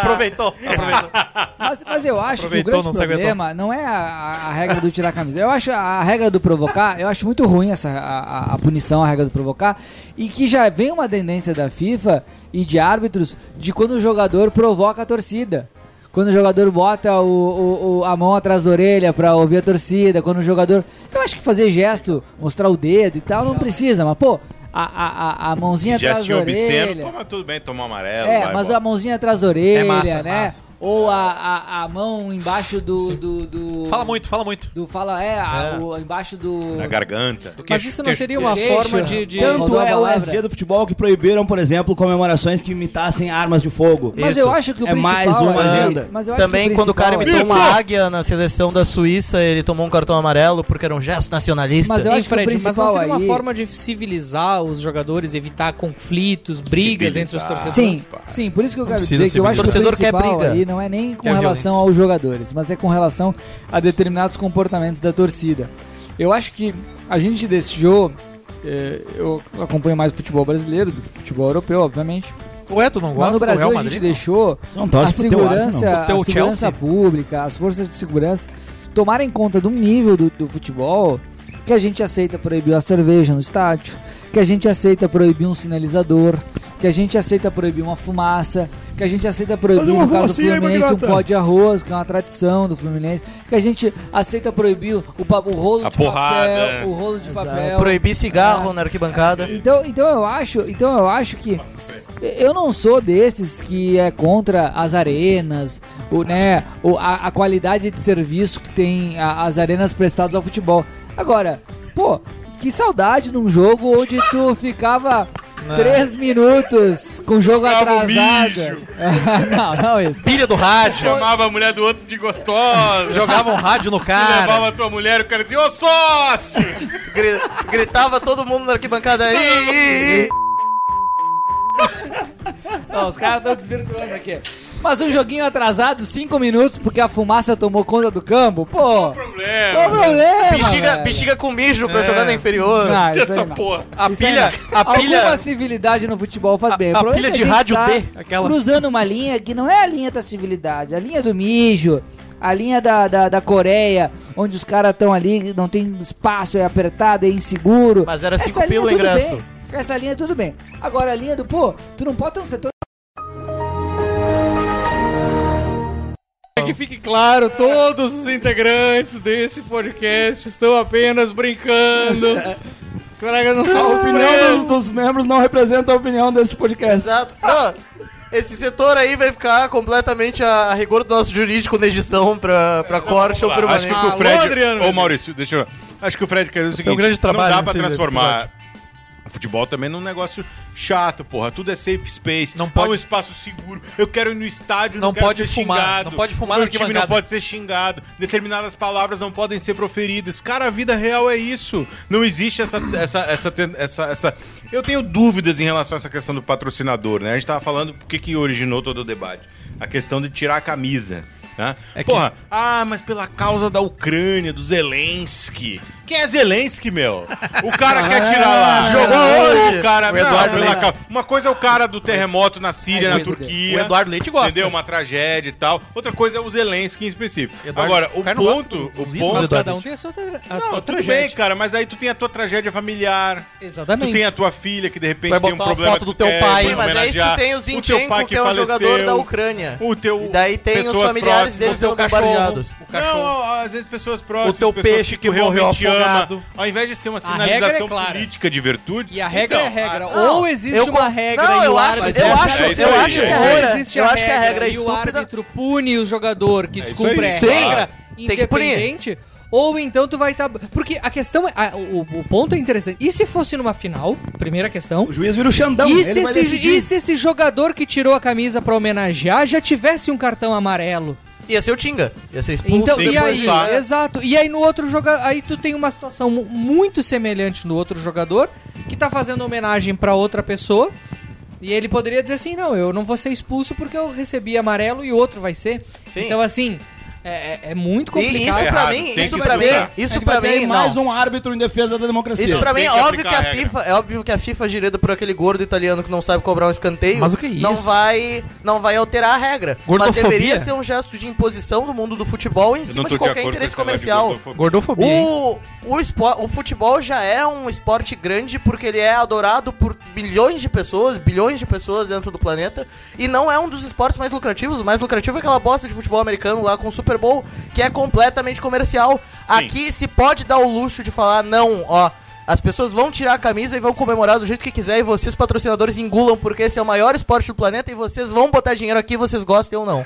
Speaker 5: Aproveitou, aproveitou.
Speaker 8: Mas, mas eu acho
Speaker 5: Aproveitou,
Speaker 8: que
Speaker 5: não
Speaker 8: o grande
Speaker 5: se aguentou.
Speaker 8: problema não é a, a- a regra do tirar a camisa. Eu acho a regra do provocar, eu acho muito ruim essa a, a- a punição, a regra do provocar, e que já vem uma tendência da FIFA e de árbitros de quando o jogador provoca a torcida. Quando o jogador bota o- o- o- a mão atrás da orelha pra ouvir a torcida, quando o jogador. Eu acho que fazer gesto, mostrar o dedo e tal, não precisa, mas pô, a, a- a- a mãozinha atrás da
Speaker 6: Gestinho
Speaker 8: orelha.
Speaker 6: obsceno, toma tudo bem, toma amarelo.
Speaker 8: É,
Speaker 6: vai,
Speaker 8: mas
Speaker 6: bota.
Speaker 8: a mãozinha atrás da orelha,
Speaker 6: É massa, é
Speaker 8: né?
Speaker 6: massa.
Speaker 8: Ou a, a, a mão embaixo do, do, do-
Speaker 5: Fala muito, fala muito.
Speaker 8: Do fala, é, a- o- embaixo do.
Speaker 6: Na garganta. Do
Speaker 3: Mas isso não seria uma
Speaker 8: Queixo.
Speaker 3: forma de. de-
Speaker 1: Tanto
Speaker 8: Rodou a
Speaker 1: é o
Speaker 8: palavra.
Speaker 1: SG do futebol que proibiram, por exemplo, comemorações que imitassem armas de fogo.
Speaker 8: Mas eu acho que o
Speaker 1: é mais
Speaker 8: principal
Speaker 1: uma
Speaker 8: aí-
Speaker 1: agenda.
Speaker 8: mas eu acho
Speaker 4: Também
Speaker 8: que o
Speaker 4: quando o cara um
Speaker 8: principal
Speaker 4: imitou
Speaker 8: é-
Speaker 4: uma águia na seleção da Suíça, ele tomou um cartão amarelo porque era um gesto nacionalista.
Speaker 8: Mas eu
Speaker 3: Hein,
Speaker 8: acho que o
Speaker 3: Fred, mas não
Speaker 8: principal
Speaker 3: seria uma
Speaker 8: aí-
Speaker 3: forma de civilizar os jogadores, evitar conflitos, brigas entre os
Speaker 8: Civilizar.
Speaker 3: torcedores?
Speaker 8: Sim, sim, por isso que eu
Speaker 3: Não
Speaker 8: quero
Speaker 3: precisa
Speaker 8: dizer que eu acho que o
Speaker 3: civilizar. Torcedor quer
Speaker 8: torcedor principal
Speaker 3: briga.
Speaker 8: aí não é nem com
Speaker 3: Quer
Speaker 8: relação
Speaker 3: violência.
Speaker 8: aos jogadores, mas é com relação a determinados comportamentos da torcida. Eu acho que a gente deixou. eh, Eu acompanho mais o futebol brasileiro do que o futebol europeu, obviamente.
Speaker 5: Ué, tu não
Speaker 8: Mas
Speaker 5: gosta
Speaker 8: no
Speaker 5: do
Speaker 8: Brasil
Speaker 5: Real
Speaker 8: a
Speaker 5: Madrid?
Speaker 8: gente deixou
Speaker 5: Tu não
Speaker 8: a
Speaker 5: torce pro teu
Speaker 8: segurança,
Speaker 5: Arsenal? Pro teu
Speaker 8: a segurança
Speaker 5: Chelsea?
Speaker 8: pública, as forças de segurança tomarem conta de um nível do, do futebol que a gente aceita proibir a cerveja no estádio, que a gente aceita proibir um sinalizador, que a gente aceita proibir uma fumaça, que a gente aceita proibir,
Speaker 1: Fazer uma
Speaker 8: no caso do
Speaker 1: fumacinha aí,
Speaker 8: Fluminense, um
Speaker 1: Magnata.
Speaker 8: pó de arroz, que é uma tradição do Fluminense, que a gente aceita proibir o, pa- o rolo
Speaker 4: A
Speaker 8: de
Speaker 4: porrada, é.
Speaker 8: papel, o rolo de papel.
Speaker 4: Proibir cigarro na arquibancada.
Speaker 8: Então, então eu acho, então eu acho que eu não sou desses que é contra as arenas, o, né, o, a, a qualidade de serviço que tem a- as arenas prestadas ao futebol. Agora, pô, que saudade de um jogo onde tu ficava
Speaker 3: Não.
Speaker 8: três minutos com o jogo
Speaker 6: Jogava o
Speaker 8: atrasado. não, não isso.
Speaker 4: Pilha do rádio.
Speaker 6: Chamava a mulher do outro de gostosa.
Speaker 5: Jogava um rádio no cara.
Speaker 6: Levava a tua mulher e o cara dizia, ô sócio!
Speaker 4: Gri- Gritava todo mundo na arquibancada. "Ih, ih, ih".
Speaker 8: Não, os caras estão desvirtuando aqui. Mas um joguinho atrasado, cinco minutos, porque a fumaça tomou conta do campo, pô.
Speaker 6: problema.
Speaker 8: Qual o problema,
Speaker 4: Bexiga,
Speaker 8: velho?
Speaker 4: bexiga com mijo pra
Speaker 8: É.
Speaker 4: jogar na inferior.
Speaker 8: Não, isso aí não.
Speaker 4: A
Speaker 8: Isso é aí
Speaker 4: pilha,
Speaker 8: não.
Speaker 4: a pilha.
Speaker 8: Alguma civilidade no futebol faz bem. O
Speaker 4: a
Speaker 8: problema
Speaker 4: pilha
Speaker 8: é que
Speaker 4: de
Speaker 8: gente
Speaker 4: rádio
Speaker 8: tá
Speaker 4: D, aquela.
Speaker 8: cruzando uma linha que não é a linha da civilidade, é a linha do mijo, a linha da, da, da Coreia, onde os caras estão ali, não tem espaço, é apertado, é inseguro.
Speaker 4: Mas era cinco
Speaker 8: linha
Speaker 4: pila o
Speaker 8: tudo
Speaker 4: ingresso.
Speaker 8: bem. Essa linha é tudo bem. Agora a linha do, pô, tu não pode ter um setor...
Speaker 3: É que fique claro, todos os integrantes desse podcast estão apenas brincando. Caraca, não
Speaker 1: A
Speaker 3: são os
Speaker 1: opinião dos, dos membros não representa a opinião desse podcast.
Speaker 4: Exato. Não, esse setor aí vai ficar completamente a, a rigor do nosso jurídico na edição pra, pra corte ou Ah,
Speaker 6: Acho
Speaker 4: permanente.
Speaker 6: que o que o Fred. Ô, Maurício, deixa eu. Acho que o Fred quer dizer o seguinte:
Speaker 5: um grande trabalho
Speaker 6: não dá pra
Speaker 5: nesse
Speaker 6: transformar. o Futebol também num negócio chato, porra. Tudo é safe space. Não pode... É um espaço seguro. Eu quero ir no estádio, não,
Speaker 5: Não
Speaker 6: quero
Speaker 5: pode
Speaker 6: ser
Speaker 5: fumar,
Speaker 6: xingado.
Speaker 5: não pode fumar
Speaker 6: O meu
Speaker 5: na
Speaker 6: time não
Speaker 5: arquibancada.
Speaker 6: pode ser xingado. Determinadas palavras não podem ser proferidas. Cara, a vida real é isso. Não existe essa essa essa ten- essa, essa... Eu tenho dúvidas em relação a essa questão do patrocinador, né? A gente tava falando o que que originou todo o debate. A questão de tirar a camisa. Né? Porra, ah, mas pela causa da Ucrânia, do Zelensky. Quem é Zelensky, meu? O cara quer tirar lá.
Speaker 5: Ah, Jogou
Speaker 6: Ou
Speaker 5: hoje.
Speaker 6: O cara,
Speaker 5: O Eduardo
Speaker 6: não, pela
Speaker 5: Leite.
Speaker 6: calma. Uma coisa é o cara do terremoto na Síria,
Speaker 5: Ai,
Speaker 6: na
Speaker 5: se fudeu.
Speaker 6: Turquia.
Speaker 5: O Eduardo Leite gosta.
Speaker 6: Entendeu? Uma tragédia e tal. Outra coisa é o Zelensky em específico.
Speaker 5: Eduardo-
Speaker 6: Agora,
Speaker 5: o
Speaker 6: o
Speaker 5: cara não gosta
Speaker 6: ponto...
Speaker 5: dos
Speaker 6: O
Speaker 5: ídolos,
Speaker 6: ponto...
Speaker 3: Mas cada um tem a sua, tra- a
Speaker 6: Não,
Speaker 3: sua
Speaker 6: tudo
Speaker 3: tragédia.
Speaker 6: bem, cara, mas aí tu tem a tua tragédia familiar.
Speaker 3: Exatamente.
Speaker 6: Tu tem a tua filha que de repente
Speaker 4: Vai
Speaker 6: tem um
Speaker 4: botar uma
Speaker 6: problema
Speaker 4: foto
Speaker 6: que
Speaker 4: do
Speaker 6: tu
Speaker 4: teu
Speaker 6: quer
Speaker 4: pai. Sim, mas aí tu
Speaker 6: homenaziar.
Speaker 4: tem o
Speaker 6: O teu
Speaker 4: Zinchenko,
Speaker 6: pai
Speaker 4: que é um jogador da
Speaker 6: faleceu.
Speaker 4: Ucrânia.
Speaker 6: O teu
Speaker 4: E daí tem os
Speaker 6: pessoas
Speaker 4: familiares deles
Speaker 6: próximas, o teu
Speaker 4: bombardeados.
Speaker 6: cachorro,
Speaker 4: O cachorro.
Speaker 6: Não, às vezes pessoas próximas,
Speaker 4: O teu
Speaker 6: pessoas
Speaker 4: peixe que
Speaker 6: tu
Speaker 4: morreu
Speaker 6: realmente
Speaker 4: afogado.
Speaker 6: ama. Ao invés de ser uma
Speaker 3: A regra é
Speaker 6: sinalização
Speaker 3: clara.
Speaker 6: política de virtude.
Speaker 3: E a regra
Speaker 6: Então,
Speaker 3: é regra.
Speaker 4: Ah,
Speaker 3: ou existe
Speaker 4: eu
Speaker 3: uma
Speaker 4: con-
Speaker 3: regra
Speaker 4: Não,
Speaker 3: e
Speaker 4: eu
Speaker 3: o
Speaker 4: acho-
Speaker 3: árbitro...
Speaker 4: eu
Speaker 3: Essa-
Speaker 4: acho-
Speaker 3: é isso
Speaker 4: eu
Speaker 3: aí,
Speaker 4: acho que
Speaker 3: é
Speaker 4: a
Speaker 3: isso aí.
Speaker 4: regra-
Speaker 3: Existe
Speaker 4: eu acho que a regra é
Speaker 3: e o
Speaker 4: estúpida.
Speaker 3: árbitro pune o jogador que
Speaker 6: É isso
Speaker 3: descumpre
Speaker 6: aí,
Speaker 3: a
Speaker 6: sim,
Speaker 3: regra,
Speaker 4: tem que punir.
Speaker 3: independente... Ou então tu vai estar... Porque a questão... é- ah, o, o ponto é interessante. E se fosse numa final? Primeira questão.
Speaker 1: O juiz vira o Xandão.
Speaker 3: e,
Speaker 1: ele
Speaker 3: se
Speaker 1: vai
Speaker 3: esse,
Speaker 1: decidir.
Speaker 3: e se esse jogador que tirou a camisa pra homenagear já tivesse um cartão amarelo?
Speaker 4: Ia ser o Tinga. Ia ser expulso.
Speaker 3: Então, e
Speaker 4: depois
Speaker 3: aí?
Speaker 4: lá.
Speaker 3: Exato. E aí no outro jogador, aí tu tem uma situação mu- muito semelhante no outro jogador que tá fazendo homenagem pra outra pessoa. E ele poderia dizer assim: "Não, eu não vou ser expulso porque eu recebi amarelo e o outro vai ser".
Speaker 4: Sim.
Speaker 3: Então assim, é, é- é muito
Speaker 4: E
Speaker 3: complicado.
Speaker 4: isso pra
Speaker 6: errado,
Speaker 4: mim,
Speaker 6: tem
Speaker 4: isso
Speaker 6: que
Speaker 4: pra mim,
Speaker 6: expulsar.
Speaker 4: isso
Speaker 1: Ele
Speaker 4: pra
Speaker 1: É vai ter
Speaker 4: mim,
Speaker 1: mais
Speaker 4: não.
Speaker 1: um árbitro em defesa da democracia.
Speaker 4: Isso pra mim,
Speaker 6: tem
Speaker 4: é
Speaker 6: que
Speaker 4: óbvio que
Speaker 6: aplicar
Speaker 4: a
Speaker 6: a regra.
Speaker 4: FIFA, é óbvio que a FIFA girada por aquele gordo italiano que não sabe cobrar um escanteio,
Speaker 5: Mas o que é
Speaker 4: não
Speaker 5: isso?
Speaker 4: vai, não vai alterar a regra, mas
Speaker 5: Gordofobia?
Speaker 4: deveria ser um gesto de imposição do mundo do futebol em
Speaker 6: Eu não
Speaker 4: cima
Speaker 6: tô
Speaker 4: de
Speaker 6: de
Speaker 4: qualquer
Speaker 6: acordo com
Speaker 4: interesse
Speaker 6: esse negócio de
Speaker 4: comercial.
Speaker 5: Gordofobia,
Speaker 6: gordofobia.
Speaker 5: hein?
Speaker 4: O, o, espo- o futebol já é um esporte grande porque ele é adorado por bilhões de pessoas, bilhões de pessoas dentro do planeta, e não é um dos esportes mais lucrativos. O mais lucrativo é aquela bosta de futebol americano lá com o Super Bowl, que é completamente comercial. Aqui se pode dar o luxo de falar, não, ó. As pessoas vão tirar a camisa e vão comemorar do jeito que quiser, e vocês, patrocinadores, engulam, porque esse é o maior esporte do planeta e vocês vão botar dinheiro aqui, vocês gostem ou não.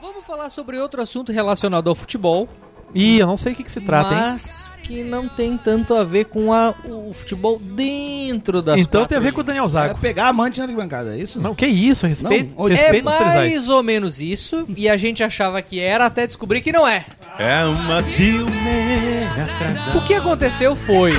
Speaker 3: Vamos falar sobre outro assunto relacionado ao futebol,
Speaker 5: Ih, eu não sei o que, que se trata, hein?
Speaker 3: mas que não tem tanto a ver com a- o futebol dentro das
Speaker 5: Então tem a
Speaker 3: quatro
Speaker 5: ver com o Daniel
Speaker 1: Vai
Speaker 5: Zago.
Speaker 1: pegar amante na arquibancada, é isso?
Speaker 5: Não, que isso, respeito,
Speaker 1: é Não,
Speaker 5: respeito os
Speaker 3: é
Speaker 5: trisais.
Speaker 3: mais ou menos isso, e a gente achava que era até descobrir que não é.
Speaker 6: É uma ciumeira atrás da...
Speaker 3: O que aconteceu foi.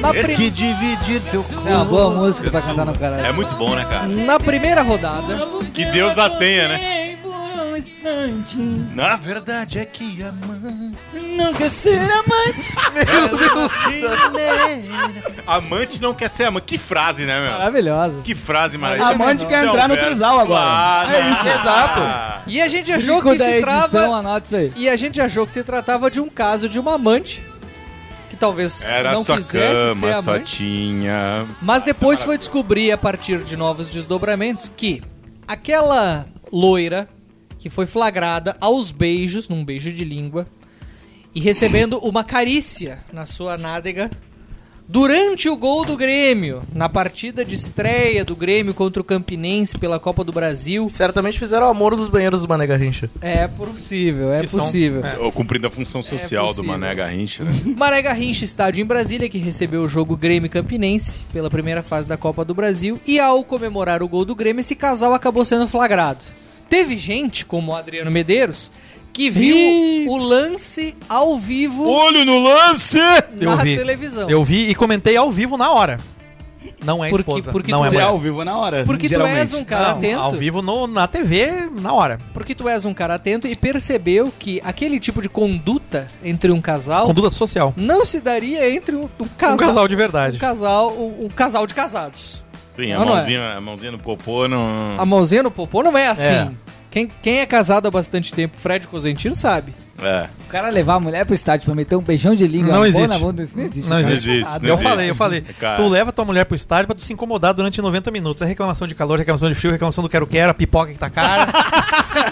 Speaker 3: Na,
Speaker 6: Ter
Speaker 3: pri-
Speaker 6: que dividir teu
Speaker 8: Isso é uma boa música pra
Speaker 6: Isso.
Speaker 8: cantar no cara.
Speaker 6: É muito bom, né, cara?
Speaker 3: na primeira rodada,
Speaker 6: Que Deus a tenha, né?
Speaker 15: Por um instante,
Speaker 6: Na verdade é que a mãe...
Speaker 15: nunca ser amante.
Speaker 6: Amante não quer ser amante. Que frase, né, meu?
Speaker 8: Maravilhosa.
Speaker 6: Que frase maravilhosa.
Speaker 1: Amante quer
Speaker 6: Não,
Speaker 1: entrar no
Speaker 6: velho.
Speaker 1: trisal agora.
Speaker 6: Claro.
Speaker 1: É isso,
Speaker 6: exato.
Speaker 3: e a gente achou
Speaker 8: Ficou
Speaker 3: que
Speaker 8: da
Speaker 3: se
Speaker 8: edição,
Speaker 3: trava.
Speaker 8: anota isso aí.
Speaker 3: E a gente achou que se tratava de um caso de uma amante. Que talvez
Speaker 6: Era
Speaker 3: não
Speaker 6: só
Speaker 3: quisesse ser
Speaker 6: cama, só
Speaker 3: amante.
Speaker 6: tinha.
Speaker 3: Mas depois
Speaker 6: é
Speaker 3: foi descobrir, a partir de novos desdobramentos, que aquela loira que foi flagrada aos beijos, num beijo de língua, e recebendo uma carícia na sua nádega durante o gol do Grêmio, na partida de estreia do Grêmio contra o Campinense pela Copa do Brasil.
Speaker 4: Certamente fizeram o amor nos banheiros do Mané Garrincha.
Speaker 3: É possível, é
Speaker 5: Que são-
Speaker 3: possível.
Speaker 5: é.
Speaker 6: Ou cumprindo a função social do
Speaker 3: possível.
Speaker 6: Mané Garrincha, né?
Speaker 3: Maré Garrincha Estádio em Brasília, que recebeu o jogo Grêmio e Campinense pela primeira fase da Copa do Brasil. E ao comemorar o gol do Grêmio, esse casal acabou sendo flagrado. Teve gente, como o Adriano Medeiros, que viu o lance ao vivo
Speaker 6: Olho no lance!
Speaker 3: na
Speaker 5: Eu vi.
Speaker 3: televisão.
Speaker 5: Eu vi e comentei ao vivo na hora. Não é
Speaker 3: Porque-
Speaker 5: esposa,
Speaker 3: porque
Speaker 5: não
Speaker 3: tu
Speaker 5: é
Speaker 1: Você é
Speaker 5: mulher.
Speaker 1: ao vivo na hora.
Speaker 3: Porque tu
Speaker 1: geralmente.
Speaker 3: és um cara
Speaker 5: Não, ao
Speaker 3: atento.
Speaker 5: vivo no, na TV, na hora.
Speaker 3: Porque tu és um cara atento e percebeu que aquele tipo de conduta entre um casal
Speaker 5: Conduta social.
Speaker 3: não se daria entre um, um
Speaker 5: Um
Speaker 3: casal.
Speaker 5: casal de
Speaker 3: Um
Speaker 5: verdade.
Speaker 3: casal, um- um casal de casados.
Speaker 6: Sim, a
Speaker 3: Não, não é.
Speaker 6: mãozinha, a mãozinha no popô não.
Speaker 3: A mãozinha no popô não é assim.
Speaker 5: É.
Speaker 3: Quem, quem é casado há bastante tempo, Fred Cosentino, sabe.
Speaker 6: É.
Speaker 8: O cara levar a mulher pro estádio pra meter um beijão de língua
Speaker 5: Não
Speaker 8: na
Speaker 5: existe.
Speaker 8: Boca, na bunda, isso não existe.
Speaker 5: Não
Speaker 8: cara.
Speaker 5: existe. É
Speaker 6: Não existe,
Speaker 8: Ah,
Speaker 6: não
Speaker 5: eu
Speaker 6: existe.
Speaker 5: falei, eu falei.
Speaker 6: Cara.
Speaker 5: Tu leva tua mulher pro estádio pra tu se incomodar durante 90 minutos. É reclamação de calor, reclamação de frio, reclamação do quero-quero, a pipoca que tá cara.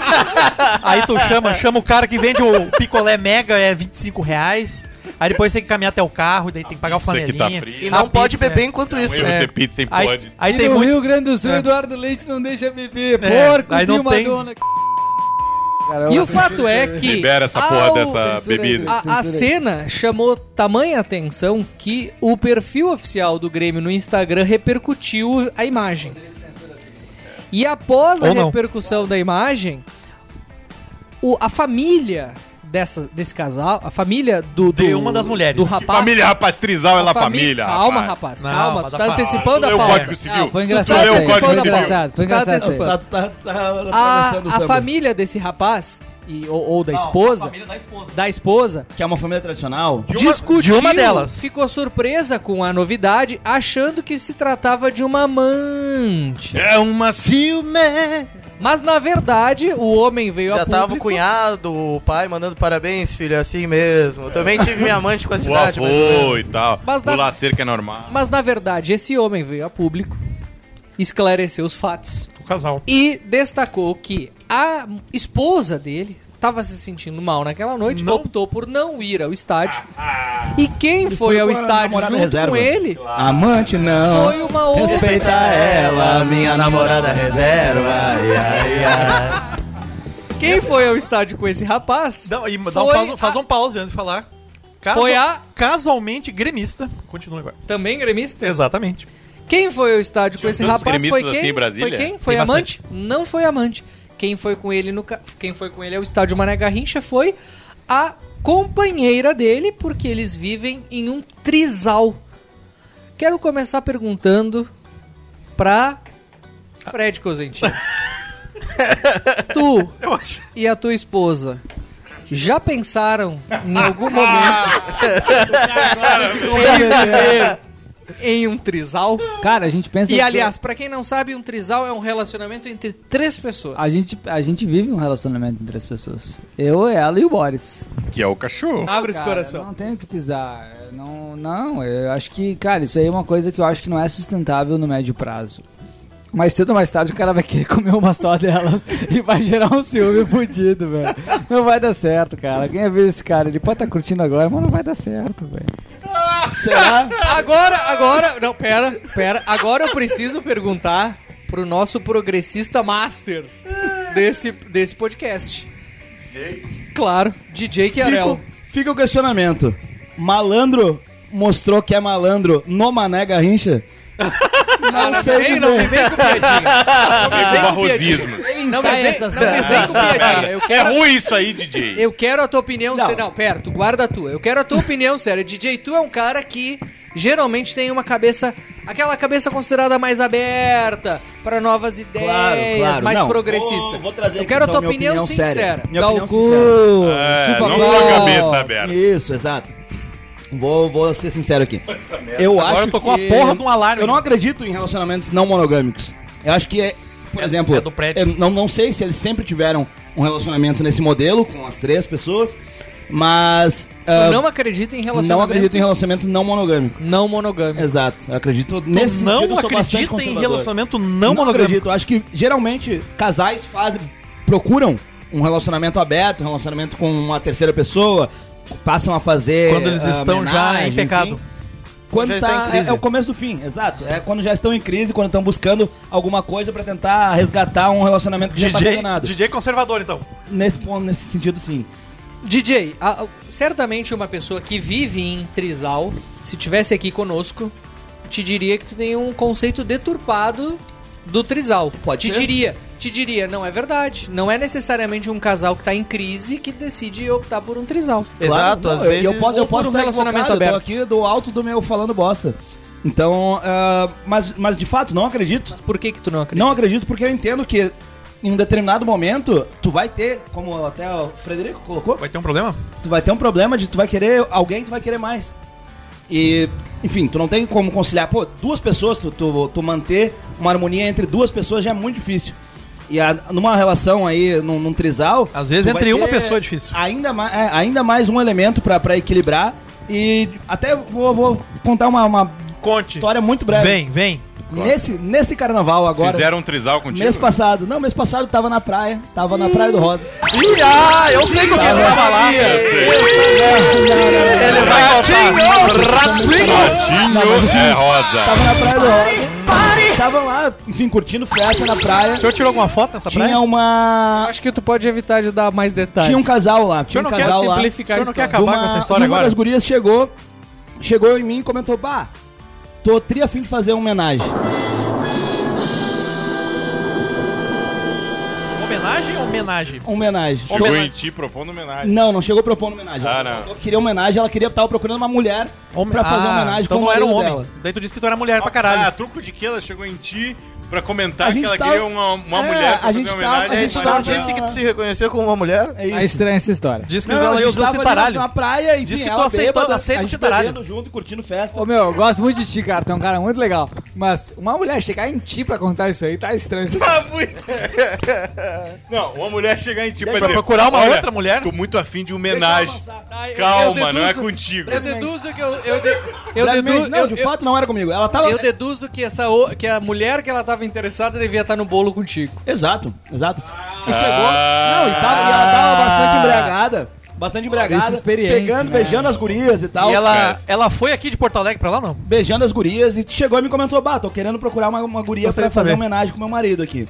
Speaker 5: Aí tu chama, chama o cara que vende o picolé mega, é 25 reais. Aí depois tem que caminhar até o carro, daí tem que pagar o
Speaker 6: pizza que tá
Speaker 5: flanelinha.
Speaker 6: fria.
Speaker 4: E
Speaker 5: A
Speaker 4: não pode
Speaker 5: pizza,
Speaker 4: beber
Speaker 5: é.
Speaker 4: enquanto
Speaker 6: É um
Speaker 4: isso.
Speaker 6: erro
Speaker 5: é.
Speaker 6: ter pizza em
Speaker 5: Aí,
Speaker 6: pods.
Speaker 5: aí
Speaker 8: E
Speaker 5: tem
Speaker 8: no
Speaker 5: muito.
Speaker 8: Rio Grande do Sul,
Speaker 5: É.
Speaker 8: Eduardo Leite não deixa beber.
Speaker 5: É,
Speaker 8: Porco,
Speaker 5: aí
Speaker 8: viu,
Speaker 5: não tem-
Speaker 8: Madonna. Cara,
Speaker 3: E
Speaker 8: eu
Speaker 3: o fato é que.
Speaker 6: Libera essa porra
Speaker 3: ao-
Speaker 6: dessa
Speaker 8: Censura aí,
Speaker 6: bebida.
Speaker 3: A, a cena chamou tamanha atenção que o perfil oficial do Grêmio no Instagram repercutiu a imagem. E após a
Speaker 5: Ou não.
Speaker 3: repercussão da imagem, o- a família dessa, desse casal, a família do, do
Speaker 5: De uma das mulheres.
Speaker 3: do rapaz,
Speaker 6: Família, rapaz, trisal é
Speaker 3: a
Speaker 6: lá
Speaker 3: fami-
Speaker 6: família.
Speaker 3: Calma, rapaz,
Speaker 5: Não,
Speaker 3: calma.
Speaker 5: mas
Speaker 3: Tu
Speaker 5: a
Speaker 3: tá
Speaker 5: fa-
Speaker 3: antecipando a
Speaker 6: Eu
Speaker 3: pauta.
Speaker 6: código civil.
Speaker 8: Ah, foi
Speaker 3: Tá
Speaker 8: engraçado.
Speaker 6: Eu
Speaker 8: isso aí,
Speaker 6: gosto
Speaker 8: Foi
Speaker 6: de
Speaker 8: engraçado,
Speaker 3: Tá
Speaker 8: foi engraçado. isso aí.
Speaker 3: antecipando.
Speaker 1: Tá, tá, tá, tá
Speaker 3: a,
Speaker 1: atravessando o
Speaker 3: a
Speaker 1: samba.
Speaker 3: família desse rapaz e, ou, ou da
Speaker 1: Não,
Speaker 3: esposa.
Speaker 1: família da esposa.
Speaker 3: Da esposa.
Speaker 1: Que é uma família tradicional.
Speaker 3: discutiu, ficou surpresa com a novidade, achando que se tratava de uma amante.
Speaker 6: É uma ciúme.
Speaker 3: Mas na verdade, o homem veio
Speaker 4: Já
Speaker 3: a
Speaker 4: tava o
Speaker 3: público-
Speaker 4: cunhado, o pai mandando parabéns, filho, é assim mesmo. Eu também tive minha amante com a
Speaker 6: O
Speaker 4: cidade, mas é assim.
Speaker 6: avô e tal.
Speaker 3: Mas na-
Speaker 6: Pular cerca é normal.
Speaker 3: Mas na verdade, esse homem veio a público esclarecer os fatos.
Speaker 5: O casal.
Speaker 3: E destacou que a esposa dele estava se sentindo mal naquela noite, optou por não ir ao estádio.
Speaker 1: Ah,
Speaker 3: E quem foi, ao
Speaker 1: com a
Speaker 3: estádio
Speaker 1: namorada
Speaker 3: junto
Speaker 1: reserva.
Speaker 3: com ele
Speaker 1: Amante não.
Speaker 3: foi uma outra.
Speaker 1: Respeita ela, minha namorada reserva.
Speaker 3: Quem foi ao estádio com esse rapaz?
Speaker 5: Não, e dá um-
Speaker 3: foi
Speaker 5: faz, um- faz um pause antes de falar. Casu-
Speaker 3: Foi a-
Speaker 5: Casualmente gremista. Continua agora.
Speaker 3: Também gremista?
Speaker 5: Exatamente.
Speaker 3: Quem foi ao estádio com esse
Speaker 5: tantos
Speaker 3: rapaz foi
Speaker 5: gremistas
Speaker 3: quem?
Speaker 5: assim em
Speaker 3: foi
Speaker 5: Brasília?
Speaker 3: quem? Foi
Speaker 5: Tem
Speaker 3: amante? Não foi amante. Quem foi com ele no ca- quem foi com ele ao estádio Mané Garrincha foi a companheira dele, porque eles vivem em um trisal. Quero começar perguntando pra Fred Cosentino. tu e a tua esposa já pensaram em algum momento em um trisal?
Speaker 8: Cara, a gente pensa.
Speaker 3: E
Speaker 8: que-
Speaker 3: aliás, pra quem não sabe, um trisal é um relacionamento entre três pessoas.
Speaker 8: A gente, a gente vive um relacionamento entre as pessoas. Eu, ela e o Boris.
Speaker 6: Que é o cachorro.
Speaker 3: Abre esse
Speaker 8: Cara,
Speaker 3: coração.
Speaker 8: Não tenho que pisar. Não, não, eu acho que, cara, isso aí é uma coisa que eu acho que não é sustentável no médio prazo. Mais cedo ou mais tarde o cara vai querer comer uma só delas e vai gerar um ciúme fudido, velho. Não vai dar certo, cara. Quem é ver esse cara? Ele pode estar curtindo agora, mas não vai dar certo, velho.
Speaker 3: Será? Agora, agora. Não, pera, pera. Agora eu preciso perguntar pro nosso progressista master desse, desse podcast. Claro, DJ Chiarel.
Speaker 1: Fica, fica o questionamento. Malandro mostrou que é malandro no Mané Garrincha? Não sei dizer.
Speaker 3: Ah, não me vem com piadinha.
Speaker 6: Vem
Speaker 3: Não me vem Ah, com
Speaker 6: com barrosismo.
Speaker 3: piadinha.
Speaker 6: Ele
Speaker 3: Não me
Speaker 6: ensaia
Speaker 3: vem,
Speaker 6: essas
Speaker 3: não me vem com piadinha. Eu quero,
Speaker 6: um É ruim isso aí, DJ.
Speaker 3: Eu quero a tua opinião séria. Não, pera, tu guarda a tua. Eu quero a tua opinião séria. DJ, tu é um cara que geralmente tem uma cabeça. Aquela cabeça considerada mais aberta, para novas ideias,
Speaker 5: é
Speaker 1: claro.
Speaker 3: mais
Speaker 1: Não,
Speaker 3: progressista.
Speaker 1: vou- vou trazer
Speaker 3: Eu
Speaker 1: aqui,
Speaker 3: quero a
Speaker 1: então,
Speaker 3: tua
Speaker 1: minha
Speaker 3: opinião,
Speaker 1: opinião
Speaker 3: sincera.
Speaker 1: séria. Minha
Speaker 3: Dá o
Speaker 1: opinião
Speaker 3: cu,
Speaker 1: sincera.
Speaker 6: É,
Speaker 3: chupa
Speaker 6: não
Speaker 3: pau.
Speaker 6: só a cabeça aberta.
Speaker 1: Isso, exato. Vou, vou ser sincero aqui. Eu
Speaker 5: Agora
Speaker 1: acho
Speaker 5: eu tô com
Speaker 1: que-
Speaker 5: a porra de um alarme.
Speaker 1: Eu não acredito em relacionamentos não monogâmicos. Eu acho que é, por exemplo,
Speaker 5: é do prédio.
Speaker 1: eu não, não sei se eles sempre tiveram um relacionamento nesse modelo com as três pessoas, mas ah,
Speaker 3: Tu não acredita em relacionamento.
Speaker 1: não acredito em relacionamento não monogâmico.
Speaker 3: Não monogâmico.
Speaker 1: Exato. Eu acredito nesse
Speaker 5: Hum. Então não
Speaker 1: sentido, eu sou
Speaker 5: acredita
Speaker 1: bastante
Speaker 5: em
Speaker 1: conservador.
Speaker 5: relacionamento não monogâmico?
Speaker 1: acredito. Acho que geralmente casais fazem procuram um relacionamento aberto, um relacionamento com uma terceira pessoa, passam a fazer
Speaker 5: Quando eles
Speaker 1: ah,
Speaker 5: estão já em
Speaker 1: homenagem,
Speaker 5: pecado.
Speaker 1: enfim. Quando
Speaker 5: Já
Speaker 1: tá-
Speaker 5: estão em crise.
Speaker 1: É, é o começo do fim, exato. É quando já estão em crise, quando estão buscando alguma coisa pra tentar resgatar um relacionamento que já tá
Speaker 5: DJ,
Speaker 1: abandonado.
Speaker 5: DJ conservador, então.
Speaker 1: Nesse ponto, nesse sentido, sim.
Speaker 3: DJ, a- a- certamente uma pessoa que vive em Trisal, se tivesse aqui conosco, te diria que tu tem um conceito deturpado do Trisal. Pode te
Speaker 14: ser.
Speaker 3: diria, te diria, não é verdade. Não é necessariamente um casal que tá em crise que decide optar por um Trisal.
Speaker 4: Exato,
Speaker 1: Claro,
Speaker 4: às
Speaker 1: não, eu-
Speaker 4: vezes-
Speaker 1: Eu posso,
Speaker 3: Ou
Speaker 1: eu
Speaker 3: por
Speaker 1: posso
Speaker 3: um
Speaker 1: estar
Speaker 3: relacionamento
Speaker 1: equivocado, eu tô
Speaker 3: aberto.
Speaker 1: aqui do alto do meu falando bosta. Então, ah, mas, mas de fato, não acredito. Mas
Speaker 3: por que que tu não acredita?
Speaker 1: Não acredito porque eu entendo que em um determinado momento, tu vai ter, como até o Frederico colocou...
Speaker 5: Vai ter um problema?
Speaker 1: Tu vai ter um problema de tu vai querer alguém, tu vai querer mais. E, enfim, tu não tem como conciliar. Pô, duas pessoas, tu, tu, tu manter uma harmonia entre duas pessoas já é muito difícil. E a- numa relação aí, num, num trisal.
Speaker 5: Às vezes
Speaker 1: tu vai
Speaker 5: entre uma
Speaker 1: ter
Speaker 5: pessoa é difícil.
Speaker 1: Ainda mais, é, ainda mais um elemento pra, pra equilibrar. E até vou, vou contar uma, uma
Speaker 5: Conte.
Speaker 1: história muito breve.
Speaker 5: Vem, vem.
Speaker 1: Nesse, nesse carnaval agora.
Speaker 6: Fizeram um trisal contigo?
Speaker 1: Mês passado. Não, mês passado eu tava na praia. Tava na Praia do Rosa.
Speaker 5: Ih, ah, eu sei com quem tu tava lá.
Speaker 6: É,
Speaker 1: Ele
Speaker 6: vai
Speaker 5: Ratinho!
Speaker 6: Ratinho
Speaker 1: Tava
Speaker 6: é rosa.
Speaker 1: na praia do Rosa. Estavam lá, enfim, curtindo festa na praia.
Speaker 5: O senhor tirou alguma foto nessa
Speaker 1: Tinha um
Speaker 5: praia?
Speaker 1: uma.
Speaker 3: Acho que tu pode evitar de dar mais detalhes.
Speaker 1: Tinha um casal lá.
Speaker 3: senhor
Speaker 1: Tinha um
Speaker 3: não quer
Speaker 1: casal lá.
Speaker 3: simplificar
Speaker 5: a
Speaker 1: O senhor não quer
Speaker 5: história.
Speaker 1: acabar com essa história agora? Uma das gurias chegou, chegou em mim e comentou: Bah, tô tri afim de fazer uma homenagem.
Speaker 5: Homenagem? Homenagem ou homenagem?
Speaker 1: Homenagem.
Speaker 6: Chegou
Speaker 1: Homenagem.
Speaker 6: em ti propondo homenagem.
Speaker 1: Não, não chegou propondo homenagem.
Speaker 6: Ah,
Speaker 1: ela
Speaker 6: não.
Speaker 1: falou que queria homenagem, ela queria tava procurando uma mulher pra fazer
Speaker 5: Ah,
Speaker 1: homenagem
Speaker 5: então
Speaker 1: com
Speaker 5: não
Speaker 1: o
Speaker 5: era um
Speaker 1: marido
Speaker 5: homem.
Speaker 1: dela.
Speaker 5: Daí tu disse que tu era mulher pra caralho.
Speaker 6: Ah, truco de que ela chegou em ti pra comentar
Speaker 1: A
Speaker 6: que
Speaker 1: gente
Speaker 6: ela
Speaker 1: tá-
Speaker 6: queria uma, uma
Speaker 1: É,
Speaker 6: mulher pra
Speaker 1: a gente
Speaker 6: fazer
Speaker 1: tá-
Speaker 6: homenagem. É,
Speaker 1: a gente
Speaker 6: ao
Speaker 1: tá-
Speaker 6: marido
Speaker 1: Não,
Speaker 6: dela.
Speaker 4: Disse que tu se reconheceu como uma mulher?
Speaker 1: É
Speaker 8: Tá estranha essa história.
Speaker 5: Diz
Speaker 1: Não, a gente tava ali na- na praia e
Speaker 5: Diz que tu aceitou, aceita esse taralho.
Speaker 1: junto, curtindo festa.
Speaker 8: Ô meu, eu gosto muito de ti, cara. Tu é um cara muito legal. Mas uma mulher chegar em ti pra contar isso aí tá estranho. Você
Speaker 6: Tá muito- Não, uma mulher chegar em ti pra
Speaker 8: Pra
Speaker 6: dizer,
Speaker 8: procurar uma
Speaker 6: "Olha,
Speaker 8: outra
Speaker 5: mulher?
Speaker 6: Tô muito afim de homenagem.
Speaker 3: eu-
Speaker 6: Calma,
Speaker 3: eu
Speaker 6: não é
Speaker 3: deduzo-
Speaker 6: contigo.
Speaker 3: Eu deduzo que eu. Eu, de, eu
Speaker 1: Brevemente,
Speaker 3: deduzo.
Speaker 1: não,
Speaker 3: eu-
Speaker 1: de
Speaker 3: eu-
Speaker 1: fato é- não era comigo. Ela tava.
Speaker 3: Eu deduzo que, essa, o- que a mulher que ela tava interessada devia estar no bolo contigo.
Speaker 1: Exato, exato. E chegou. Não, e, tava, e ela tava bastante embriagada. Bastante
Speaker 8: isso é
Speaker 1: embriagada.
Speaker 8: experiente,
Speaker 1: Pegando,
Speaker 8: né?
Speaker 1: beijando as gurias e tal.
Speaker 5: E ela, ela foi aqui de Porto Alegre pra lá, não?
Speaker 1: Beijando as gurias e chegou e me comentou: Bah, tô querendo procurar uma, uma guria
Speaker 5: Gostaria
Speaker 1: pra
Speaker 5: de
Speaker 1: fazer
Speaker 5: saber.
Speaker 1: homenagem com meu marido aqui.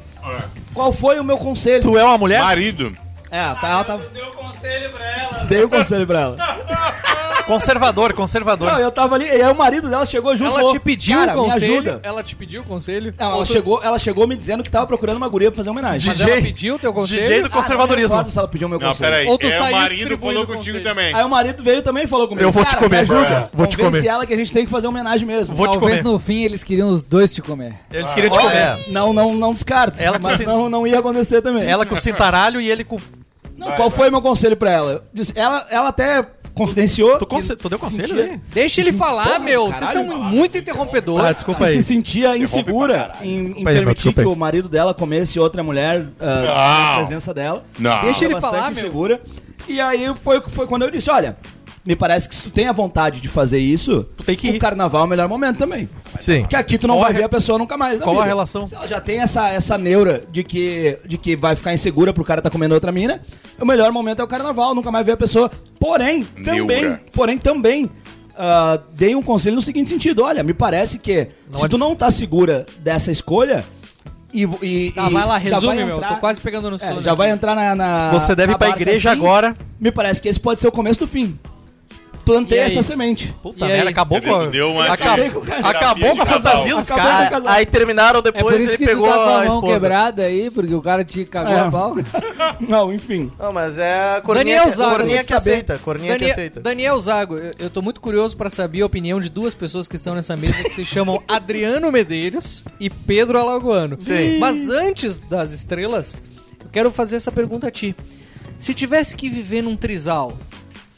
Speaker 1: Qual foi o meu conselho?
Speaker 5: Tu é uma mulher?
Speaker 6: Marido.
Speaker 1: É, ela tá, ela tava. Dei o conselho pra ela.
Speaker 5: Conservador, conservador.
Speaker 1: Não, eu tava ali, e aí o marido dela chegou junto e
Speaker 3: Ela
Speaker 1: falou,
Speaker 3: te pediu
Speaker 1: "Cara,
Speaker 3: o conselho.
Speaker 1: Me ajuda.
Speaker 3: Ela te pediu o conselho.
Speaker 1: Não, ela,
Speaker 3: Ou tu-
Speaker 1: chegou, ela chegou me dizendo que tava procurando uma guria pra fazer homenagem.
Speaker 3: Mas ela pediu o teu conselho.
Speaker 5: DJ do
Speaker 1: Ah, não
Speaker 5: conservadorismo.
Speaker 1: recordo se ela pediu meu
Speaker 6: Não,
Speaker 1: conselho.
Speaker 6: peraí.
Speaker 3: Ou tu
Speaker 6: é o
Speaker 3: saiu
Speaker 6: marido
Speaker 3: distribuindo
Speaker 6: falou
Speaker 3: conselho.
Speaker 6: contigo também.
Speaker 1: Aí o marido veio também e falou comigo.
Speaker 5: Eu vou te
Speaker 1: "Cara,
Speaker 5: comer,
Speaker 1: Me ajuda.
Speaker 5: é. Vou te
Speaker 1: Convence
Speaker 5: comer."
Speaker 1: ela que a gente tem que fazer homenagem mesmo.
Speaker 5: Vou te
Speaker 8: Talvez
Speaker 5: comer.
Speaker 8: no fim eles queriam os dois te comer.
Speaker 5: Eles queriam te comer.
Speaker 1: Não, não, não descarto.
Speaker 5: Ela
Speaker 1: mas
Speaker 5: com-
Speaker 1: não, não ia acontecer também.
Speaker 5: Ela com o cintaralho e ele com.
Speaker 1: Não, qual foi o meu conselho pra ela? Eu disse, ela, ela até confidenciou.
Speaker 5: Tu, conse- tu deu conselho, né?
Speaker 3: Deixa ele falar,
Speaker 1: Porra,
Speaker 3: meu. Vocês
Speaker 1: caralho,
Speaker 3: são
Speaker 1: mano.
Speaker 3: muito interrompedores.
Speaker 5: Ah, desculpa
Speaker 1: se sentia insegura
Speaker 6: caralho.
Speaker 1: em, em
Speaker 5: aí, meu,
Speaker 1: permitir
Speaker 5: desculpa
Speaker 1: que
Speaker 5: aí.
Speaker 1: o marido dela comesse outra mulher ah,
Speaker 6: Não.
Speaker 1: na presença dela.
Speaker 6: Não.
Speaker 3: Deixa ele
Speaker 1: Ela bastante
Speaker 3: falar, meu.
Speaker 1: insegura. E aí foi, foi quando eu disse, olha, me parece que se tu tem a vontade de fazer isso,
Speaker 5: tem que
Speaker 1: o
Speaker 5: ir.
Speaker 1: carnaval é o melhor momento também.
Speaker 5: Sim.
Speaker 1: Porque aqui tu não
Speaker 5: Qual
Speaker 1: vai
Speaker 5: a
Speaker 1: ver
Speaker 5: re-
Speaker 1: a pessoa nunca mais. na
Speaker 5: qual a
Speaker 1: vida.
Speaker 5: relação?
Speaker 1: Se ela já tem essa, essa neura de que, de que vai ficar insegura pro cara tá comendo outra mina, o melhor momento é o carnaval, nunca mais ver a pessoa. Porém, também,
Speaker 6: Neura.
Speaker 1: porém, também. ah, dei um conselho no seguinte sentido: olha, me parece que se
Speaker 3: é
Speaker 1: tu não tá segura dessa escolha e. e
Speaker 3: Tá,
Speaker 1: e
Speaker 3: vai lá,
Speaker 1: Ah, já
Speaker 3: resume,
Speaker 1: vai
Speaker 3: meu, tô quase pegando no
Speaker 1: é,
Speaker 3: sono
Speaker 1: já
Speaker 3: aqui.
Speaker 1: vai entrar na. na-
Speaker 5: Você deve
Speaker 1: na
Speaker 5: ir pra
Speaker 1: barca assim.
Speaker 5: igreja agora.
Speaker 1: Me parece que esse pode ser o começo do fim. Plantei
Speaker 3: E aí?
Speaker 1: essa semente.
Speaker 5: Puta
Speaker 3: E
Speaker 5: merda,
Speaker 3: aí?
Speaker 5: acabou com a.
Speaker 6: Deu uma
Speaker 5: Acabou,
Speaker 1: Acabei com o cara.
Speaker 5: acabou com a fantasia dos
Speaker 1: Acabou
Speaker 5: caras.
Speaker 1: com o casal.
Speaker 4: Ah, Aí terminaram
Speaker 8: É
Speaker 4: depois,
Speaker 8: por isso
Speaker 4: ele
Speaker 8: que tu
Speaker 4: pegou
Speaker 8: tá com a mão
Speaker 4: esposa.
Speaker 8: quebrada aí, porque o cara te cagou
Speaker 1: É.
Speaker 8: a pau.
Speaker 1: Não, enfim.
Speaker 4: Não, mas é a corninha,
Speaker 3: Daniel
Speaker 4: que,
Speaker 3: Zago,
Speaker 4: corninha
Speaker 3: tem
Speaker 4: que
Speaker 3: que saber.
Speaker 4: aceita. Corninha
Speaker 3: Daniel,
Speaker 4: que aceita.
Speaker 3: Daniel Zago, eu, eu tô muito curioso pra saber a opinião de duas pessoas que estão nessa mesa que se chamam Adriano Medeiros e Pedro Alagoano.
Speaker 4: Sim.
Speaker 3: Mas antes das estrelas, eu quero fazer essa pergunta a ti. Se tivesse que viver num trisal,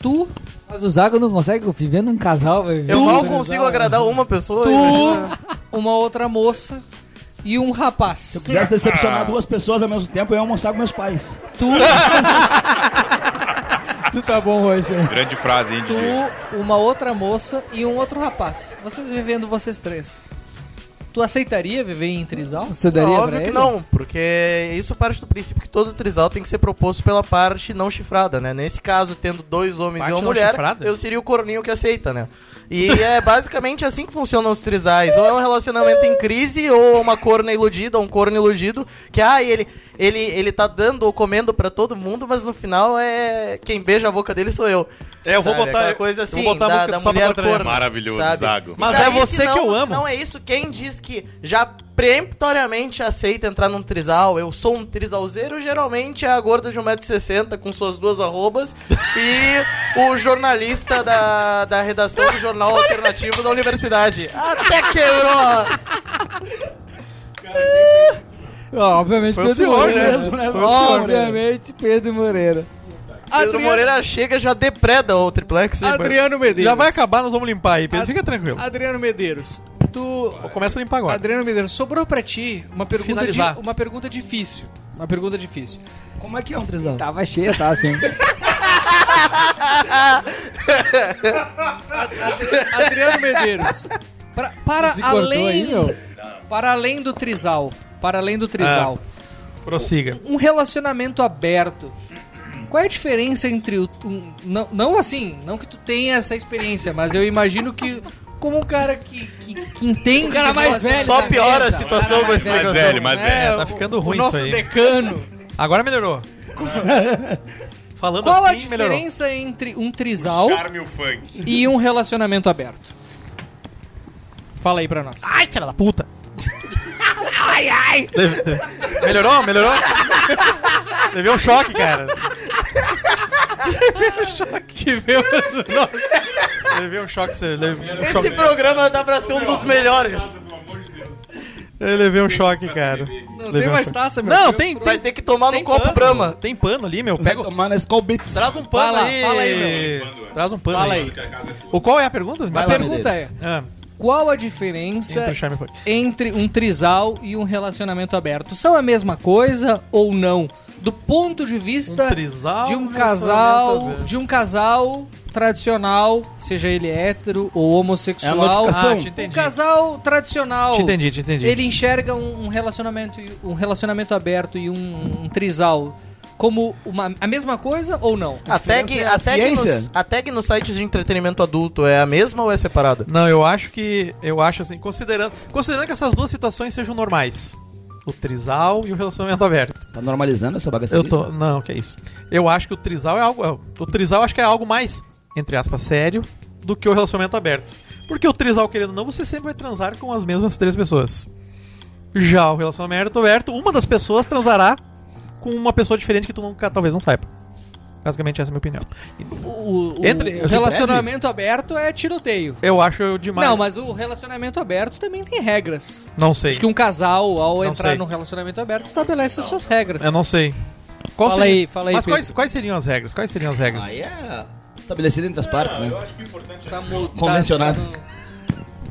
Speaker 3: tu,
Speaker 8: Mas o Zago não consegue viver num casal, velho.
Speaker 4: Eu mal consigo agradar uma pessoa. imagina.
Speaker 3: tu, uma outra moça e um rapaz,
Speaker 1: Se quisesse decepcionar duas pessoas ao mesmo tempo, eu ia almoçar com meus pais.
Speaker 3: tu,
Speaker 8: Tu tá bom hoje, hein?
Speaker 6: Grande frase, hein, DJ?
Speaker 3: tu, uma outra moça e um outro rapaz. Vocês vivendo vocês três. Tu aceitaria viver em trisal?
Speaker 8: Você daria pra
Speaker 4: Óbvio que
Speaker 8: ele?
Speaker 4: não, porque isso parte do princípio que todo trisal tem que ser proposto pela parte não chifrada, né? Nesse caso, tendo dois homens
Speaker 5: Parte
Speaker 4: e uma
Speaker 5: não
Speaker 4: mulher,
Speaker 5: chifrada?
Speaker 4: eu seria o corninho que aceita, né? E é basicamente assim que funcionam os trisais. Ou é um relacionamento em crise, ou é uma corna iludida, ou um corno iludido, que ah, ele, ele, ele tá dando ou comendo pra todo mundo, mas no final é quem beija a boca dele sou eu.
Speaker 5: É, eu vou
Speaker 4: Sabe?
Speaker 5: botar-
Speaker 4: Aquela coisa
Speaker 5: eu vou
Speaker 4: assim,
Speaker 5: botar a
Speaker 4: da,
Speaker 5: música
Speaker 4: da
Speaker 5: do Sábado
Speaker 4: mulher
Speaker 5: Atrás.
Speaker 4: corna.
Speaker 6: Maravilhoso,
Speaker 4: sabe?
Speaker 6: Zago.
Speaker 4: E
Speaker 5: Mas
Speaker 4: daí,
Speaker 5: é você
Speaker 4: se não-
Speaker 5: que eu
Speaker 4: se
Speaker 5: amo.
Speaker 4: não é isso, quem diz que já peremptoriamente aceita entrar num trisal, eu sou um trisalzeiro, geralmente é a gorda de 1,60m com suas duas arrobas e o jornalista da, da redação do Jornal Alternativo da Universidade. Até quebrou!
Speaker 8: Ó, Ah, obviamente
Speaker 5: Foi o
Speaker 8: Pedro
Speaker 5: senhor,
Speaker 8: Moreira.
Speaker 5: né?
Speaker 8: Foi o senhor, Obviamente Pedro Moreira.
Speaker 4: Pedro Moreira chega e já depreda o triplex.
Speaker 3: Adriano Medeiros.
Speaker 5: Já vai acabar, nós vamos limpar aí, Pedro. Fica tranquilo.
Speaker 3: Adriano Medeiros, tu.
Speaker 5: Começa a limpar agora.
Speaker 3: Adriano Medeiros, sobrou pra ti uma pergunta, de,
Speaker 5: Finalizar.
Speaker 3: uma pergunta difícil. Uma pergunta difícil.
Speaker 1: Como é que é um trisal?
Speaker 8: Tava cheia, tá, assim.
Speaker 3: Adriano Medeiros, pra- para,
Speaker 8: Se cortou
Speaker 3: além,
Speaker 8: aí, meu.
Speaker 3: para além do trisal, para além do trisal,
Speaker 5: Prossiga.
Speaker 3: um relacionamento aberto. Qual é a diferença entre o. um- não, não assim, não que tu tenha essa experiência, mas eu imagino que. Como um cara que, que, que tá entende.
Speaker 8: Um cara
Speaker 5: Tá
Speaker 3: de
Speaker 8: mais
Speaker 3: relação-
Speaker 8: velho
Speaker 4: Só
Speaker 8: na
Speaker 4: piora a
Speaker 8: mesa,
Speaker 4: situação com a
Speaker 6: Mais
Speaker 4: explicação.
Speaker 6: velho, mais velho.
Speaker 3: né,
Speaker 5: né? tá
Speaker 3: o-
Speaker 5: ficando
Speaker 3: o
Speaker 5: ruim isso
Speaker 3: nosso
Speaker 5: aí.
Speaker 3: decano.
Speaker 5: Agora melhorou. Falando
Speaker 3: Qual a
Speaker 5: assim, melhorou.
Speaker 3: diferença entre um trisal
Speaker 6: Charme o funk.
Speaker 3: e um relacionamento aberto? Fala aí pra nós.
Speaker 5: Ai, filha da puta. ai, ai. Melhorou? Melhorou? Teve um choque, cara. Tivemos. Levei um choque. você- Levei um choque.
Speaker 4: Esse programa dá pra ser um dos melhores.
Speaker 5: Eu levei um choque, cara. um Não
Speaker 4: tem mais taça, meu.
Speaker 5: Não,
Speaker 4: Meu,
Speaker 5: tem.
Speaker 4: vai ter que tomar no copo
Speaker 5: pano.
Speaker 4: Brahma.
Speaker 5: Tem pano ali, meu. Pega.
Speaker 1: Tomar na Skull Beats.
Speaker 5: Traz um pano
Speaker 3: Fala,
Speaker 5: aí.
Speaker 3: fala
Speaker 5: aí,
Speaker 3: aí,
Speaker 5: meu. Traz um pano
Speaker 3: Fala
Speaker 5: aí.
Speaker 3: aí.
Speaker 5: O qual é a pergunta?
Speaker 3: A pergunta é:
Speaker 5: Ah,
Speaker 3: qual a diferença
Speaker 5: Entre o charme e
Speaker 3: entre um trisal e um relacionamento aberto? São a mesma coisa ou não? Do ponto de vista
Speaker 5: trisal
Speaker 3: de um
Speaker 5: ou
Speaker 3: casal,
Speaker 5: relacionamento aberto?
Speaker 3: de um casal tradicional, seja ele hétero
Speaker 5: É
Speaker 3: ou homossexual,
Speaker 5: notificação. Ah, te
Speaker 3: um
Speaker 5: entendi.
Speaker 3: casal tradicional.
Speaker 5: Te entendi, te entendi.
Speaker 3: Ele enxerga um, um relacionamento e- um relacionamento aberto e um, um trisal como uma, a mesma coisa ou não?
Speaker 5: Ah,
Speaker 4: A tag, a, tag nos, a tag nos sites de entretenimento adulto é a mesma ou é separada?
Speaker 5: Não, eu acho que. Eu acho assim, considerando. Considerando que essas duas situações sejam normais. O trisal e o relacionamento aberto.
Speaker 1: Tá normalizando essa
Speaker 5: Eu
Speaker 1: bagaceira?
Speaker 5: tô. Não, que é isso. Eu acho que o trisal é algo. é, O trisal eu acho que é algo mais, entre aspas, sério do que o relacionamento aberto. Porque o trisal, querendo ou não, você sempre vai transar com as mesmas três pessoas. Já o relacionamento aberto, uma das pessoas transará com uma pessoa diferente que tu nunca, talvez não saiba. Basicamente essa é a minha opinião.
Speaker 3: O, o-
Speaker 5: Entre-
Speaker 3: o relacionamento aberto é tiroteio.
Speaker 5: Eu acho demais.
Speaker 3: Não, mas o relacionamento aberto também tem regras.
Speaker 5: Não sei.
Speaker 3: Acho que um casal, ao
Speaker 5: Não
Speaker 3: entrar
Speaker 5: sei.
Speaker 3: num relacionamento aberto, estabelece as suas regras.
Speaker 5: Eu não sei.
Speaker 3: Fala aí, fala aí,
Speaker 5: Mas quais,
Speaker 3: Pedro.
Speaker 5: quais seriam as regras? Quais seriam as regras?
Speaker 1: Aí é estabelecido entre as partes, né?
Speaker 6: é
Speaker 3: Pra multar-
Speaker 1: Convencionado.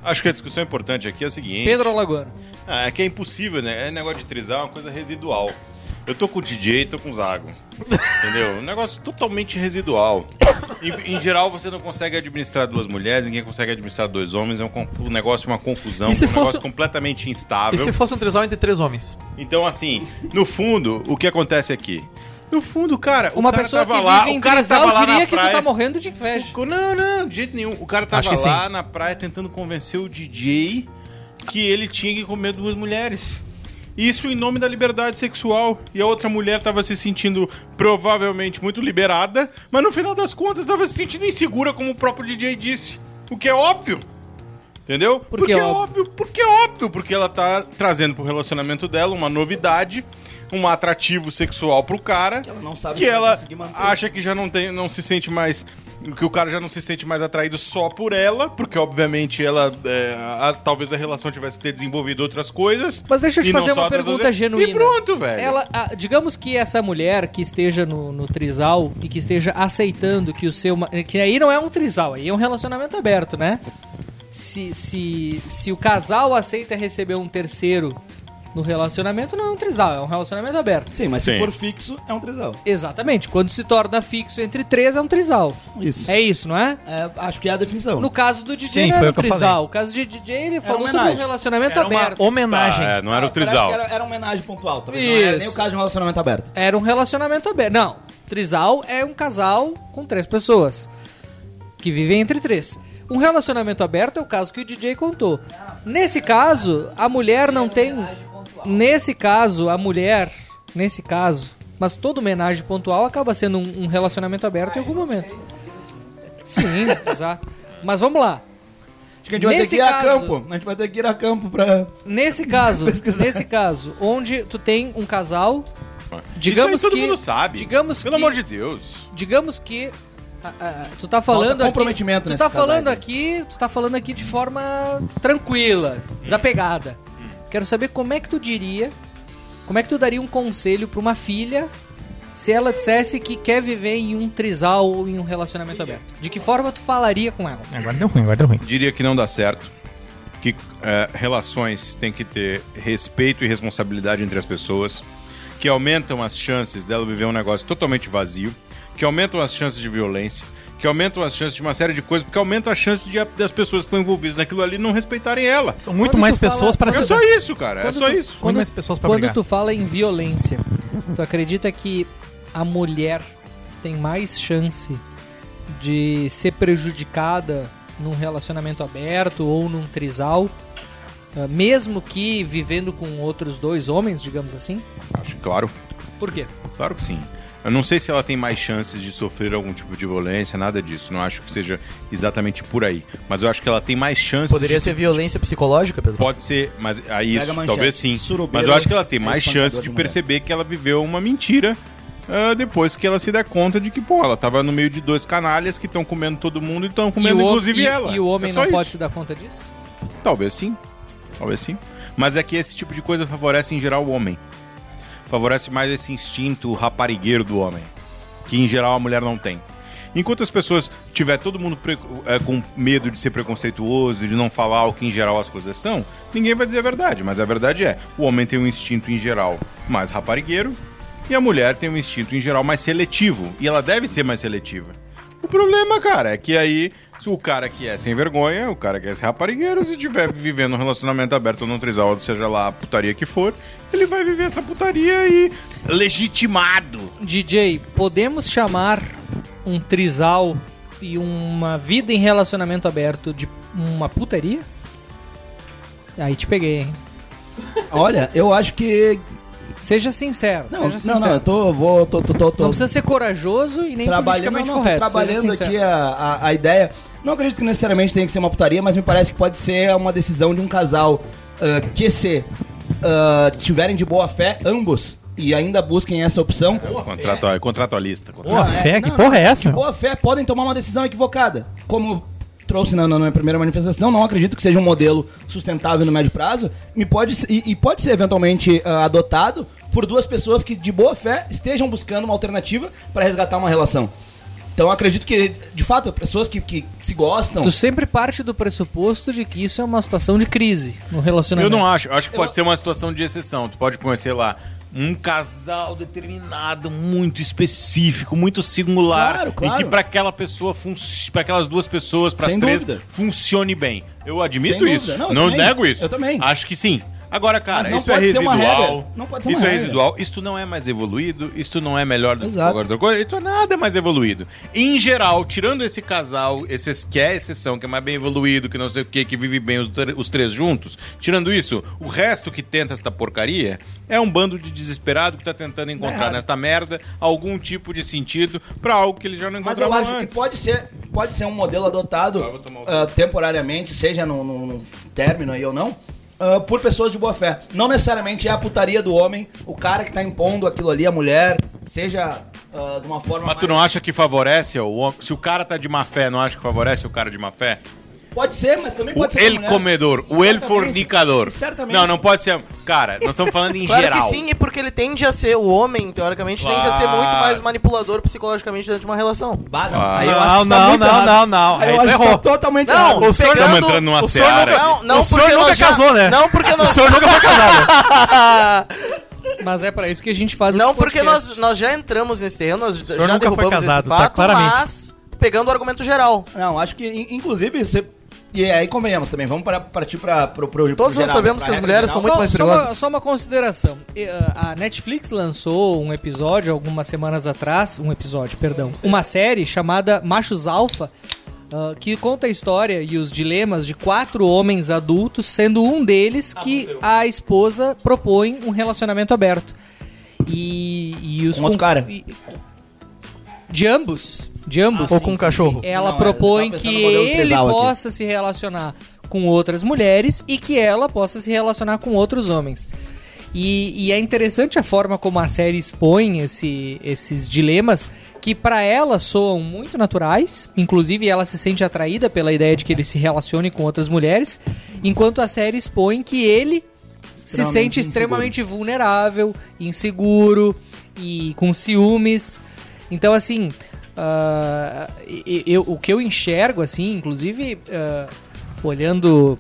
Speaker 6: Acho que a discussão importante aqui é a seguinte.
Speaker 3: tá, Pedro Alagoano.
Speaker 6: Ah, é que é impossível, né? É negócio de trisal, é uma coisa residual. Eu tô com o DJ, tô com o Zago. Entendeu? Um negócio totalmente residual. Em, em geral, você não consegue administrar duas mulheres, ninguém consegue administrar dois homens. É um, con- um negócio, uma confusão,
Speaker 5: E se
Speaker 6: um
Speaker 5: fosse-
Speaker 6: negócio completamente instável.
Speaker 5: E se fosse um trisal entre três homens?
Speaker 6: Então, assim, no fundo, o que acontece aqui? No fundo, cara, o
Speaker 3: Uma
Speaker 6: cara
Speaker 3: pessoa que
Speaker 6: tava
Speaker 3: vive
Speaker 6: lá,
Speaker 3: em
Speaker 6: o cara
Speaker 3: trisal
Speaker 6: tava lá
Speaker 3: diria
Speaker 6: na
Speaker 3: que tu
Speaker 6: praia.
Speaker 3: tá morrendo de inveja.
Speaker 6: Não, não, de jeito nenhum. O cara tava
Speaker 5: Acho que
Speaker 6: lá
Speaker 5: sim.
Speaker 6: na praia tentando convencer o DJ que ele tinha que comer duas mulheres. Isso em nome da liberdade sexual. E a outra mulher tava se sentindo provavelmente muito liberada, mas no final das contas tava se sentindo insegura, como o próprio DJ disse. O que é óbvio. Entendeu?
Speaker 3: Por que
Speaker 6: é
Speaker 3: óbvio?
Speaker 6: Porque é óbvio, porque ela tá trazendo pro relacionamento dela uma novidade, um atrativo sexual pro cara, que ela,
Speaker 1: não sabe
Speaker 6: que
Speaker 1: se vai
Speaker 6: ela
Speaker 1: conseguir manter.
Speaker 6: acha que já não tem, não se sente mais que o cara já não se sente mais atraído só por ela, porque obviamente ela é, a- talvez a relação tivesse que ter desenvolvido outras coisas.
Speaker 3: Mas deixa eu te
Speaker 6: e não
Speaker 3: fazer
Speaker 6: só
Speaker 3: uma
Speaker 6: outras
Speaker 3: pergunta
Speaker 6: coisas.
Speaker 3: genuína.
Speaker 6: E pronto, velho.
Speaker 3: Ela, ah, digamos que essa mulher que esteja no, no trisal e que esteja aceitando que o seu. ma- Que aí não é um trisal, aí é um relacionamento aberto, né? Se, se, se o casal aceita receber um terceiro no relacionamento, não é um trisal, é um relacionamento aberto.
Speaker 1: Sim, mas
Speaker 6: Sim.
Speaker 1: se for fixo, é um trisal.
Speaker 3: Exatamente, quando se torna fixo entre três é um trisal.
Speaker 1: Isso.
Speaker 3: É isso, não é?
Speaker 1: É, acho que é a definição.
Speaker 3: No caso do DJ
Speaker 5: Sim,
Speaker 3: não era
Speaker 5: foi o
Speaker 3: um
Speaker 5: que eu falei.
Speaker 3: trisal. O caso de DJ ele falou sobre um
Speaker 1: homenagem.
Speaker 3: relacionamento
Speaker 5: Era uma
Speaker 3: aberto.
Speaker 5: homenagem.
Speaker 6: Tá, é, não era o
Speaker 1: Ah, Parece
Speaker 6: trisal.
Speaker 1: que era, era uma homenagem pontual, talvez não era nem
Speaker 3: Isso.
Speaker 1: o caso de um relacionamento aberto.
Speaker 3: Era um relacionamento aberto. Não, trisal é um casal com três pessoas que vivem entre três. Um relacionamento aberto é o caso que o DJ contou. Nesse caso, a mulher não tem. Nesse caso, a mulher. Nesse caso. Mas toda homenagem pontual acaba sendo um, um relacionamento aberto em algum momento. Sim, exato. Mas vamos lá.
Speaker 1: Acho que a gente vai ter
Speaker 3: Nesse
Speaker 1: que ir a
Speaker 3: caso-
Speaker 1: campo. A gente vai ter que ir a campo pra...
Speaker 3: Nesse caso, nesse caso, onde tu tem um casal, digamos
Speaker 6: Isso aí todo
Speaker 3: que-
Speaker 6: mundo sabe.
Speaker 3: digamos
Speaker 6: Pelo
Speaker 3: que-
Speaker 6: amor de Deus.
Speaker 3: digamos que ah, ah, tu tá falando
Speaker 1: Falta comprometimento
Speaker 3: aqui, tu
Speaker 1: nesses
Speaker 3: tá falando
Speaker 1: casais,
Speaker 3: aqui, tu tá falando aqui de forma tranquila, desapegada. Quero saber como é que tu diria, como é que tu daria um conselho pra uma filha se ela dissesse que quer viver em um trisal ou em um relacionamento aberto. De que forma tu falaria com ela?
Speaker 5: Agora deu ruim, agora deu ruim.
Speaker 6: diria que não dá certo. Que eh, relações têm que ter respeito e responsabilidade entre as pessoas, que aumentam as chances dela viver um negócio totalmente vazio, que aumentam as chances de violência, que aumentam as chances de uma série de coisas, porque aumentam a chance de, a- das pessoas que estão envolvidas naquilo ali não respeitarem ela.
Speaker 5: São muito
Speaker 3: Quando
Speaker 5: mais
Speaker 3: tu fala-
Speaker 5: pessoas para
Speaker 6: É
Speaker 5: ser.
Speaker 6: só isso, cara. É
Speaker 3: Quando
Speaker 6: só
Speaker 3: tu-
Speaker 6: isso.
Speaker 5: Muito
Speaker 3: Quando,
Speaker 5: mais pessoas pra
Speaker 3: quando
Speaker 5: brigar.
Speaker 3: tu fala em violência, tu acredita que a mulher tem mais chance de ser prejudicada num relacionamento aberto ou num trisal, eh, mesmo que vivendo com outros dois homens, digamos assim?
Speaker 6: Acho que claro.
Speaker 3: Por quê?
Speaker 6: Claro que sim. Eu não sei se ela tem mais chances de sofrer algum tipo de violência, nada disso. Não acho que seja exatamente por aí. Mas eu acho que ela tem mais chances
Speaker 4: Poderia
Speaker 6: de
Speaker 4: ser violência psicológica, Pedro?
Speaker 6: Pode ser, mas aí
Speaker 1: Pega a
Speaker 6: isso,
Speaker 1: manchete.
Speaker 6: talvez sim.
Speaker 1: Surubeiro
Speaker 6: mas eu acho que ela tem
Speaker 1: é
Speaker 6: mais
Speaker 1: espancador
Speaker 6: chance de
Speaker 1: de mulher.
Speaker 6: perceber que ela viveu uma mentira ah, depois que ela se der conta de que, pô, ela tava no meio de dois canalhas que estão comendo todo mundo e estão comendo
Speaker 3: e o hom-
Speaker 6: inclusive
Speaker 3: e-
Speaker 6: ela.
Speaker 3: E o homem
Speaker 6: É só
Speaker 3: não
Speaker 6: isso.
Speaker 3: pode se dar conta disso?
Speaker 6: Talvez sim. Talvez sim. Mas é que esse tipo de coisa favorece em geral o homem. Favorece mais esse instinto raparigueiro do homem. Que em geral a mulher não tem. Enquanto as pessoas tiver todo mundo pre- eh, com medo de ser preconceituoso, de não falar o que em geral as coisas são, ninguém vai dizer a verdade. Mas a verdade é, o homem tem um instinto em geral mais raparigueiro e a mulher tem um instinto em geral mais seletivo. E ela deve ser mais seletiva. O problema, cara, é que aí se o cara que é sem vergonha, o cara que é raparigueiro, se estiver vivendo um relacionamento aberto num trisal, ou seja lá a putaria que for, ele vai viver essa putaria e legitimado.
Speaker 3: DJ, podemos chamar um trisal e uma vida em relacionamento aberto de uma putaria? Aí te peguei, hein?
Speaker 1: Olha, eu acho que.
Speaker 3: Seja sincero,
Speaker 1: Não,
Speaker 3: seja
Speaker 1: não,
Speaker 3: sincero.
Speaker 1: não, eu tô, vou, tô, tô, tô, tô-
Speaker 3: Não precisa ser corajoso e nem
Speaker 1: trabalhando, não,
Speaker 3: politicamente
Speaker 1: não, tô
Speaker 3: correto.
Speaker 1: trabalhando
Speaker 3: seja sincero.
Speaker 1: aqui é a, a, a ideia. Não acredito que necessariamente tenha que ser uma putaria, mas me parece que pode ser uma decisão de um casal ah, que se ah, tiverem de boa fé ambos e ainda busquem essa opção.
Speaker 6: Contrato, contratualista.
Speaker 1: Boa
Speaker 6: contratualista.
Speaker 1: fé? Que porra é essa? De boa fé, podem tomar uma decisão equivocada. Como trouxe na, na minha primeira manifestação, não acredito que seja um modelo sustentável no médio prazo e pode, se- e, e pode ser eventualmente ah, adotado por duas pessoas que, de boa fé, estejam buscando uma alternativa para resgatar uma relação. Então eu acredito que, de fato, pessoas que, que se gostam...
Speaker 3: Tu sempre parte do pressuposto de que isso é uma situação de crise no relacionamento.
Speaker 6: Eu
Speaker 16: né?
Speaker 6: não acho. Eu acho que pode ser uma situação de exceção. Tu pode conhecer lá um casal determinado, muito específico, muito singular.
Speaker 16: Claro, claro.
Speaker 6: E que pra aquela pessoa, para aquelas duas pessoas, para as
Speaker 16: Sem
Speaker 6: três,
Speaker 16: dúvida.
Speaker 6: funcione bem. Eu admito
Speaker 16: Sem
Speaker 6: isso.
Speaker 16: dúvida. Não, eu
Speaker 6: Não,
Speaker 16: também.
Speaker 6: nego isso.
Speaker 16: Eu também.
Speaker 6: Acho que sim. Agora, cara,
Speaker 16: Mas não
Speaker 6: isso é
Speaker 16: pode ser uma
Speaker 6: residual.
Speaker 16: regra. Não pode ser uma
Speaker 6: isso é
Speaker 16: regra.
Speaker 6: residual. Isto não é mais evoluído. Isto não é melhor do
Speaker 16: Exato.
Speaker 6: que qualquer outra coisa. Isto é nada mais evoluído. Em geral, tirando esse casal, esses que é exceção, que é mais bem evoluído, que não sei o que, que vive bem os, tre- os três juntos, tirando isso, o resto que tenta esta porcaria é um bando de desesperado que tá tentando encontrar
Speaker 1: errado.
Speaker 6: nesta merda algum tipo de sentido pra algo que ele já não
Speaker 1: Mas eu
Speaker 6: encontrava
Speaker 1: acho que
Speaker 6: antes.
Speaker 1: pode ser, pode ser um modelo adotado ah, temporariamente, seja num num- num término aí ou não, ah, por pessoas de boa fé. Não necessariamente é a putaria do homem, o cara que tá impondo aquilo ali, a mulher, seja ah, de uma forma.
Speaker 6: Mas tu não é acha que favorece o homem? Se o cara tá de má fé, não acha que favorece o cara de má fé?
Speaker 1: Pode ser, mas também
Speaker 6: O
Speaker 1: pode ser. da
Speaker 6: el
Speaker 1: mulher.
Speaker 6: comedor, o el fornicador.
Speaker 1: Certamente.
Speaker 6: Não, não pode ser. Cara, nós estamos falando em
Speaker 4: Claro
Speaker 6: geral.
Speaker 4: que sim, e porque ele tende a ser, o homem, teoricamente, tende a ser muito
Speaker 6: Claro.
Speaker 4: mais manipulador psicologicamente dentro de uma relação.
Speaker 1: Bah,
Speaker 6: não. Aí eu
Speaker 3: é
Speaker 5: Não, não, não, não, não.
Speaker 4: Aí
Speaker 5: Aí
Speaker 4: eu
Speaker 5: tu
Speaker 4: acho que
Speaker 5: errou.
Speaker 4: tá totalmente
Speaker 5: não,
Speaker 4: errado.
Speaker 5: O senhor
Speaker 4: Pegando-
Speaker 5: não
Speaker 6: entrando numa
Speaker 5: o senhor
Speaker 6: seara
Speaker 5: nunca-
Speaker 6: aqui.
Speaker 4: Não,
Speaker 5: o senhor
Speaker 4: porque
Speaker 5: nunca
Speaker 4: nós já-
Speaker 5: casou, né?
Speaker 4: Não, porque nós-
Speaker 5: O senhor nunca foi casado.
Speaker 3: Mas é pra isso que a gente faz
Speaker 4: Não,
Speaker 3: esse
Speaker 4: porque
Speaker 3: podcast.
Speaker 4: nós, nós já entramos nesse terreno, nós já
Speaker 5: senhor nunca foi
Speaker 4: derrubamos
Speaker 5: casado,
Speaker 4: esse
Speaker 5: tá?
Speaker 4: fato,
Speaker 5: Claramente.
Speaker 4: mas pegando o argumento geral.
Speaker 1: Não, acho que, in- inclusive, você. E é, aí convenhamos também, vamos para, partir para pro, pro
Speaker 4: Todos
Speaker 1: pro
Speaker 4: nós sabemos
Speaker 1: pra
Speaker 4: que
Speaker 1: regra
Speaker 4: as mulheres
Speaker 1: geral.
Speaker 4: são muito mais
Speaker 3: só, uma,
Speaker 4: perigosas.
Speaker 3: só uma consideração. E, ah, A Netflix lançou um episódio algumas semanas atrás, um episódio, perdão, uma série chamada Machos Alfa, ah, que conta a história e os dilemas de quatro homens adultos, sendo um deles que a esposa propõe um relacionamento aberto. E, e os
Speaker 1: Com outro
Speaker 3: conf-
Speaker 1: cara.
Speaker 3: e- de ambos, de ambos.
Speaker 4: Ou com um cachorro.
Speaker 3: Ela
Speaker 4: Não, eu
Speaker 3: propõe
Speaker 4: tava
Speaker 3: que
Speaker 4: pensando no modelo
Speaker 3: ele
Speaker 4: trisal aqui.
Speaker 3: possa se relacionar com outras mulheres e que ela possa se relacionar com outros homens. E, e é interessante a forma como a série expõe esse- esses dilemas que pra ela soam muito naturais, inclusive ela se sente atraída pela ideia de que ele se relacione com outras mulheres, enquanto a série expõe que ele se
Speaker 17: Extremamente
Speaker 3: sente extremamente vulnerável, inseguro e com ciúmes. Então, assim, ah, e- eu, o que eu enxergo, assim, inclusive ah, olhando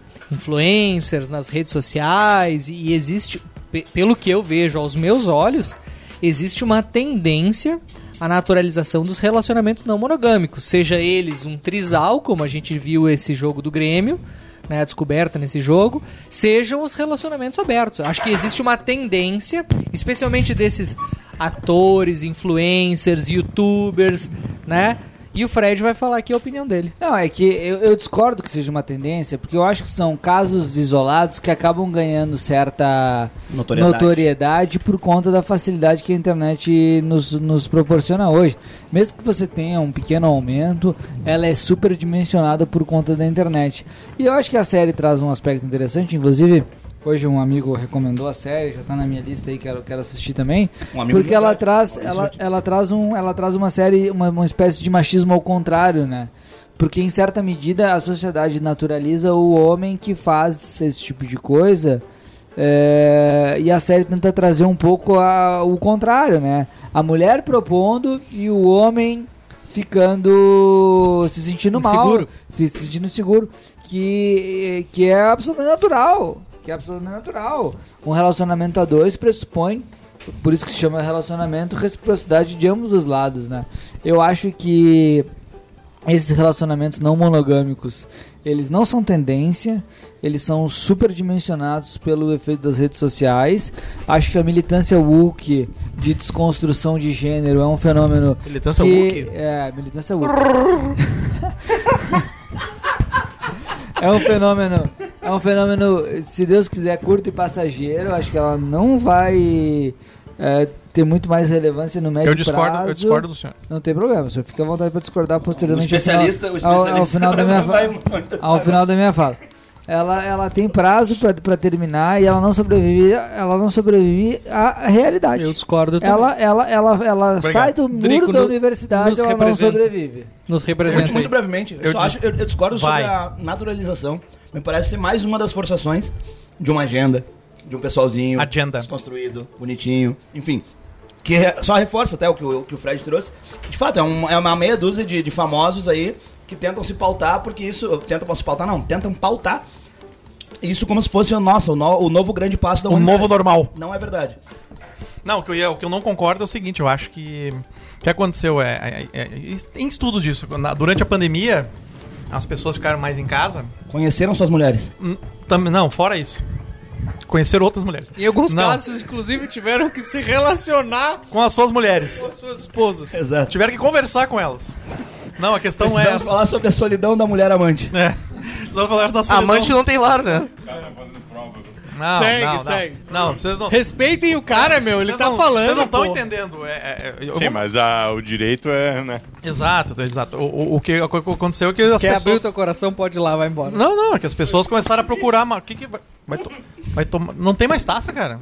Speaker 3: influencers nas redes sociais, e existe, pe- pelo que eu vejo aos meus olhos, existe uma tendência à naturalização dos relacionamentos não monogâmicos, seja eles um trisal, como a gente viu esse jogo do Grêmio, né, a descoberta nesse jogo, sejam os relacionamentos abertos. Acho que existe uma tendência, especialmente desses atores, influencers, youtubers, né? E o Fred vai falar aqui a opinião dele.
Speaker 8: Não, é que eu, eu discordo que seja uma tendência, porque eu acho que são casos isolados que acabam ganhando certa
Speaker 1: Notoriedade.
Speaker 8: notoriedade por conta da facilidade que a internet nos, nos proporciona hoje. Mesmo que você tenha um pequeno aumento, ela é superdimensionada por conta da internet. E eu acho que a série traz um aspecto interessante, inclusive Hoje um amigo recomendou a série, já tá na minha lista aí, quero, quero assistir também.
Speaker 18: Um amigo
Speaker 8: porque
Speaker 18: de
Speaker 8: ela
Speaker 18: verdade.
Speaker 8: traz,
Speaker 18: Olha
Speaker 8: ela,
Speaker 18: isso
Speaker 8: ela traz um, ela traz uma série, uma, uma espécie de machismo ao contrário, né? Porque em certa medida a sociedade naturaliza o homem que faz esse tipo de coisa. é, e a série tenta trazer um pouco a- o contrário, né? A mulher propondo e o homem ficando se sentindo mal,
Speaker 3: Inseguro.
Speaker 8: se sentindo seguro, que, que é absolutamente natural, que é absolutamente natural. Um relacionamento a dois pressupõe, por isso que se chama relacionamento, reciprocidade de ambos os lados, né? Eu acho que esses relacionamentos não monogâmicos, eles não são tendência, eles são superdimensionados pelo efeito das redes sociais. Acho que a militância woke de desconstrução de gênero é um fenômeno
Speaker 4: Militância
Speaker 8: que-
Speaker 4: woke?
Speaker 8: É, militância woke. É um fenômeno. É um fenômeno, se Deus quiser, curto e passageiro. Acho que ela não vai é, ter muito mais relevância no médio
Speaker 5: discordo- eu
Speaker 8: prazo.
Speaker 5: discordo do senhor.
Speaker 8: Não tem problema, o senhor fica à vontade para discordar posteriormente.
Speaker 18: O
Speaker 8: ao final-
Speaker 18: especialista- o
Speaker 8: ao, ao
Speaker 18: especialista
Speaker 8: final da minha
Speaker 18: vai-
Speaker 8: fala. Ao final da minha fala. Ela, ela tem prazo para pra terminar e ela não sobrevive, ela não sobrevive à realidade. Eu
Speaker 3: discordo também.
Speaker 8: Ela, ela, ela, ela
Speaker 3: Obrigado.
Speaker 8: sai do muro
Speaker 3: Drico,
Speaker 8: da
Speaker 3: no-
Speaker 8: universidade
Speaker 3: nos
Speaker 8: e ela não
Speaker 3: representa.
Speaker 8: sobrevive.
Speaker 3: Nos representa
Speaker 1: Muito, muito
Speaker 3: aí.
Speaker 1: brevemente, eu,
Speaker 3: Eu
Speaker 1: só
Speaker 3: dis-
Speaker 1: acho, eu, eu discordo
Speaker 3: Vai.
Speaker 1: sobre a naturalização. Me parece ser mais uma das forçações de uma agenda, de um pessoalzinho
Speaker 5: Agenda.
Speaker 1: desconstruído, bonitinho, enfim. Que re- só reforça até o que o, que o Fred trouxe. De fato, é, um- é uma meia dúzia de, de famosos aí que tentam se pautar, porque isso. Tentam se pautar, não, tentam pautar isso como se fosse, nossa, o, no- o novo grande passo da
Speaker 5: O
Speaker 1: humanidade.
Speaker 5: novo normal.
Speaker 1: Não é verdade.
Speaker 5: Não, o que, eu, ia- o que eu não concordo é o seguinte, eu acho que. O que aconteceu é. é- é- tem estudos disso. Na- durante a pandemia, as pessoas ficaram mais em casa.
Speaker 1: Conheceram suas mulheres.
Speaker 5: Hum, tam- não, fora isso. Conheceram outras mulheres.
Speaker 3: Em alguns
Speaker 5: Não.
Speaker 3: casos, inclusive, tiveram que se relacionar
Speaker 5: Com as suas mulheres.
Speaker 3: com as suas esposas.
Speaker 1: Exato.
Speaker 5: Tiveram que conversar com elas. Tipo, Não, a questão é.
Speaker 1: Precisamos
Speaker 5: essa.
Speaker 1: falar sobre a solidão da mulher amante.
Speaker 5: É. Precisamos falar da solidão.
Speaker 4: Amante não tem lar, né?
Speaker 5: Não,
Speaker 3: segue,
Speaker 5: não, não.
Speaker 3: segue.
Speaker 5: Não, vocês não.
Speaker 3: Respeitem o cara, meu. Ele
Speaker 5: Vocês
Speaker 3: tá
Speaker 5: não-
Speaker 3: falando.
Speaker 5: Vocês não
Speaker 3: pô.
Speaker 5: estão entendendo. É, é- é- eu
Speaker 6: Sim,
Speaker 5: vou-
Speaker 6: mas ah, o direito é, né?
Speaker 5: Exato, exato. O, o- o que o que aconteceu é que as
Speaker 3: Quer abrir o
Speaker 5: pessoas.
Speaker 3: teu coração, pode ir lá, vai embora.
Speaker 5: Não, não, é que as pessoas começaram a procurar. Mas o que, que vai. Vai, to- vai tomar. Não tem mais taça, cara.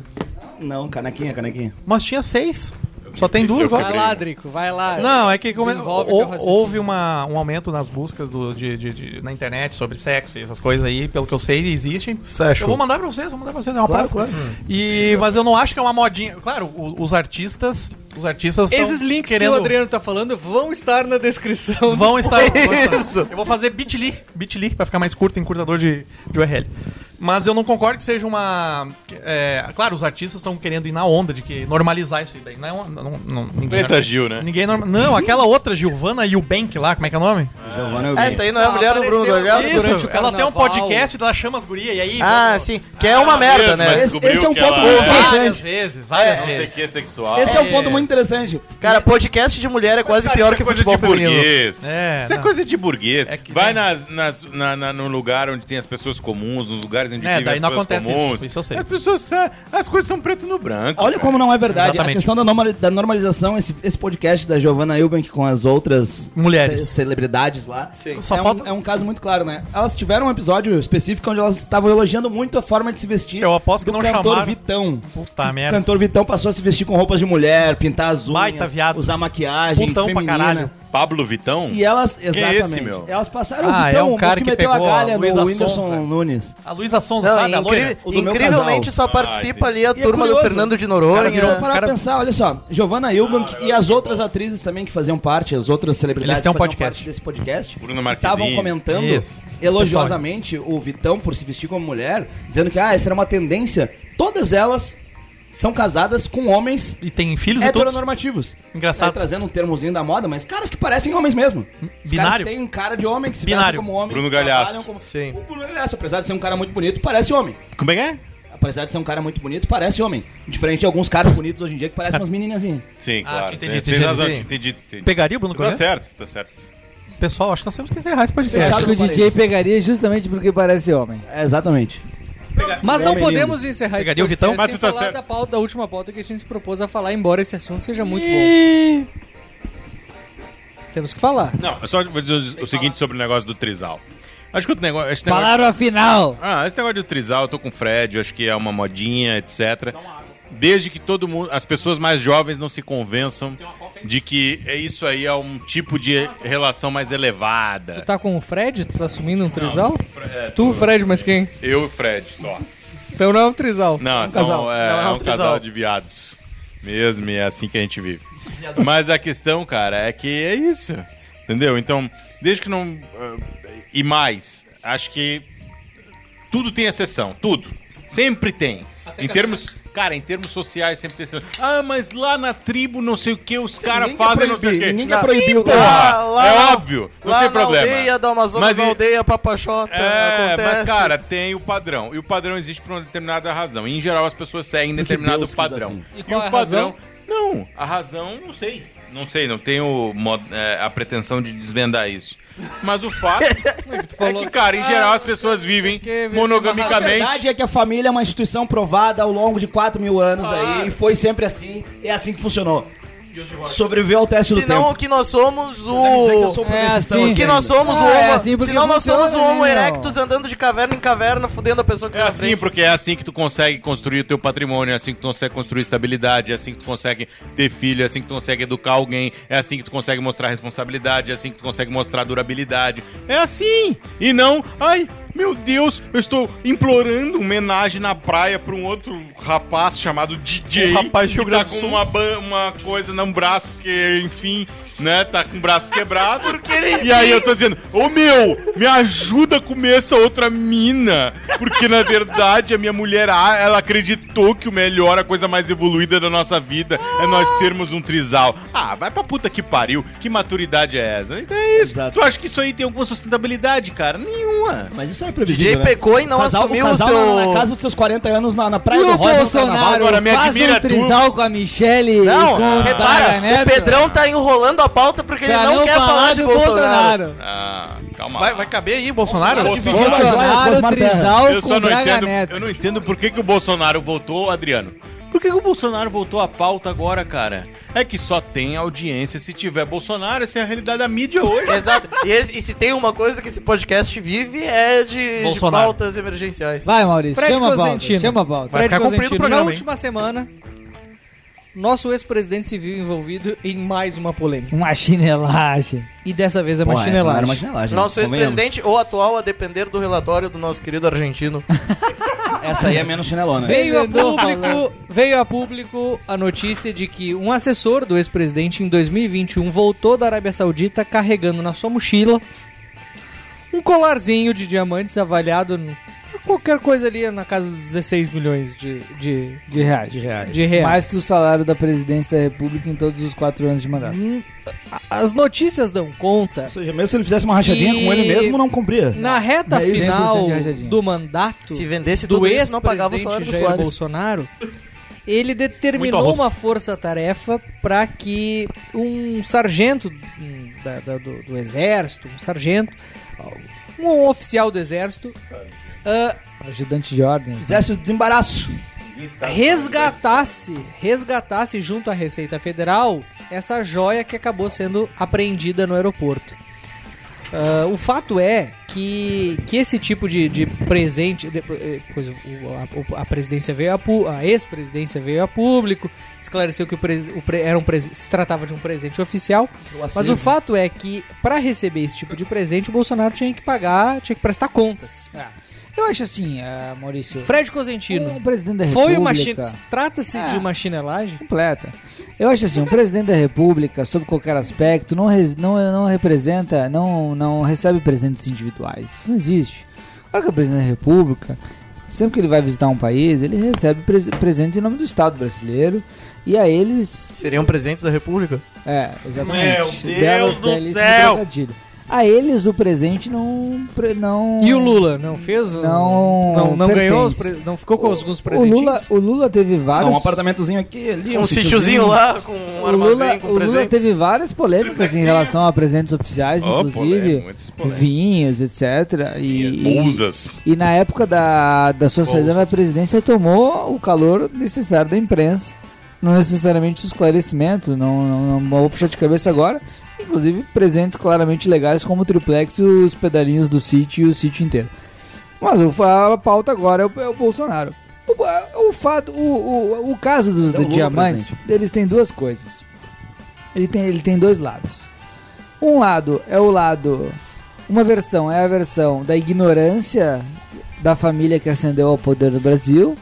Speaker 1: Não, canequinha, canequinha.
Speaker 5: Mas tinha seis. Só tem duas agora.
Speaker 3: Vai lá, Drico, vai lá.
Speaker 5: Não, é que como-
Speaker 3: Desenvolve
Speaker 5: hou-
Speaker 3: teu raciocínio.
Speaker 5: houve uma, um aumento nas buscas do- de- de- de- na internet sobre sexo e essas coisas aí, pelo que eu sei, existem.
Speaker 19: Sexual.
Speaker 5: Eu vou mandar pra vocês, vou mandar pra vocês. É uma
Speaker 19: Claro,
Speaker 5: parada.
Speaker 19: claro.
Speaker 5: Hum. E, mas eu não acho que é uma modinha. Claro, o- os artistas. Os artistas tão
Speaker 3: Esses links
Speaker 5: querendo...
Speaker 3: que o Adriano tá falando vão estar na descrição.
Speaker 5: Vão estar. vão estar.
Speaker 3: Isso.
Speaker 5: Eu vou fazer bit.ly, bit.ly, pra ficar mais curto, encurtador de, de URL. Mas eu não concordo que seja uma. que- é, claro, os artistas estão querendo ir na onda de que normalizar isso daí. Não, é uma- não, não, ninguém
Speaker 6: Preta
Speaker 5: norma-
Speaker 6: Gil, né?
Speaker 5: Ninguém norma- Não, aquela outra Giovanna Eubank lá, como é que é o nome? Giovanna
Speaker 4: Eubank. Essa aí não é a mulher do Bruno, tá ligado? Durante
Speaker 5: Isso,
Speaker 4: o
Speaker 5: ela tem
Speaker 4: carnaval.
Speaker 5: um podcast, ela chama as gurias e aí.
Speaker 4: Ah, sim. Que é uma merda, né?
Speaker 5: Várias vezes, várias
Speaker 6: é Não sei
Speaker 5: vezes.
Speaker 6: o que é sexual.
Speaker 4: Esse é um ponto
Speaker 5: É.
Speaker 4: muito
Speaker 1: interessante.
Speaker 4: Cara, podcast de mulher é quase
Speaker 6: Cara,
Speaker 4: pior
Speaker 6: isso
Speaker 4: que
Speaker 6: é coisa
Speaker 4: futebol
Speaker 6: de
Speaker 4: feminino.
Speaker 6: burguês.
Speaker 5: É,
Speaker 6: isso é
Speaker 5: não.
Speaker 6: coisa de burguês. Vai nas, nas- na- na- no lugar onde tem as pessoas comuns, nos lugares onde
Speaker 5: É,
Speaker 6: vivem
Speaker 5: daí
Speaker 6: as
Speaker 5: não
Speaker 6: pessoas
Speaker 5: acontece isso,
Speaker 6: comuns.
Speaker 5: isso eu sei.
Speaker 6: As pessoas sa- as coisas são preto no branco.
Speaker 1: Olha
Speaker 6: cara.
Speaker 1: como não é verdade.
Speaker 6: Exatamente.
Speaker 1: A questão da, norma- da normalização, esse, esse podcast da Giovanna Eubank com as outras
Speaker 5: Mulheres.
Speaker 1: ce- celebridades lá,
Speaker 5: Só
Speaker 1: é,
Speaker 5: falta-
Speaker 1: um, é um caso muito claro, né? Elas tiveram um episódio específico onde elas estavam elogiando muito a forma de se vestir. Eu
Speaker 5: aposto
Speaker 1: que do
Speaker 5: não
Speaker 1: cantor
Speaker 5: chamaram.
Speaker 1: Vitão.
Speaker 5: Puta
Speaker 1: O
Speaker 5: merda.
Speaker 1: cantor Vitão passou a se vestir com roupas de mulher, pintar as unhas,
Speaker 5: Baita viado.
Speaker 1: usar maquiagem
Speaker 5: Putão pra
Speaker 1: feminina.
Speaker 5: caralho.
Speaker 6: Pablo Vitão?
Speaker 1: E elas,
Speaker 6: Quem é
Speaker 1: exatamente.
Speaker 6: esse, meu?
Speaker 1: Elas passaram
Speaker 5: Ah,
Speaker 1: o
Speaker 5: é
Speaker 1: Vitão,
Speaker 5: um
Speaker 1: o
Speaker 5: cara que
Speaker 1: que meteu a
Speaker 5: pegou a
Speaker 1: galha no
Speaker 5: Luísa
Speaker 1: Whindersson
Speaker 5: Sonza.
Speaker 1: Nunes.
Speaker 5: A Luísa Sonza,
Speaker 4: Não, é
Speaker 5: sabe? A
Speaker 4: incri-
Speaker 5: loira?
Speaker 1: meu
Speaker 4: incrivelmente
Speaker 1: casal.
Speaker 4: só participa ali a
Speaker 5: é
Speaker 1: é
Speaker 4: turma do Fernando de Noronha.
Speaker 1: Se parar pra pensar, olha só, Giovanna Eubank e as outras atrizes também que faziam parte, as outras celebridades
Speaker 5: Eles têm um
Speaker 1: que faziam
Speaker 5: podcast.
Speaker 1: parte desse podcast,
Speaker 6: Bruno
Speaker 1: que estavam
Speaker 6: Marquezine.
Speaker 1: comentando
Speaker 5: Isso.
Speaker 1: elogiosamente o Vitão por se vestir como mulher, dizendo que ah, essa era uma tendência. Todas elas são casadas com homens
Speaker 5: E tem filhos e todos.
Speaker 1: heteronormativos.
Speaker 5: Engraçado.
Speaker 1: Aí trazendo um termozinho da moda, mas caras que parecem homens mesmo. Os
Speaker 5: Binário.
Speaker 1: caras que têm cara de homem que se
Speaker 5: Binário.
Speaker 1: vestem como homem.
Speaker 6: Bruno
Speaker 1: que trabalham
Speaker 6: Galhaço.
Speaker 1: Como... Sim. O Bruno Galhaço, apesar de ser um cara muito bonito, parece homem.
Speaker 6: Como é que é?
Speaker 1: Apesar de ser um cara muito bonito, parece homem. Diferente de alguns caras bonitos hoje em dia que parecem umas meninazinhas.
Speaker 6: Sim,
Speaker 5: Ah,
Speaker 6: claro.
Speaker 5: te entendi,
Speaker 6: Tem-
Speaker 5: te
Speaker 6: tem
Speaker 5: entendi.
Speaker 6: razão,
Speaker 5: Sim.
Speaker 6: te entendi, te entendi.
Speaker 5: Pegaria o Bruno
Speaker 6: Tá
Speaker 5: Correia?
Speaker 6: certo, tá certo.
Speaker 5: Pessoal, acho que nós temos que encerrar esse podcast.
Speaker 8: Eu É, acho que o DJ pegaria justamente porque parece homem.
Speaker 1: É, exatamente.
Speaker 3: Mas não
Speaker 8: Homem lindo.
Speaker 3: podemos encerrar
Speaker 8: Pegaria o
Speaker 3: podcast
Speaker 8: Vitão?
Speaker 3: sem
Speaker 8: Mas tu tá
Speaker 3: falar
Speaker 8: certo.
Speaker 3: da, pauta, da última pauta que a gente se propôs a falar, embora esse assunto seja muito bom. Temos que falar.
Speaker 6: é Não, eu só vou dizer o seguinte sobre o negócio do trisal. Acho que o negócio. Esse negócio
Speaker 8: Palavra final.
Speaker 6: Ah, esse negócio do trisal, eu tô com o Fred, eu acho que é uma modinha, etc. Desde que todo mundo, as pessoas mais jovens não se convençam de que é isso aí é um tipo de relação mais elevada.
Speaker 3: Tá com o Fred? Tu tá assumindo um trisal? tu, Fred, mas quem?
Speaker 6: Eu e o Fred só.
Speaker 3: Então não é um trisal.
Speaker 6: Não,
Speaker 3: é um
Speaker 6: são-
Speaker 3: casal.
Speaker 6: é,
Speaker 3: Não,
Speaker 6: é
Speaker 3: é um
Speaker 6: um
Speaker 3: trisal.
Speaker 6: casal de viados. Mesmo, e é assim que a gente vive. Mas a questão, cara, é que é isso. Entendeu? Então, desde que não. eh, E mais, acho que tudo tem exceção, tudo. Sempre tem. em termos. Cara, em termos sociais sempre tem exceção. Ah, mas lá na tribo não sei o que os caras
Speaker 4: ninguém quer
Speaker 6: fazem não sei o
Speaker 4: proibir,
Speaker 6: que.
Speaker 4: ninguém quer proibir o
Speaker 6: porra,
Speaker 4: teu- Lá-
Speaker 6: É
Speaker 4: lá-
Speaker 6: óbvio, não
Speaker 4: Lá
Speaker 6: tem
Speaker 4: na
Speaker 6: problema.
Speaker 4: aldeia da Amazonas,
Speaker 6: Mas
Speaker 4: na
Speaker 6: e-
Speaker 4: aldeia Papachota,
Speaker 6: é,
Speaker 4: acontece.
Speaker 6: mas cara, tem o padrão. E o padrão existe por uma determinada razão. E, em geral as pessoas seguem determinado padrão.
Speaker 3: E qual
Speaker 6: o
Speaker 3: é a
Speaker 6: padrão?
Speaker 3: razão?
Speaker 6: Não, a razão não sei. Não sei, não tenho mo- é, a pretensão de desvendar isso. Mas o fato é que, cara, em geral as pessoas vivem
Speaker 3: é
Speaker 1: A
Speaker 6: monogamicamente.
Speaker 1: verdade é que a família é uma instituição provada ao longo de 4 mil anos aí, e foi sempre assim, é assim que funcionou. Sobreviveu ao teste do
Speaker 4: Senão
Speaker 1: tempo.
Speaker 4: o que nós somos
Speaker 1: um Mas é eu
Speaker 4: o.
Speaker 1: sou o progressista
Speaker 4: o que
Speaker 1: hoje
Speaker 4: nós
Speaker 1: ainda.
Speaker 4: somos o
Speaker 1: Ah,
Speaker 4: homo.
Speaker 1: é assim porque
Speaker 4: senão nós somos o
Speaker 1: funciona,
Speaker 4: homo
Speaker 1: né, meu?
Speaker 4: erectus andando de caverna em caverna, fudendo a pessoa que tá
Speaker 6: É assim, porque é assim que tu consegue construir o teu patrimônio, é assim que tu consegue construir estabilidade, é assim que tu consegue ter filho, é assim que tu consegue educar alguém, é assim que tu consegue mostrar responsabilidade, é assim que tu consegue mostrar durabilidade. É assim! E não, ai, meu Deus, eu estou implorando homenagem na praia pra um outro rapaz chamado DJ.
Speaker 5: Um rapaz de Rio
Speaker 6: que tá
Speaker 5: Grande do
Speaker 6: com
Speaker 5: Sul.
Speaker 6: uma, ban- uma coisa num braço, porque, enfim, né, tá com o braço quebrado. porque
Speaker 13: ele-
Speaker 6: E aí eu tô dizendo, ô meu, me ajuda a comer essa outra mina. Porque na verdade a minha mulher, ah, ela acreditou que o melhor, a coisa mais evoluída da nossa vida é nós sermos um trisal. Ah, vai pra puta que pariu. Que maturidade é essa? Então é isso. Tu acha que isso aí tem alguma sustentabilidade, cara? Nenhuma.
Speaker 1: Mas isso era
Speaker 6: previsível,
Speaker 1: DJ
Speaker 6: né?
Speaker 1: pecou e não
Speaker 6: Casal-
Speaker 1: assumiu
Speaker 6: o
Speaker 1: o,
Speaker 6: casal
Speaker 1: seu...
Speaker 6: na- na casa
Speaker 1: dos seus 40 anos na,
Speaker 8: E o Bolsonaro
Speaker 1: Agora, me
Speaker 8: faz
Speaker 1: admira
Speaker 8: um trisal com a Michelle
Speaker 4: Não,
Speaker 8: e com o
Speaker 4: repara,
Speaker 8: Braga Neto?
Speaker 4: o Pedrão tá enrolando a pauta porque ele
Speaker 8: Pra
Speaker 4: não,
Speaker 8: não
Speaker 4: quer
Speaker 8: falar
Speaker 4: falar de
Speaker 8: do
Speaker 4: Bolsonaro.
Speaker 8: Bolsonaro.
Speaker 6: Ah, calma.
Speaker 5: Vai, vai caber aí, Bolsonaro?
Speaker 6: eu só não entendo, Eu não entendo por que, que o Bolsonaro voltou, Adriano. Por que, que o Bolsonaro voltou à pauta agora, cara? É que só tem audiência se tiver Bolsonaro, essa é a realidade da mídia hoje.
Speaker 4: Exato. E, esse- e se tem uma coisa que esse podcast vive é de, de
Speaker 6: Bolsonaro.
Speaker 4: pautas emergenciais.
Speaker 8: Vai, Maurício,
Speaker 3: Fred
Speaker 8: chama a
Speaker 3: Cosentino.
Speaker 8: Balta. Chama a Balta.
Speaker 3: Fred
Speaker 8: cumprido
Speaker 3: Cosentino. Na última semana, nosso ex-presidente se viu envolvido em mais uma polêmina.
Speaker 8: Uma chinelagem.
Speaker 3: E dessa vez é
Speaker 8: Pô,
Speaker 3: uma
Speaker 8: essa não
Speaker 3: chinelagem.
Speaker 8: era uma chinelagem.
Speaker 4: Nosso
Speaker 8: Convenhamos.
Speaker 4: ex-presidente ou atual, a depender do relatório do nosso querido argentino.
Speaker 1: Essa aí é menos chinelona.
Speaker 3: Veio a,
Speaker 4: Vendedor
Speaker 3: público, veio a público a notícia de que um assessor do ex-presidente em 2021 voltou da Arábia Saudita carregando na sua mochila um colarzinho de diamantes avaliado em qualquer coisa ali na casa dos 16 milhões de, de,
Speaker 8: De reais.
Speaker 3: De reais. De reais.
Speaker 8: Mais que o salário da presidência da república em todos os quatro anos de mandato.
Speaker 3: As notícias dão conta. Ou
Speaker 1: seja, mesmo se ele fizesse uma rachadinha
Speaker 3: que
Speaker 1: com ele mesmo, não cumpria.
Speaker 3: Na reta
Speaker 1: 10% de
Speaker 3: final
Speaker 1: rachadinha.
Speaker 3: do mandato
Speaker 4: Se vendesse
Speaker 3: do
Speaker 4: tudo isso, não pagava o
Speaker 3: ex-presidente
Speaker 4: salário do
Speaker 3: Jair
Speaker 4: Soares.
Speaker 3: Bolsonaro, ele
Speaker 4: Muito
Speaker 3: determinou
Speaker 4: arroz.
Speaker 3: uma força-tarefa para que um sargento hum, da- da- do, do exército, um sargento, um oficial do exército, ah,
Speaker 8: Ajudante de ordem.
Speaker 1: Fizesse o desembaraço.
Speaker 3: resgatasse, resgatasse junto à Receita Federal essa joia que acabou sendo apreendida no aeroporto. Ah, o fato é que, que esse tipo de, de presente. de- eh, pois, o- o- a, a presidência veio a, pu- a ex-presidência veio a público, esclareceu que o pres- o pre- era um presen- se tratava de um presente oficial.
Speaker 12: Do
Speaker 3: Mas
Speaker 12: acervo.
Speaker 3: o fato é que, para receber esse tipo de presente, o Bolsonaro tinha que pagar, tinha que prestar contas.
Speaker 8: Ah, Eu acho assim, ah, Maurício.
Speaker 3: Fred Cosentino.
Speaker 8: Um presidente da
Speaker 3: Foi uma
Speaker 8: República.
Speaker 3: chin- Trata-se de uma chinelagem?
Speaker 8: Completa. Eu acho assim, um presidente da república, sob qualquer aspecto, não, res- não, não representa, não, não recebe presentes individuais. Isso não existe. Claro que o presidente da república, sempre que ele vai visitar um país, ele recebe pres- presentes em nome do Estado brasileiro. E a eles...
Speaker 4: Seriam presentes da república?
Speaker 8: É, exatamente.
Speaker 4: Meu
Speaker 8: Belo-
Speaker 4: Deus do
Speaker 8: belíssimo
Speaker 4: céu!
Speaker 8: trocadilho. A eles o presente não... pre- não
Speaker 3: E o Lula, não fez? o-
Speaker 8: Não,
Speaker 3: Não, não ganhou os
Speaker 8: pertence.
Speaker 3: pre- Não ficou com os- alguns
Speaker 8: O
Speaker 3: presentinhos?
Speaker 8: Lula, o Lula teve vários...
Speaker 1: Não, um apartamentozinho aqui, ali,
Speaker 4: Um sítiozinho lá, com um
Speaker 8: O
Speaker 4: armazém,
Speaker 8: Lula,
Speaker 4: com
Speaker 8: o Lula
Speaker 4: presentes.
Speaker 8: teve várias polêmicas em relação a presentes oficiais,
Speaker 6: Ó,
Speaker 8: inclusive.
Speaker 6: polêmica, muitas
Speaker 8: vinhos, etc. E,
Speaker 6: Ousas.
Speaker 8: e, e na época da, da sua saída
Speaker 6: Bolsas.
Speaker 8: da presidência, ele tomou o calor necessário da imprensa. Não necessariamente o esclarecimento, não, não, não vou puxar de cabeça agora. Inclusive presentes claramente legais como o triplex, os pedalinhos do City e o City inteiro. Mas o- a pauta agora é o, é o Bolsonaro. O, a- o fato, o, o, o caso dos
Speaker 14: Então, Lula
Speaker 8: diamantes, eles têm duas coisas. Ele tem, ele tem dois lados. Um lado é o lado. Uma versão é a versão da ignorância da família que ascendeu ao poder do Brasil,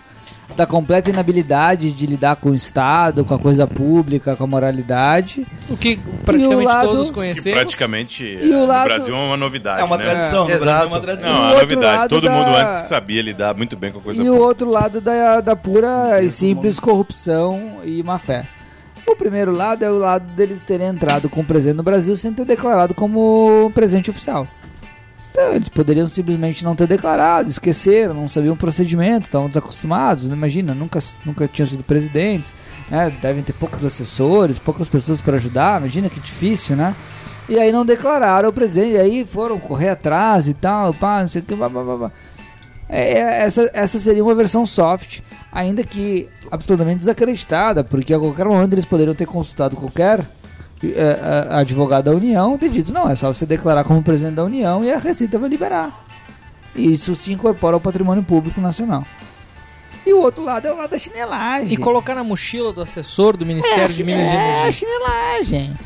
Speaker 8: da Tá completa inabilidade de lidar com o Estado, com a coisa pública, com a moralidade.
Speaker 3: O que
Speaker 8: E o
Speaker 3: praticamente
Speaker 8: lado-
Speaker 3: todos
Speaker 6: Que
Speaker 3: conhecemos.
Speaker 6: praticamente
Speaker 8: E o
Speaker 6: é,
Speaker 8: lado-
Speaker 6: no Brasil é uma novidade.
Speaker 8: É uma
Speaker 6: né?
Speaker 8: tradição, no Brasil é uma tradição.
Speaker 6: Não,
Speaker 8: E
Speaker 6: é
Speaker 8: o
Speaker 6: uma
Speaker 8: outro
Speaker 6: novidade.
Speaker 8: lado
Speaker 6: Todo
Speaker 8: da-
Speaker 6: mundo antes sabia lidar muito bem com a coisa
Speaker 8: e o outro lado da, da pura e simples corrupção e má fé. O primeiro lado é o lado deles terem entrado com o presente no Brasil sem ter declarado como presente oficial. Então, eles poderiam simplesmente não ter declarado, esqueceram, não sabiam o procedimento, estavam desacostumados, não imagina, nunca, nunca tinham sido presidentes, né? devem ter poucos assessores, poucas pessoas para ajudar, imagina que difícil, né? E aí não declararam o presidente, e aí foram correr atrás e tal, pá, não sei o que, blá, blá, blá, blá. É, é, essa, essa seria uma versão soft, ainda que absolutamente desacreditada, porque a qualquer momento eles poderiam ter consultado qualquer eh, eh, advogado da União e ter dito: não, é só você declarar como presidente da União e a Receita vai liberar. E isso se incorpora ao patrimônio público nacional. E o outro lado é o lado da chinelagem.
Speaker 3: E colocar na mochila do assessor do Ministério
Speaker 8: É,
Speaker 3: de Minas e
Speaker 8: é,
Speaker 3: Energia.
Speaker 8: a chinelagem.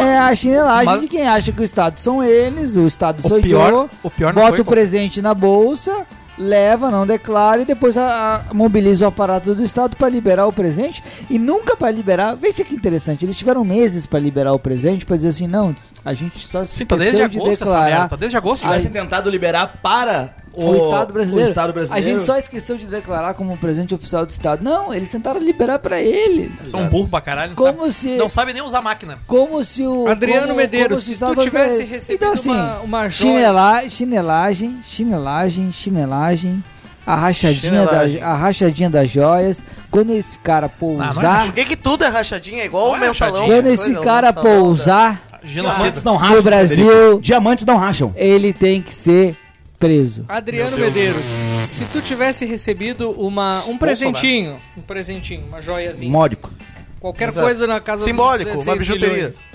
Speaker 8: É a chinelagem
Speaker 3: Mas-
Speaker 8: de quem acha que o Estado são eles, o Estado sou
Speaker 5: pior-
Speaker 8: eu,
Speaker 5: o pior não foi
Speaker 8: bota o
Speaker 5: com-
Speaker 8: presente na bolsa, leva, não declara e depois a- a- mobiliza o aparato do Estado para liberar o presente e nunca para liberar. Veja que interessante, eles tiveram meses para liberar o presente, para dizer assim, não, a gente só se
Speaker 5: tá desde
Speaker 8: esqueceu de
Speaker 5: agosto essa merda,
Speaker 8: declarar.
Speaker 5: tá desde agosto,
Speaker 8: A-
Speaker 5: né?
Speaker 20: Tivessem tentado liberar para o,
Speaker 8: o, Estado brasileiro.
Speaker 20: o Estado brasileiro.
Speaker 8: A gente só esqueceu de declarar como um presente oficial do Estado. Não, eles tentaram liberar para eles.
Speaker 5: São um burro pra caralho, não,
Speaker 8: Como
Speaker 5: sabe,
Speaker 8: se-
Speaker 5: não sabe nem usar máquina.
Speaker 8: Como se o.
Speaker 5: Adriano
Speaker 8: como-
Speaker 5: Medeiros,
Speaker 8: como
Speaker 5: se tu
Speaker 8: estava-
Speaker 5: tivesse recebido
Speaker 8: então, assim,
Speaker 5: uma- uma joia-
Speaker 8: chinela- Chinelagem, chinelagem, chinelagem. A rachadinha,
Speaker 4: Chinelagem.
Speaker 8: da, a rachadinha das joias. Quando esse
Speaker 10: Ah,
Speaker 8: cara pousar.
Speaker 4: Por que, que tudo é rachadinha? É igual o mensalão. né?
Speaker 8: quando é esse cara pousar.
Speaker 4: Genocida.
Speaker 8: no
Speaker 4: racham,
Speaker 8: Brasil.
Speaker 20: Diamantes não racham.
Speaker 8: Ele tem que ser preso.
Speaker 3: Adriano Medeiros, se tu tivesse recebido uma, um presentinho, um presentinho, uma joiazinha,
Speaker 20: Módico.
Speaker 3: qualquer
Speaker 4: Exato.
Speaker 3: coisa na casa
Speaker 4: Simbólico,
Speaker 3: dos 16
Speaker 4: uma bijuteria.
Speaker 3: milhões,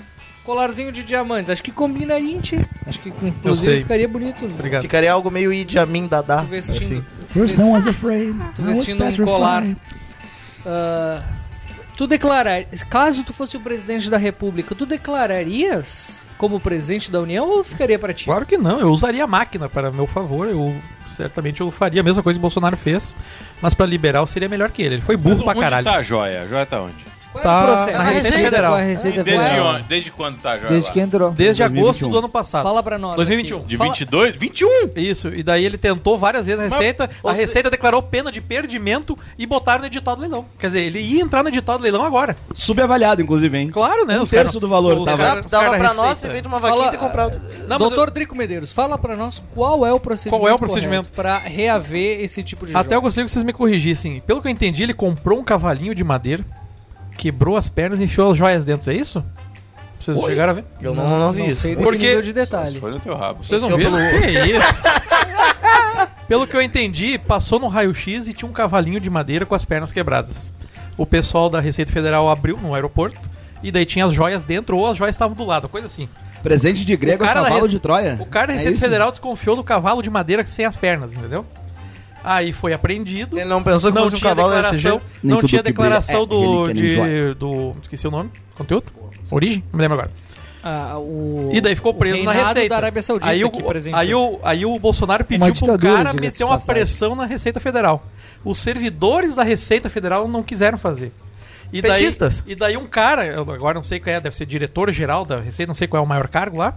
Speaker 3: colarzinho de diamantes, acho que combinaria em ti. Acho que inclusive
Speaker 4: sei.
Speaker 3: ficaria bonito. Obrigado.
Speaker 4: Ficaria algo meio Idjamin Dadá.
Speaker 3: Vestindo,
Speaker 10: First, no one's afraid.
Speaker 3: tu
Speaker 10: I was
Speaker 3: vestindo um
Speaker 10: petrified.
Speaker 3: colar. Ah, tu declarar, caso tu fosse o presidente da República, tu declararias como presidente da União ou ficaria pra ti?
Speaker 5: Claro que não, eu usaria a máquina para meu favor, eu certamente eu faria a mesma coisa que o Bolsonaro fez, mas para liberal seria melhor que ele. Ele foi burro pra
Speaker 6: Onde
Speaker 5: caralho.
Speaker 6: tá a joia? A joia tá onde?
Speaker 5: Tá
Speaker 3: processo?
Speaker 5: na
Speaker 3: A
Speaker 5: Receita
Speaker 3: Receita,
Speaker 5: Federal.
Speaker 3: qual é a Receita
Speaker 6: Desde,
Speaker 3: Federal?
Speaker 6: onde- desde quando tá a joia lá?
Speaker 5: Desde agosto do ano passado.
Speaker 3: Fala pra nós
Speaker 5: 2021.
Speaker 3: aqui.
Speaker 6: De
Speaker 5: Fala-
Speaker 6: 22? 21!
Speaker 5: Isso, e daí ele tentou várias vezes a Receita, a Receita declarou pena de perdimento e botaram no edital do leilão. Quer dizer, ele ia entrar no edital do leilão agora.
Speaker 20: Subavaliado, inclusive, hein?
Speaker 5: Claro, né?
Speaker 20: Um
Speaker 5: Os
Speaker 20: terço
Speaker 5: cara-
Speaker 20: do valor
Speaker 5: os
Speaker 20: tava-
Speaker 5: cara- os
Speaker 4: Dava
Speaker 5: cara
Speaker 4: pra nós,
Speaker 5: Receita.
Speaker 4: em vez de uma vaquinha,
Speaker 3: Fala-
Speaker 4: ter comprado.
Speaker 5: Não, mas
Speaker 3: Doutor Drico Medeiros, fala pra nós qual é o procedimento
Speaker 5: Qual é o procedimento?
Speaker 3: para reaver esse tipo de jogo.
Speaker 5: Até eu gostaria que vocês me corrigissem. Pelo que eu entendi, ele comprou um cavalinho de madeira, quebrou as pernas e enfiou as joias dentro, é isso? Vocês
Speaker 4: Oi?
Speaker 5: chegaram a ver?
Speaker 4: Eu não, não vi isso.
Speaker 3: sei desse
Speaker 5: Porque
Speaker 3: nível de detalhe.
Speaker 6: Foi no teu rabo.
Speaker 5: vocês não
Speaker 4: Enfiou
Speaker 5: viram?
Speaker 4: pelo-
Speaker 5: Que isso? Pelo que eu entendi, passou no raio-x e tinha um cavalinho de madeira com as pernas quebradas. O pessoal da Receita Federal abriu no aeroporto e daí tinha as joias dentro ou as joias estavam do lado, uma coisa assim.
Speaker 20: Presente de grego
Speaker 5: O
Speaker 20: é
Speaker 5: cara da
Speaker 20: cavalo
Speaker 5: Rece-
Speaker 20: de Troia.
Speaker 5: O cara da
Speaker 20: É
Speaker 5: Receita
Speaker 20: isso?
Speaker 5: Federal desconfiou do cavalo de madeira sem as pernas, entendeu? Aí foi apreendido.
Speaker 4: Ele não pensou que
Speaker 5: não
Speaker 4: fosse um
Speaker 5: tinha
Speaker 4: cavalo desse
Speaker 5: declaração,
Speaker 4: jeito.
Speaker 5: Não
Speaker 4: Nem tudo
Speaker 5: tinha
Speaker 4: que brilha
Speaker 5: declaração
Speaker 4: é
Speaker 5: do,
Speaker 4: relíquia, nem
Speaker 5: de,
Speaker 4: joia.
Speaker 5: do. Esqueci o nome. Conteúdo? Origem? Não me lembro agora.
Speaker 3: Ah, o-
Speaker 5: E daí ficou
Speaker 3: o
Speaker 5: preso na
Speaker 3: reinado
Speaker 5: Receita.
Speaker 3: da Arábia Saudita
Speaker 5: aí, o,
Speaker 3: que presenteou.
Speaker 5: aí, o, aí o Bolsonaro pediu pro
Speaker 8: ditadura,
Speaker 5: cara
Speaker 8: diga-se de
Speaker 5: meter uma
Speaker 8: passagem.
Speaker 5: pressão na Receita Federal. Os servidores da Receita Federal não quiseram fazer. E daí,
Speaker 4: Petistas.
Speaker 5: E daí um cara, eu agora não sei qual é, deve ser diretor-geral da Receita, não sei qual é o maior cargo lá,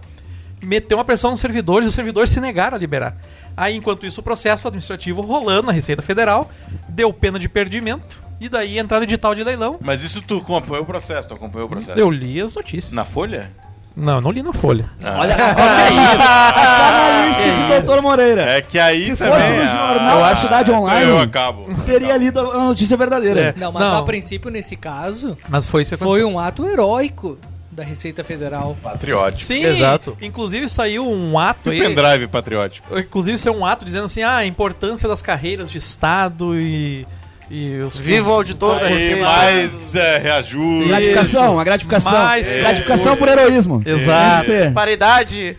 Speaker 5: meteu uma pressão nos servidores e os servidores se negaram a liberar. Aí, enquanto isso, o processo administrativo rolando na Receita Federal, deu pena de perdimento, e daí entrada edital de leilão.
Speaker 6: Mas isso tu acompanhou o processo, tu acompanhou o processo.
Speaker 5: Eu li as notícias.
Speaker 6: Na Folha?
Speaker 5: Não, eu não li na Folha.
Speaker 6: Olha,
Speaker 1: É
Speaker 20: Análise de doutor Moreira.
Speaker 6: É que aí
Speaker 20: Se
Speaker 6: também...
Speaker 20: fosse no
Speaker 6: ah,
Speaker 20: jornal da Cidade Online,
Speaker 6: Eu acabo.
Speaker 20: teria lido a notícia
Speaker 5: É.
Speaker 20: verdadeira.
Speaker 3: Não, mas
Speaker 5: Não.
Speaker 3: a princípio, nesse caso,
Speaker 5: Mas foi isso que
Speaker 3: foi
Speaker 5: aconteceu.
Speaker 3: um ato heróico da Receita Federal.
Speaker 6: Patriótico.
Speaker 5: Sim,
Speaker 4: Exato.
Speaker 5: inclusive saiu um ato aí.
Speaker 6: Que pendrive patriótico.
Speaker 5: Inclusive saiu um ato dizendo assim, ah, a importância das carreiras de Estado e E os
Speaker 4: Viva o auditor da
Speaker 6: Aí,
Speaker 4: Receita.
Speaker 6: mais é, reajuste.
Speaker 14: Gratificação, a gratificação.
Speaker 6: Mais
Speaker 1: É
Speaker 14: gratificação por
Speaker 6: concurso.
Speaker 14: heroísmo.
Speaker 5: Exato.
Speaker 14: Tem que ser.
Speaker 4: Paridade.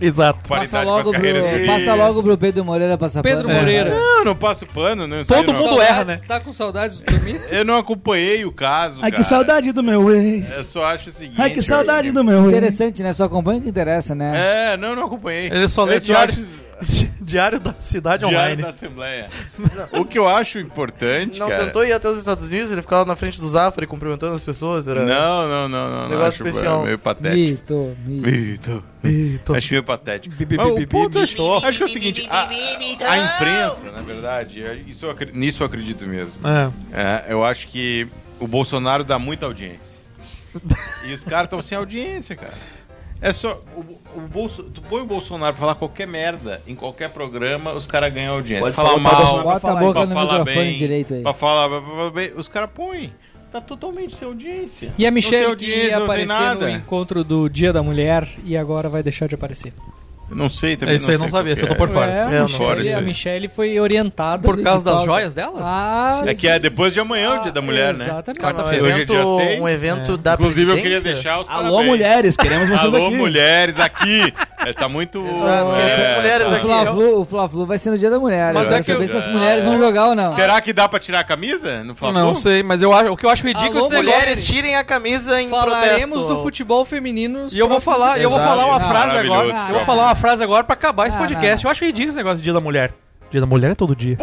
Speaker 5: Exato.
Speaker 8: Passa logo, pro, passa logo pro Pedro Moreira passar
Speaker 3: Pedro
Speaker 8: pano.
Speaker 3: Moreira.
Speaker 6: Não, não passo pano. Não, isso aí
Speaker 5: Todo
Speaker 6: não-
Speaker 5: mundo erra, né?
Speaker 3: Tá com saudades do Tomito?
Speaker 6: Eu não acompanhei o caso,
Speaker 14: Ai, que
Speaker 6: cara. É,
Speaker 14: saudade do meu ex.
Speaker 5: É.
Speaker 6: Eu só acho o seguinte...
Speaker 14: Ai, que
Speaker 6: eu-
Speaker 14: saudade do meu ex.
Speaker 8: Interessante, né? Só acompanha o que interessa, né?
Speaker 6: É, não, não acompanhei.
Speaker 5: Ele só lê
Speaker 6: Eu
Speaker 5: diário,
Speaker 6: acho-
Speaker 5: diário da Cidade
Speaker 6: Diário
Speaker 5: Online.
Speaker 6: da Assembleia. o que eu acho importante,
Speaker 4: Não
Speaker 6: cara...
Speaker 4: tentou ir até os Estados Unidos, ele ficava na frente do Zafra e cumprimentando as pessoas. Era...
Speaker 6: Não, não, não, não. não,
Speaker 4: Negócio
Speaker 6: acho é
Speaker 4: especial.
Speaker 6: Meio patético.
Speaker 8: Mito, mito.
Speaker 6: Mito. Acho meio patético. Mas o ponto é- acho, que é o seguinte: a, a imprensa, na verdade, é- isso eu acre- nisso eu acredito mesmo. É, eu acho que o Bolsonaro dá muita audiência. E os caras estão sem audiência, cara. É só. O, o Bolso- tu põe o Bolsonaro pra falar qualquer merda em qualquer programa, os caras ganham audiência.
Speaker 20: Pode
Speaker 6: Pra falar
Speaker 20: falar mal,
Speaker 6: mal,
Speaker 8: Bota a
Speaker 6: pra
Speaker 8: boca no
Speaker 6: falar
Speaker 8: microfone
Speaker 6: bem.
Speaker 8: direito aí.
Speaker 6: Pra falar, pra falar bem, os caras põem. Tá totalmente sem audiência.
Speaker 8: é
Speaker 3: E a
Speaker 6: Não tem
Speaker 3: Michelle que
Speaker 6: audiência,
Speaker 3: ia
Speaker 6: não tem
Speaker 3: aparecer no
Speaker 6: nada.
Speaker 3: encontro do Dia da Mulher e agora vai deixar de aparecer.
Speaker 6: Eu não sei
Speaker 5: É
Speaker 6: também.
Speaker 5: isso aí, não
Speaker 6: sei
Speaker 5: sabia,
Speaker 6: qual
Speaker 5: isso eu tô
Speaker 6: que
Speaker 5: por fora.
Speaker 3: É,
Speaker 6: É,
Speaker 3: a,
Speaker 6: não fora
Speaker 3: Michelle,
Speaker 6: isso
Speaker 3: a
Speaker 6: aí.
Speaker 3: Michelle foi orientada.
Speaker 5: Por causa
Speaker 3: de qual-
Speaker 5: das joias dela?
Speaker 3: Ah,
Speaker 6: É que é depois de amanhã o dia da mulher, né?
Speaker 3: Exatamente.
Speaker 6: Quarta-feira. Hoje é dia
Speaker 4: evento-
Speaker 6: 6.
Speaker 4: um evento da
Speaker 6: Inclusive, eu
Speaker 4: presidência.
Speaker 6: queria deixar os
Speaker 14: Alô,
Speaker 6: parabéns.
Speaker 14: mulheres, queremos vocês
Speaker 6: Alô,
Speaker 14: aqui.
Speaker 6: mulheres aqui. É, tá muito... tá.
Speaker 4: Exato, queremos mulheres
Speaker 8: O
Speaker 6: é
Speaker 4: aqui.
Speaker 8: Fla-Flu, o Fla-Flu vai ser no Dia da Mulher.
Speaker 5: Mas
Speaker 8: Mas eu
Speaker 5: é
Speaker 8: quero
Speaker 5: que eu- é
Speaker 8: saber se as mulheres vão jogar ou não.
Speaker 6: Será que dá pra tirar a camisa no Fla-Flu?
Speaker 5: Não sei, mas eu acho, o que eu acho ridículo é
Speaker 3: Alô,
Speaker 5: esse negócio.
Speaker 4: Mulheres tirem a camisa
Speaker 6: é um
Speaker 4: em
Speaker 3: Falaremos do
Speaker 4: protesto.
Speaker 3: futebol feminino. nos
Speaker 5: E eu vou
Speaker 3: próximos
Speaker 5: falar, eu vou
Speaker 4: Exato.
Speaker 5: falar uma
Speaker 6: Não,
Speaker 5: frase
Speaker 6: Ah, maravilhoso,
Speaker 5: agora. Eu
Speaker 6: cara.
Speaker 5: vou falar uma frase agora pra acabar esse
Speaker 8: Não,
Speaker 5: podcast. Eu acho ridículo esse negócio de Dia da Mulher. Dia da Mulher é todo dia.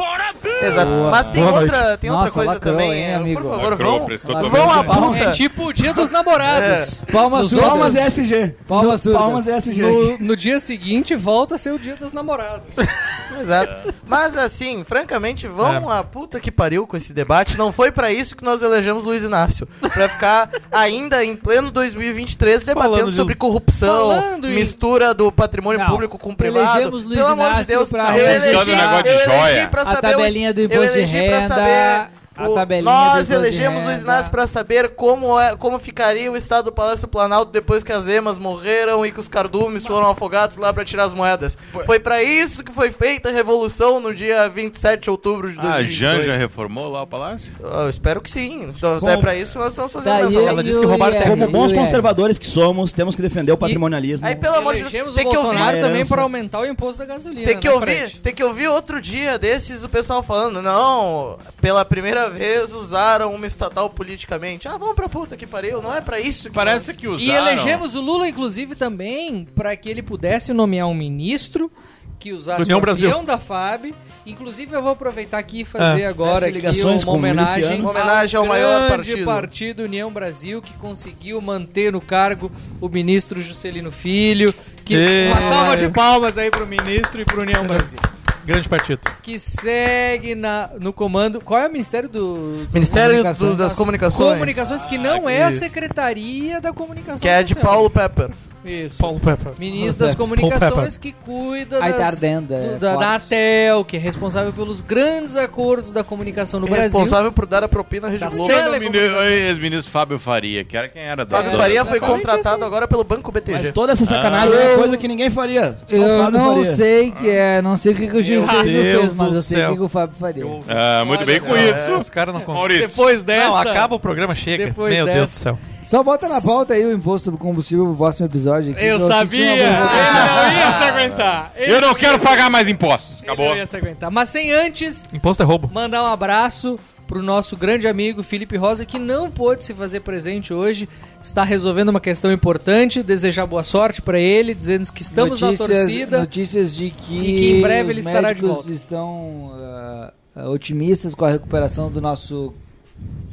Speaker 4: Exato. Mas tem
Speaker 5: Boa
Speaker 4: outra, tem outra
Speaker 8: Nossa,
Speaker 4: coisa
Speaker 8: lacrou,
Speaker 4: também.
Speaker 8: hein,
Speaker 4: é,
Speaker 8: amigo?
Speaker 4: Por favor,
Speaker 6: Lacrou,
Speaker 4: vão,
Speaker 6: prestou
Speaker 4: vão à
Speaker 6: também.
Speaker 4: ponta.
Speaker 3: É tipo o dia dos
Speaker 5: É.
Speaker 3: namorados.
Speaker 8: Palmas
Speaker 3: Nos
Speaker 8: surdas.
Speaker 14: Palmas SG.
Speaker 8: Palmas surdas.
Speaker 14: Palmas SG.
Speaker 3: No, no dia seguinte volta a ser o dia das namoradas.
Speaker 6: É.
Speaker 4: Exato. Mas assim, francamente, vão
Speaker 8: É.
Speaker 4: a puta que pariu com esse debate. Não foi pra isso que nós elegemos Luiz Inácio. Pra ficar ainda em pleno 2023 debatendo
Speaker 5: Falando de-
Speaker 4: sobre corrupção,
Speaker 3: Falando em-
Speaker 4: mistura do patrimônio
Speaker 8: Não.
Speaker 4: público com o privado.
Speaker 8: Elegemos Luiz Inácio pra
Speaker 4: eu
Speaker 8: resolver
Speaker 4: elegi,
Speaker 6: o é negócio de
Speaker 4: eu elegi
Speaker 6: joia.
Speaker 4: pra
Speaker 8: A
Speaker 4: saber
Speaker 8: tabelinha
Speaker 4: os-
Speaker 8: do
Speaker 4: eu
Speaker 8: imposto de
Speaker 4: elegi pra
Speaker 8: renda,
Speaker 4: saber
Speaker 8: a
Speaker 4: o-
Speaker 8: tabelinha do
Speaker 4: nós
Speaker 8: imposto de
Speaker 4: elegemos Luiz
Speaker 8: renda.
Speaker 4: Inácio pra saber como, é, como ficaria o estado do Palácio Planalto depois que as emas morreram e que os cardumes foram afogados lá pra tirar as moedas. Foi pra isso que foi feita a revolução no dia 27 de outubro de
Speaker 6: Ah, a
Speaker 4: 2022.
Speaker 6: Janja reformou lá o palácio?
Speaker 4: Ah, eu espero que sim. Então, É pra isso nós estamos fazendo
Speaker 8: Daí
Speaker 4: essa
Speaker 8: ele-
Speaker 4: roda.
Speaker 5: Ela disse que roubaram
Speaker 8: Yuri,
Speaker 5: terra.
Speaker 8: Yuri.
Speaker 1: Como bons conservadores que somos, temos que defender o patrimonialismo.
Speaker 4: Aí, pelo amor de Deus,
Speaker 3: Elegemos
Speaker 4: tem
Speaker 3: o
Speaker 4: que
Speaker 3: Bolsonaro
Speaker 4: ouvir.
Speaker 3: também
Speaker 1: Herança.
Speaker 3: para aumentar o imposto da gasolina. né,
Speaker 4: Tem que,
Speaker 3: na
Speaker 4: ouvir,
Speaker 3: frente.
Speaker 4: tem que ouvir outro dia desses o pessoal falando, não, pela primeira vez usaram uma estatal politicamente. Ah, vamos pra puta que pariu, não é pra isso que
Speaker 6: Parece
Speaker 4: nós-
Speaker 6: que usaram...
Speaker 3: E elegemos o Lula, inclusive, também para que ele pudesse nomear um ministro que usasse
Speaker 5: Do União
Speaker 3: o
Speaker 5: Brasil.
Speaker 3: avião da FAB. Inclusive, eu vou apeitar aqui e fazer agora aqui
Speaker 1: É. ligações
Speaker 3: uma
Speaker 1: com
Speaker 3: homenagem,
Speaker 1: milicianos.
Speaker 4: Uma homenagem ao maior
Speaker 3: grande
Speaker 4: partido.
Speaker 3: partido União Brasil, que conseguiu manter no cargo o ministro Juscelino Filho. Que
Speaker 5: Ê.
Speaker 3: Uma salva de palmas aí pro ministro e pro União Brasil.
Speaker 5: Grande partido.
Speaker 3: Que segue na- no comando. Qual é o Ministério do. do-
Speaker 4: Ministério do-
Speaker 8: Comunicações.
Speaker 4: das Comunicações,
Speaker 3: Comunicações, que não é a Secretaria da Comunicação
Speaker 4: que é de
Speaker 3: Social.
Speaker 4: Paulo Pepper.
Speaker 3: Isso.
Speaker 5: Paulo Pepper.
Speaker 3: Ministro das
Speaker 5: Paulo
Speaker 3: Comunicações que cuida
Speaker 8: Aí tá
Speaker 3: das,
Speaker 8: ardendo. é,
Speaker 3: do- da, da
Speaker 8: fotos.
Speaker 3: ATEL, que é responsável pelos grandes acordos da comunicação no Brasil. Tá
Speaker 4: Responsável por dar a propina à Rede
Speaker 3: Das
Speaker 4: Globo.
Speaker 3: três.
Speaker 6: O minu- Ex-ministro Fábio Faria, que era quem era da...
Speaker 4: Fábio
Speaker 6: da-
Speaker 4: Faria foi
Speaker 3: Exatamente
Speaker 4: contratado
Speaker 3: assim.
Speaker 4: agora pelo Banco BTG.
Speaker 14: Mas toda essa sacanagem
Speaker 8: Ah.
Speaker 14: é coisa que ninguém faria. Só o
Speaker 8: Eu
Speaker 14: Fábio
Speaker 8: não
Speaker 14: faria.
Speaker 8: sei que é, não sei o que, que o Juscelino
Speaker 5: Deus
Speaker 8: fez, mas
Speaker 5: do
Speaker 8: eu sei o
Speaker 5: céu.
Speaker 8: que, que o Fábio faria.
Speaker 6: Ah, muito bem com
Speaker 5: É,
Speaker 6: isso.
Speaker 5: os caras não conseguem.
Speaker 6: Maurício.
Speaker 3: Depois dessa.
Speaker 5: Não, acaba o programa, chega.
Speaker 3: Depois
Speaker 5: Meu Deus do
Speaker 3: dessa.
Speaker 5: céu.
Speaker 8: Só bota na pauta aí o imposto sobre combustível pro próximo episódio. aqui,
Speaker 3: Eu
Speaker 8: que senti
Speaker 3: sabia!
Speaker 8: uma
Speaker 3: Ele
Speaker 8: boa-
Speaker 3: não ia se aguentar. Ele
Speaker 6: Eu não quero pagar mais impostos.
Speaker 3: não
Speaker 6: Acabou.
Speaker 3: ia se aguentar. Mas sem antes
Speaker 5: Imposto é roubo.
Speaker 3: mandar um abraço pro nosso grande amigo Felipe Rosa, que não pôde se fazer presente hoje, está resolvendo uma questão importante, desejar boa sorte para ele, dizendo que estamos na torcida.
Speaker 8: Notícias de que,
Speaker 3: E que em breve
Speaker 8: os
Speaker 3: ele estará de
Speaker 8: médicos
Speaker 3: volta.
Speaker 8: estão ah, ah, otimistas com a recuperação do nosso...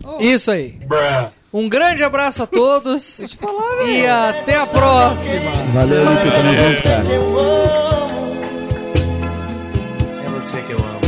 Speaker 3: Oh. Isso aí. Um grande abraço a todos e até a próxima.
Speaker 14: Valeu, Lucas. Tamo junto, cara.
Speaker 11: É você que eu amo.